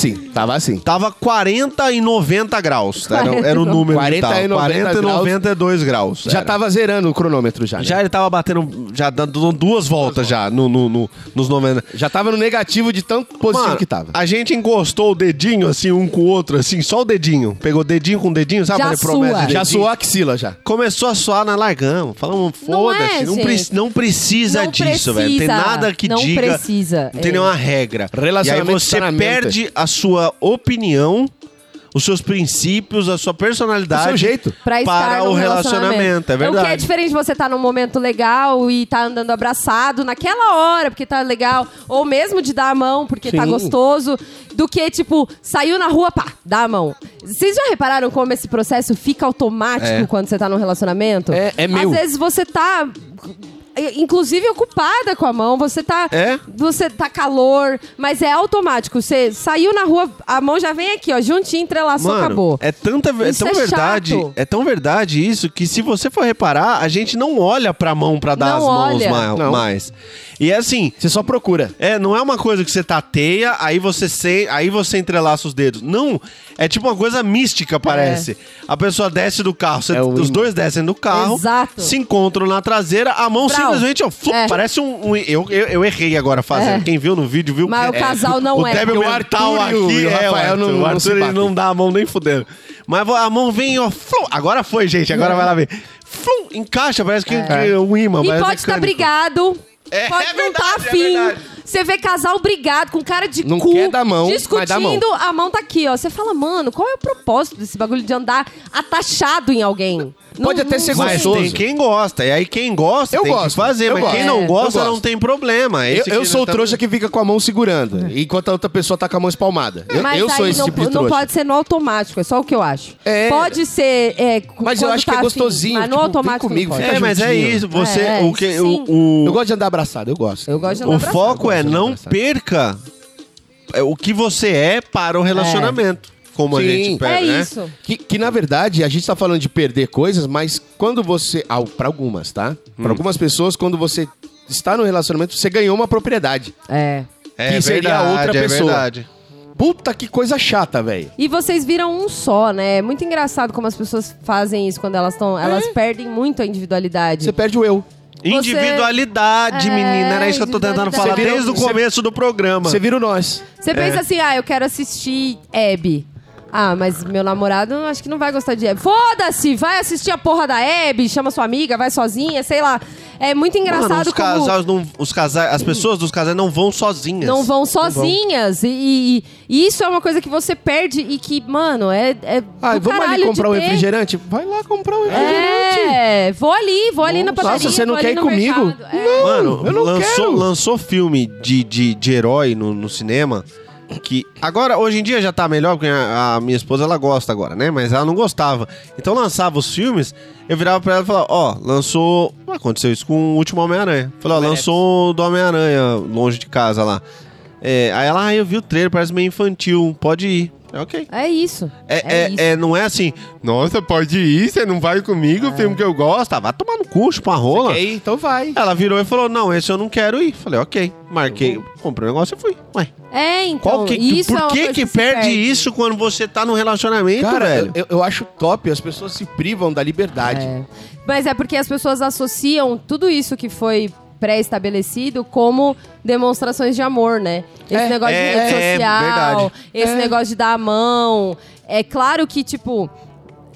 Speaker 5: assim, tava assim.
Speaker 2: 40 e 90 graus. tá? Era, era o número
Speaker 5: 40 e
Speaker 2: que tava.
Speaker 5: 90
Speaker 2: 40 e
Speaker 5: graus.
Speaker 2: 92 graus.
Speaker 5: Já
Speaker 2: era.
Speaker 5: tava zerando o cronômetro já. né?
Speaker 2: Já ele tava batendo, já dando duas voltas já no, no- no- nos 90.
Speaker 5: Já tava no negativo de tão positivo
Speaker 2: Mano,
Speaker 5: que tava.
Speaker 2: A gente encostou o dedinho assim, um com o outro, assim, só o dedinho. Pegou dedinho com dedinho, sabe?
Speaker 4: Já
Speaker 2: Fazer
Speaker 4: sua.
Speaker 2: promessa de
Speaker 5: Já
Speaker 2: dedinho.
Speaker 5: suou a axila já.
Speaker 2: Começou a suar, nós largamos. Falamos,
Speaker 4: Não é,
Speaker 2: foda-se. Não,
Speaker 4: gente.
Speaker 2: preci- não precisa
Speaker 4: Não
Speaker 2: disso, velho. Não tem
Speaker 4: precisa.
Speaker 2: nada que
Speaker 4: Não
Speaker 2: diga.
Speaker 4: precisa,
Speaker 2: Não tem
Speaker 4: é.
Speaker 2: nenhuma regra. E aí
Speaker 5: Relacionamento
Speaker 2: você
Speaker 5: sanamente.
Speaker 2: perde a sua opinião, os seus princípios, a sua personalidade.
Speaker 5: O seu jeito.
Speaker 4: Pra estar
Speaker 2: para
Speaker 4: num
Speaker 2: o relacionamento. É
Speaker 4: O que é
Speaker 2: verdade.
Speaker 4: diferente de você estar num momento legal e tá andando abraçado naquela hora, porque tá legal, ou mesmo de dar a mão porque tá
Speaker 5: Sim.
Speaker 4: gostoso, do que, tipo, saiu na rua, pá, dá a mão. Vocês já repararam como esse processo fica
Speaker 2: É.
Speaker 4: automático quando você tá num relacionamento?
Speaker 5: É- é meu.
Speaker 4: Às vezes você tá é, inclusive ocupada com a mão, você tá
Speaker 2: É?
Speaker 4: você tá calor, mas é automático. Você saiu na rua, a mão já vem aqui, ó, juntinho, entrelaçou,
Speaker 2: Mano,
Speaker 4: acabou.
Speaker 2: É tanta ver- é
Speaker 4: Isso
Speaker 2: tão
Speaker 4: é
Speaker 2: verdade,
Speaker 4: chato.
Speaker 2: é tão verdade isso que se você for reparar, a gente não olha pra mão pra dar
Speaker 4: Não
Speaker 2: as mãos
Speaker 4: olha.
Speaker 2: ma-
Speaker 5: Não.
Speaker 2: mais. E é assim,
Speaker 5: Você só procura.
Speaker 2: é, não é uma coisa que você tateia, aí você se, aí você entrelaça os dedos. Não, é tipo uma coisa
Speaker 4: É.
Speaker 2: mística, parece. A pessoa desce do carro, você-
Speaker 5: É o
Speaker 2: os
Speaker 5: imã.
Speaker 2: dois descem do carro,
Speaker 4: Exato.
Speaker 2: se encontram na traseira, a mão
Speaker 4: Brau.
Speaker 2: simplesmente, ó, flup,
Speaker 4: É.
Speaker 2: parece um, um- eu, eu, eu errei agora fazendo. Quem viu no vídeo viu
Speaker 4: Mas o casal não
Speaker 2: o
Speaker 4: é.
Speaker 2: Débil
Speaker 5: Porque o
Speaker 2: mental
Speaker 5: Arthur e o-
Speaker 2: aqui
Speaker 5: e o
Speaker 2: é, o
Speaker 5: Rafael
Speaker 2: Arthur,
Speaker 5: não-
Speaker 2: o
Speaker 5: não se
Speaker 2: Arthur ele
Speaker 5: batem.
Speaker 2: não dá a mão nem fudendo. Mas a mão vem, ó. flum. agora foi, gente. Agora vai lá ver. Flum, encaixa, parece que que é um imã.
Speaker 4: E
Speaker 2: parece
Speaker 4: pode
Speaker 2: um
Speaker 4: estar
Speaker 2: cânico.
Speaker 4: brigado.
Speaker 2: É,
Speaker 4: pode
Speaker 2: é
Speaker 4: não
Speaker 2: verdade,
Speaker 4: estar
Speaker 2: é
Speaker 4: afim.
Speaker 2: verdade.
Speaker 4: Você vê casal brigado, com cara de
Speaker 5: Não
Speaker 4: cu,
Speaker 5: quer dar mão, mas dá mão.
Speaker 4: discutindo, a mão tá aqui, ó. Você fala, mano, qual é o propósito desse bagulho de andar atachado em alguém?
Speaker 5: Pode até ser
Speaker 4: sei.
Speaker 2: Mas
Speaker 5: gostoso.
Speaker 2: tem quem gosta. E aí quem gosta
Speaker 5: Eu
Speaker 2: tem
Speaker 5: gosto,
Speaker 2: que fazer.
Speaker 5: eu
Speaker 2: mas quem
Speaker 5: gosto.
Speaker 2: não
Speaker 4: É,
Speaker 2: gosta
Speaker 5: eu
Speaker 2: não
Speaker 5: gosto.
Speaker 2: tem problema.
Speaker 5: Eu,
Speaker 2: Esse tá-
Speaker 5: eu
Speaker 2: É que É.
Speaker 5: sou o
Speaker 2: nós tamo-
Speaker 5: trouxa que fica com a mão segurando, enquanto a outra pessoa tá com a mão espalmada. Eu,
Speaker 4: Mas
Speaker 5: eu sou
Speaker 4: aí
Speaker 5: esse
Speaker 4: não,
Speaker 5: tipo de
Speaker 4: não
Speaker 5: trouxa.
Speaker 4: pode ser no automático, é só o que eu acho.
Speaker 5: É.
Speaker 4: Pode ser. é, c-
Speaker 5: Mas eu
Speaker 4: quando
Speaker 5: acho
Speaker 4: tá
Speaker 5: que é
Speaker 4: afim,
Speaker 5: gostosinho,
Speaker 4: mas no
Speaker 5: tipo, vem
Speaker 4: automático.
Speaker 5: comigo,
Speaker 4: não pode.
Speaker 5: fica
Speaker 2: É, mas é
Speaker 5: juntinho.
Speaker 2: isso. Você,
Speaker 4: É,
Speaker 2: o que,
Speaker 4: sim.
Speaker 2: o,
Speaker 5: Eu
Speaker 2: o,
Speaker 5: gosto de andar abraçado, eu gosto.
Speaker 4: É. Eu gosto de andar
Speaker 2: o
Speaker 4: abraçado.
Speaker 2: foco é
Speaker 5: gosto de
Speaker 2: não
Speaker 5: abraçar.
Speaker 2: perca é, o que você é para o relacionamento. Como a
Speaker 5: Sim.
Speaker 2: gente pega,
Speaker 4: É
Speaker 2: né?
Speaker 4: isso.
Speaker 5: Que, que, na verdade a gente tá falando de perder coisas, mas quando você. Ah, pra algumas, tá?
Speaker 2: Hum.
Speaker 5: Pra algumas pessoas, quando você está no relacionamento, você ganhou uma propriedade.
Speaker 4: É.
Speaker 2: É
Speaker 5: que seria
Speaker 2: verdade,
Speaker 5: outra
Speaker 2: é
Speaker 5: pessoa.
Speaker 2: verdade.
Speaker 5: Puta que coisa chata, velho.
Speaker 4: E vocês viram um só, né? É muito engraçado como as pessoas fazem isso quando elas estão. Elas
Speaker 2: É.
Speaker 4: perdem muito a individualidade.
Speaker 5: Você perde o eu.
Speaker 2: Individualidade,
Speaker 4: É,
Speaker 2: menina. Era isso que eu tô tentando
Speaker 4: individualidade.
Speaker 2: falar
Speaker 5: Você vira-
Speaker 2: desde o
Speaker 5: você-
Speaker 2: começo do programa.
Speaker 5: Você vira o nós.
Speaker 4: Você pensa assim, ah, eu quero assistir Abby. Ah, mas meu namorado acho que não vai gostar de Abby. Foda-se! Vai assistir a porra da Abby, chama sua amiga, vai sozinha, sei lá. É muito engraçado
Speaker 2: Mano, os
Speaker 4: como
Speaker 2: casais não, os casais, as pessoas dos casais não vão sozinhas.
Speaker 4: não vão sozinhas. E, e- e isso é uma coisa que você perde e que, mano, é. é do
Speaker 5: Ah, vamos
Speaker 4: caralho
Speaker 5: ali
Speaker 4: de
Speaker 5: comprar um
Speaker 4: ter.
Speaker 5: refrigerante? Vai lá comprar um refrigerante.
Speaker 4: É, vou ali, vou ali na
Speaker 5: Nossa,
Speaker 4: padaria.
Speaker 5: você não
Speaker 4: vou
Speaker 5: quer
Speaker 4: ali
Speaker 5: ir
Speaker 4: no
Speaker 5: comigo?
Speaker 4: mercado. É.
Speaker 2: Mano,
Speaker 5: eu não quero.
Speaker 2: lançou, lançou filme de, de, de herói no, no cinema. Que agora, hoje em dia já tá melhor, porque a, a minha esposa ela gosta agora, né? Mas ela não gostava. Então lançava os filmes, eu virava pra ela e falava: Ó, lançou. Aconteceu isso com o último Homem-Aranha. Falei: Ó, lançou o do Homem-Aranha longe de casa lá. É, aí ela, ah, eu vi o trailer, parece meio infantil, pode ir. É ok.
Speaker 4: É isso.
Speaker 2: É, é,
Speaker 4: isso.
Speaker 2: é- não é assim, nossa, pode ir, você não vai comigo, o filme que eu gosto. Ah, vai tomar no cu, chupa a rola.
Speaker 5: Ok, então vai.
Speaker 2: Ela virou e falou, não, esse eu não quero ir. Falei, ok. Marquei, comprei o negócio e fui. Ué,
Speaker 4: É, então.
Speaker 2: qual que,
Speaker 4: isso é
Speaker 2: por
Speaker 4: uma
Speaker 2: que
Speaker 4: coisa
Speaker 2: que
Speaker 4: se
Speaker 2: perde, isso quando você tá num relacionamento,
Speaker 5: Cara, eu,
Speaker 2: velho?
Speaker 5: Então, eu- eu acho top, as pessoas se privam da liberdade.
Speaker 4: É. Mas é porque as pessoas associam tudo isso que foi pré-estabelecido como demonstrações de amor, né? Esse
Speaker 5: É,
Speaker 4: negócio
Speaker 2: é,
Speaker 4: de rede
Speaker 2: é,
Speaker 4: social,
Speaker 2: verdade.
Speaker 4: esse
Speaker 5: É.
Speaker 4: negócio de dar a mão. É claro que, tipo.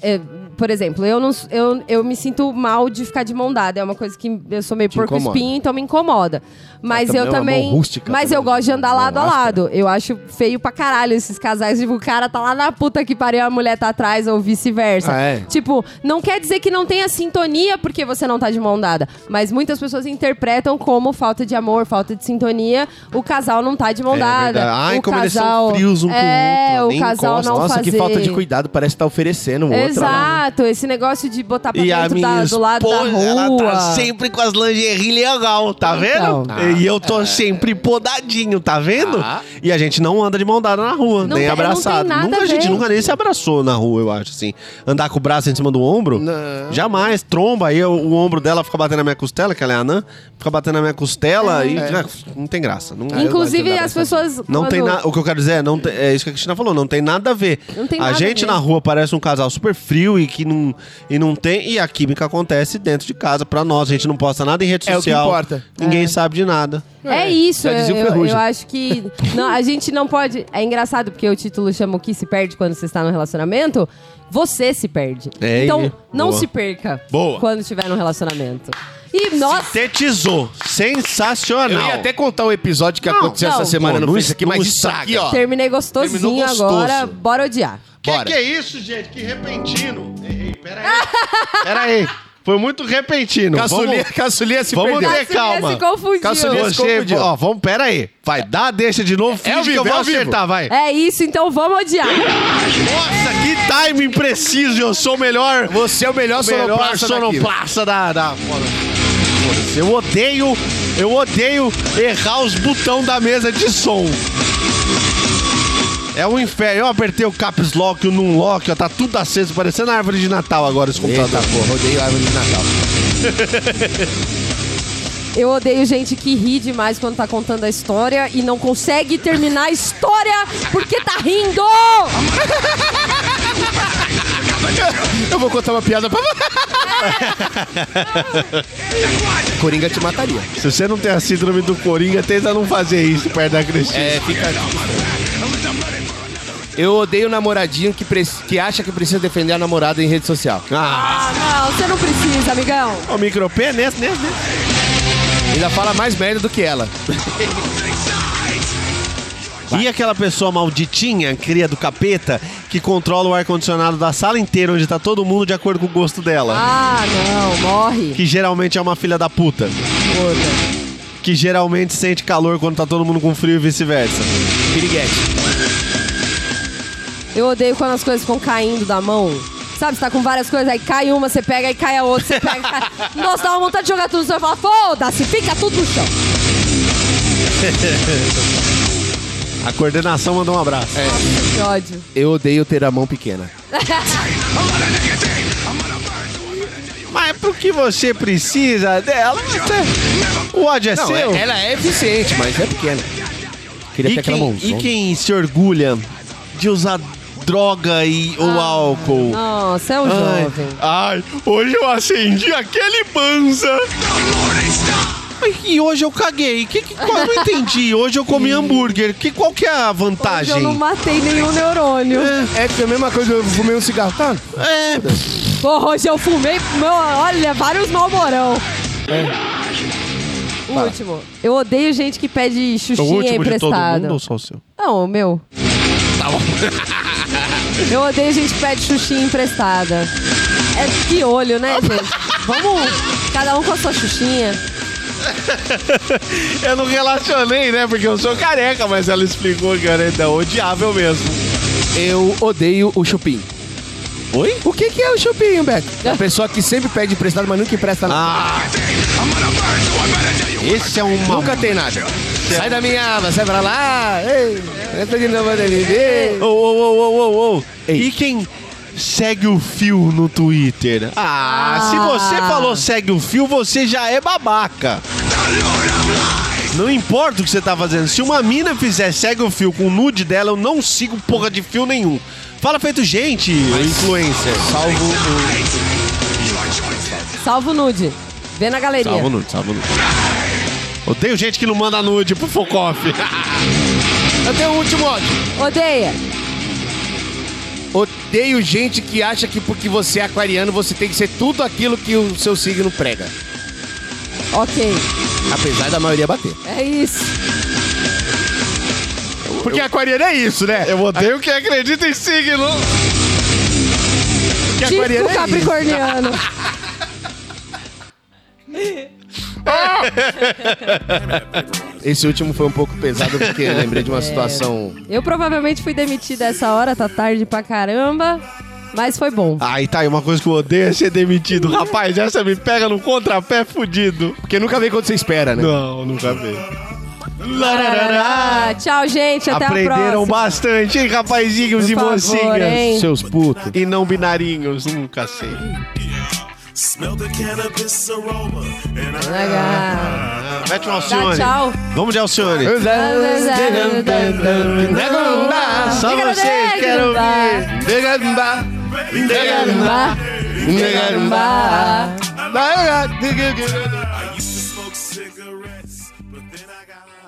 Speaker 4: é, por exemplo, eu, não, s- eu, eu me sinto mal de ficar de mão dada. É uma coisa que eu sou meio
Speaker 5: Te
Speaker 4: porco
Speaker 5: incomoda.
Speaker 4: espinho, então me incomoda. Mas
Speaker 5: também
Speaker 4: eu
Speaker 5: é uma mão
Speaker 4: também.
Speaker 5: rústica,
Speaker 4: mas
Speaker 5: também,
Speaker 4: eu gosto de andar
Speaker 5: mão
Speaker 4: lado a
Speaker 5: áspera.
Speaker 4: lado. Eu acho feio pra caralho esses casais. Tipo, o cara tá lá na puta que pariu, a mulher tá atrás, ou vice-versa.
Speaker 5: Ah, é?
Speaker 4: Tipo, não quer dizer que não tenha sintonia porque você não tá de mão dada. Mas muitas pessoas interpretam como falta de amor, falta de sintonia, o casal não tá de mão
Speaker 2: É
Speaker 4: dada.
Speaker 2: verdade. Ai,
Speaker 4: o
Speaker 2: como eles são
Speaker 4: casal...
Speaker 2: frios um com o
Speaker 4: É,
Speaker 2: outro,
Speaker 4: o
Speaker 2: nem
Speaker 4: casal
Speaker 2: encostam.
Speaker 4: não
Speaker 5: Nossa,
Speaker 4: fazer...
Speaker 5: que falta de cuidado, parece que tá oferecendo um outro. lá, né?
Speaker 4: Exato, esse negócio de botar tá pra
Speaker 2: E a
Speaker 4: dentro
Speaker 2: minha
Speaker 4: da- do lado da
Speaker 2: esposa,
Speaker 4: rua.
Speaker 2: ela tá sempre com as lingerie legal, tá
Speaker 4: Então.
Speaker 2: vendo? e eu tô sempre podadinho, tá vendo?
Speaker 5: Ah.
Speaker 2: E a gente não anda de mão dada na rua,
Speaker 4: Não
Speaker 2: nem
Speaker 4: tem- não tem
Speaker 2: abraçado.
Speaker 4: nada
Speaker 2: nunca,
Speaker 4: a
Speaker 2: a gente
Speaker 4: ver.
Speaker 2: nunca nem se abraçou na rua, eu acho, assim. Andar com o braço em cima do ombro,
Speaker 5: Não.
Speaker 2: jamais. Tromba, aí eu- o ombro dela fica batendo na minha costela, que ela é anã, fica batendo na minha costela e ah, não tem graça. Não,
Speaker 4: É. Inclusive,
Speaker 5: andar
Speaker 4: as pessoas...
Speaker 2: não tem
Speaker 4: quando-
Speaker 2: nada. O que eu quero dizer é, não tem- é isso que a Cristina falou, não tem nada a ver.
Speaker 4: Não tem
Speaker 2: a
Speaker 4: nada a
Speaker 2: gente
Speaker 4: ver.
Speaker 2: na rua parece um casal super frio e que não, e não tem. E a química acontece dentro de casa pra nós. A gente não posta nada em rede
Speaker 5: É o que
Speaker 2: social.
Speaker 5: importa.
Speaker 2: Ninguém sabe de nada.
Speaker 4: É isso,
Speaker 5: já dizia
Speaker 4: eu,
Speaker 5: o
Speaker 4: eu-
Speaker 5: Ferrugem.
Speaker 4: eu acho
Speaker 5: [laughs]
Speaker 4: que. Não, a gente não pode. É engraçado porque o título chama o que se perde quando você está no relacionamento. Você se perde.
Speaker 2: É,
Speaker 4: então,
Speaker 2: e-
Speaker 4: não
Speaker 2: boa.
Speaker 4: se perca
Speaker 2: Boa.
Speaker 4: quando estiver no relacionamento. E nossa,
Speaker 2: Tetizou.
Speaker 5: Eu
Speaker 2: Sensacional.
Speaker 5: ia até contar o episódio que
Speaker 4: Não,
Speaker 5: aconteceu
Speaker 4: não.
Speaker 5: essa semana
Speaker 2: Pô,
Speaker 5: no
Speaker 2: não
Speaker 5: Face aqui,
Speaker 2: estraga.
Speaker 5: mas isso aqui, ó.
Speaker 4: terminei gostosinho
Speaker 5: Terminou gostoso.
Speaker 4: agora, bora odiar.
Speaker 2: Que
Speaker 5: Bora.
Speaker 2: que é isso, gente? Que repentino. Ei, ei, pera aí. pera aí. Foi muito repentino.
Speaker 5: Caçulinha,
Speaker 2: Vamos-
Speaker 5: Caçulinha se
Speaker 2: Vamos
Speaker 5: perdeu.
Speaker 2: ter calma.
Speaker 4: se confundiu.
Speaker 5: Caçulinha se
Speaker 2: Você,
Speaker 5: confundiu.
Speaker 2: ó, vamos, pera aí. Vai, dá, deixa de novo, finge
Speaker 5: ao
Speaker 2: que
Speaker 5: vivo,
Speaker 2: eu vou
Speaker 5: é ao vivo.
Speaker 2: acertar, vai.
Speaker 4: É isso, então vamos odiar.
Speaker 2: Nossa, que timing preciso! Eu sou o melhor,
Speaker 5: Você é o melhor,
Speaker 2: melhor
Speaker 5: sonoplasta daqui.
Speaker 2: sonoplaça da, da foda. Foda-se, Eu odeio, eu odeio errar os botão da mesa de som. É um inferno. Eu apertei o caps lock, o num lock, ó, tá tudo aceso, parecendo a árvore de Natal agora esse computador.
Speaker 5: Eita porra, odeio árvore de Natal.
Speaker 4: Eu odeio gente que ri demais quando tá contando a história e não consegue terminar a história porque tá rindo!
Speaker 5: Eu vou contar uma piada pra [laughs] Coringa te mataria.
Speaker 2: Se você não tem a síndrome do Coringa, tenta não fazer isso perto da Cristina.
Speaker 5: É, fica Eu odeio namoradinho que, preci- que acha que precisa defender a namorada em rede social.
Speaker 2: Ah,
Speaker 4: Ah, não, você não precisa, amigão.
Speaker 2: o né, micropé nessa, nessa, nessa.
Speaker 5: Ainda fala mais merda do que ela.
Speaker 2: E aquela pessoa malditinha, cria do capeta, que controla o ar-condicionado da sala inteira, onde tá todo mundo de acordo com o gosto dela.
Speaker 4: Ah, não, morre.
Speaker 2: Que geralmente é uma filha da puta. Que geralmente sente calor quando tá todo mundo com frio e vice-versa.
Speaker 5: Piriguete.
Speaker 4: Eu odeio quando as coisas ficam caindo da mão. Sabe, você tá com várias coisas, aí cai uma, você pega, aí cai a outra, você pega, cai... Nossa, dá uma vontade de jogar tudo no chão e falar, foda-se, fica tudo no chão.
Speaker 2: A coordenação mandou um abraço.
Speaker 4: Que ódio.
Speaker 5: Eu odeio ter a mão pequena.
Speaker 2: Mas é pro que você precisa dela, você... o ódio é
Speaker 5: Não,
Speaker 2: seu.
Speaker 5: é- ela é eficiente, mas é pequena. Queria ter
Speaker 2: E
Speaker 5: aquela
Speaker 2: quem,
Speaker 5: mãozona.
Speaker 2: e quem se orgulha de usar droga e,
Speaker 4: Ah,
Speaker 2: ou álcool?
Speaker 4: Nossa, é um jovem.
Speaker 2: Ai, hoje eu acendi aquele panza. E hoje eu caguei. Que, que, qual, eu não entendi. Hoje eu
Speaker 4: [laughs]
Speaker 2: comi hambúrguer. Que, qual que é a
Speaker 4: Hoje eu
Speaker 2: vantagem?
Speaker 4: não matei nenhum neurônio.
Speaker 5: [laughs]
Speaker 2: né?
Speaker 5: É que é a mesma coisa, eu fumei um cigarro, tá?
Speaker 2: É,
Speaker 4: Porra, hoje eu fumei, meu, olha, vários malmorão. O último. Eu odeio gente que pede
Speaker 2: É
Speaker 4: xuxinha emprestada.
Speaker 2: só o seu?
Speaker 4: Não, o meu. Tá bom. Eu odeio gente que pede xuxinha emprestada. É que olho, né, gente? Vamos, cada um com a sua xuxinha.
Speaker 2: Eu não relacionei, né? Porque eu sou careca, mas ela explicou que era é odiável mesmo.
Speaker 5: Eu odeio o chupim.
Speaker 2: Oi?
Speaker 5: O que, que é o chupim, Beto? É a pessoa que sempre pede emprestado, mas nunca empresta nada.
Speaker 2: Ah, esse é uma
Speaker 5: Nunca tem nada. Sai da minha aba, sai pra lá. Ei, entra de novo dele. Ei.
Speaker 2: Ô, ô, ô, ô, ô, ô. E quem segue o fio no Twitter? Ah, se você falou segue o fio, você já é babaca. Não importa o que você tá fazendo. Se uma mina fizer segue o fio com o nude dela, eu não sigo porra de fio nenhum. Fala feito gente, influencer.
Speaker 5: Salvo o...
Speaker 4: Salvo nude. Vê na galeria.
Speaker 2: Salva o nude, salva o nude. Odeio gente que não manda nude pro Focoff.
Speaker 5: Eu tenho um último ódio.
Speaker 4: Odeia.
Speaker 5: Odeio gente que acha que porque você é aquariano, você tem que ser tudo aquilo que o seu signo prega.
Speaker 4: Ok.
Speaker 5: Apesar da maioria bater.
Speaker 4: É isso.
Speaker 5: Porque aquariano é isso, né?
Speaker 2: Eu odeio quem acredita em signo.
Speaker 5: Porque aquariano
Speaker 4: Típico
Speaker 5: é isso.
Speaker 4: Tipo capricorniano.
Speaker 5: Esse último foi um pouco pesado porque eu lembrei de uma situação.
Speaker 4: Eu provavelmente fui demitida essa hora, tá tarde pra caramba. Mas foi bom.
Speaker 2: Aí tá aí uma coisa que eu odeio é ser demitido. Rapaz, essa me pega no contrapé fudido.
Speaker 5: Porque nunca vem quando você espera, né?
Speaker 2: Não, nunca vi.
Speaker 4: Tarará. Tchau, gente. Até a
Speaker 2: Aprenderam
Speaker 4: próxima.
Speaker 2: bastante, hein, rapazinhos
Speaker 4: Por
Speaker 2: e
Speaker 4: favor,
Speaker 2: mocinhas.
Speaker 4: hein?
Speaker 5: Seus putos.
Speaker 2: E não binarinhos, nunca sei.
Speaker 7: Smell the cannabis aroma, and I
Speaker 4: Legal.
Speaker 2: Mete um
Speaker 4: Dá
Speaker 2: Alcione.
Speaker 4: tchau.
Speaker 2: Vamos de Alcione.
Speaker 5: é.
Speaker 2: Só
Speaker 4: Negro,
Speaker 2: vocês,
Speaker 4: negro,
Speaker 2: quero
Speaker 4: tá?
Speaker 2: ouvir. Negambá,
Speaker 4: Gambá,
Speaker 5: Negambá.
Speaker 4: gambá.
Speaker 7: used to smoke cigarettes, but then I got high.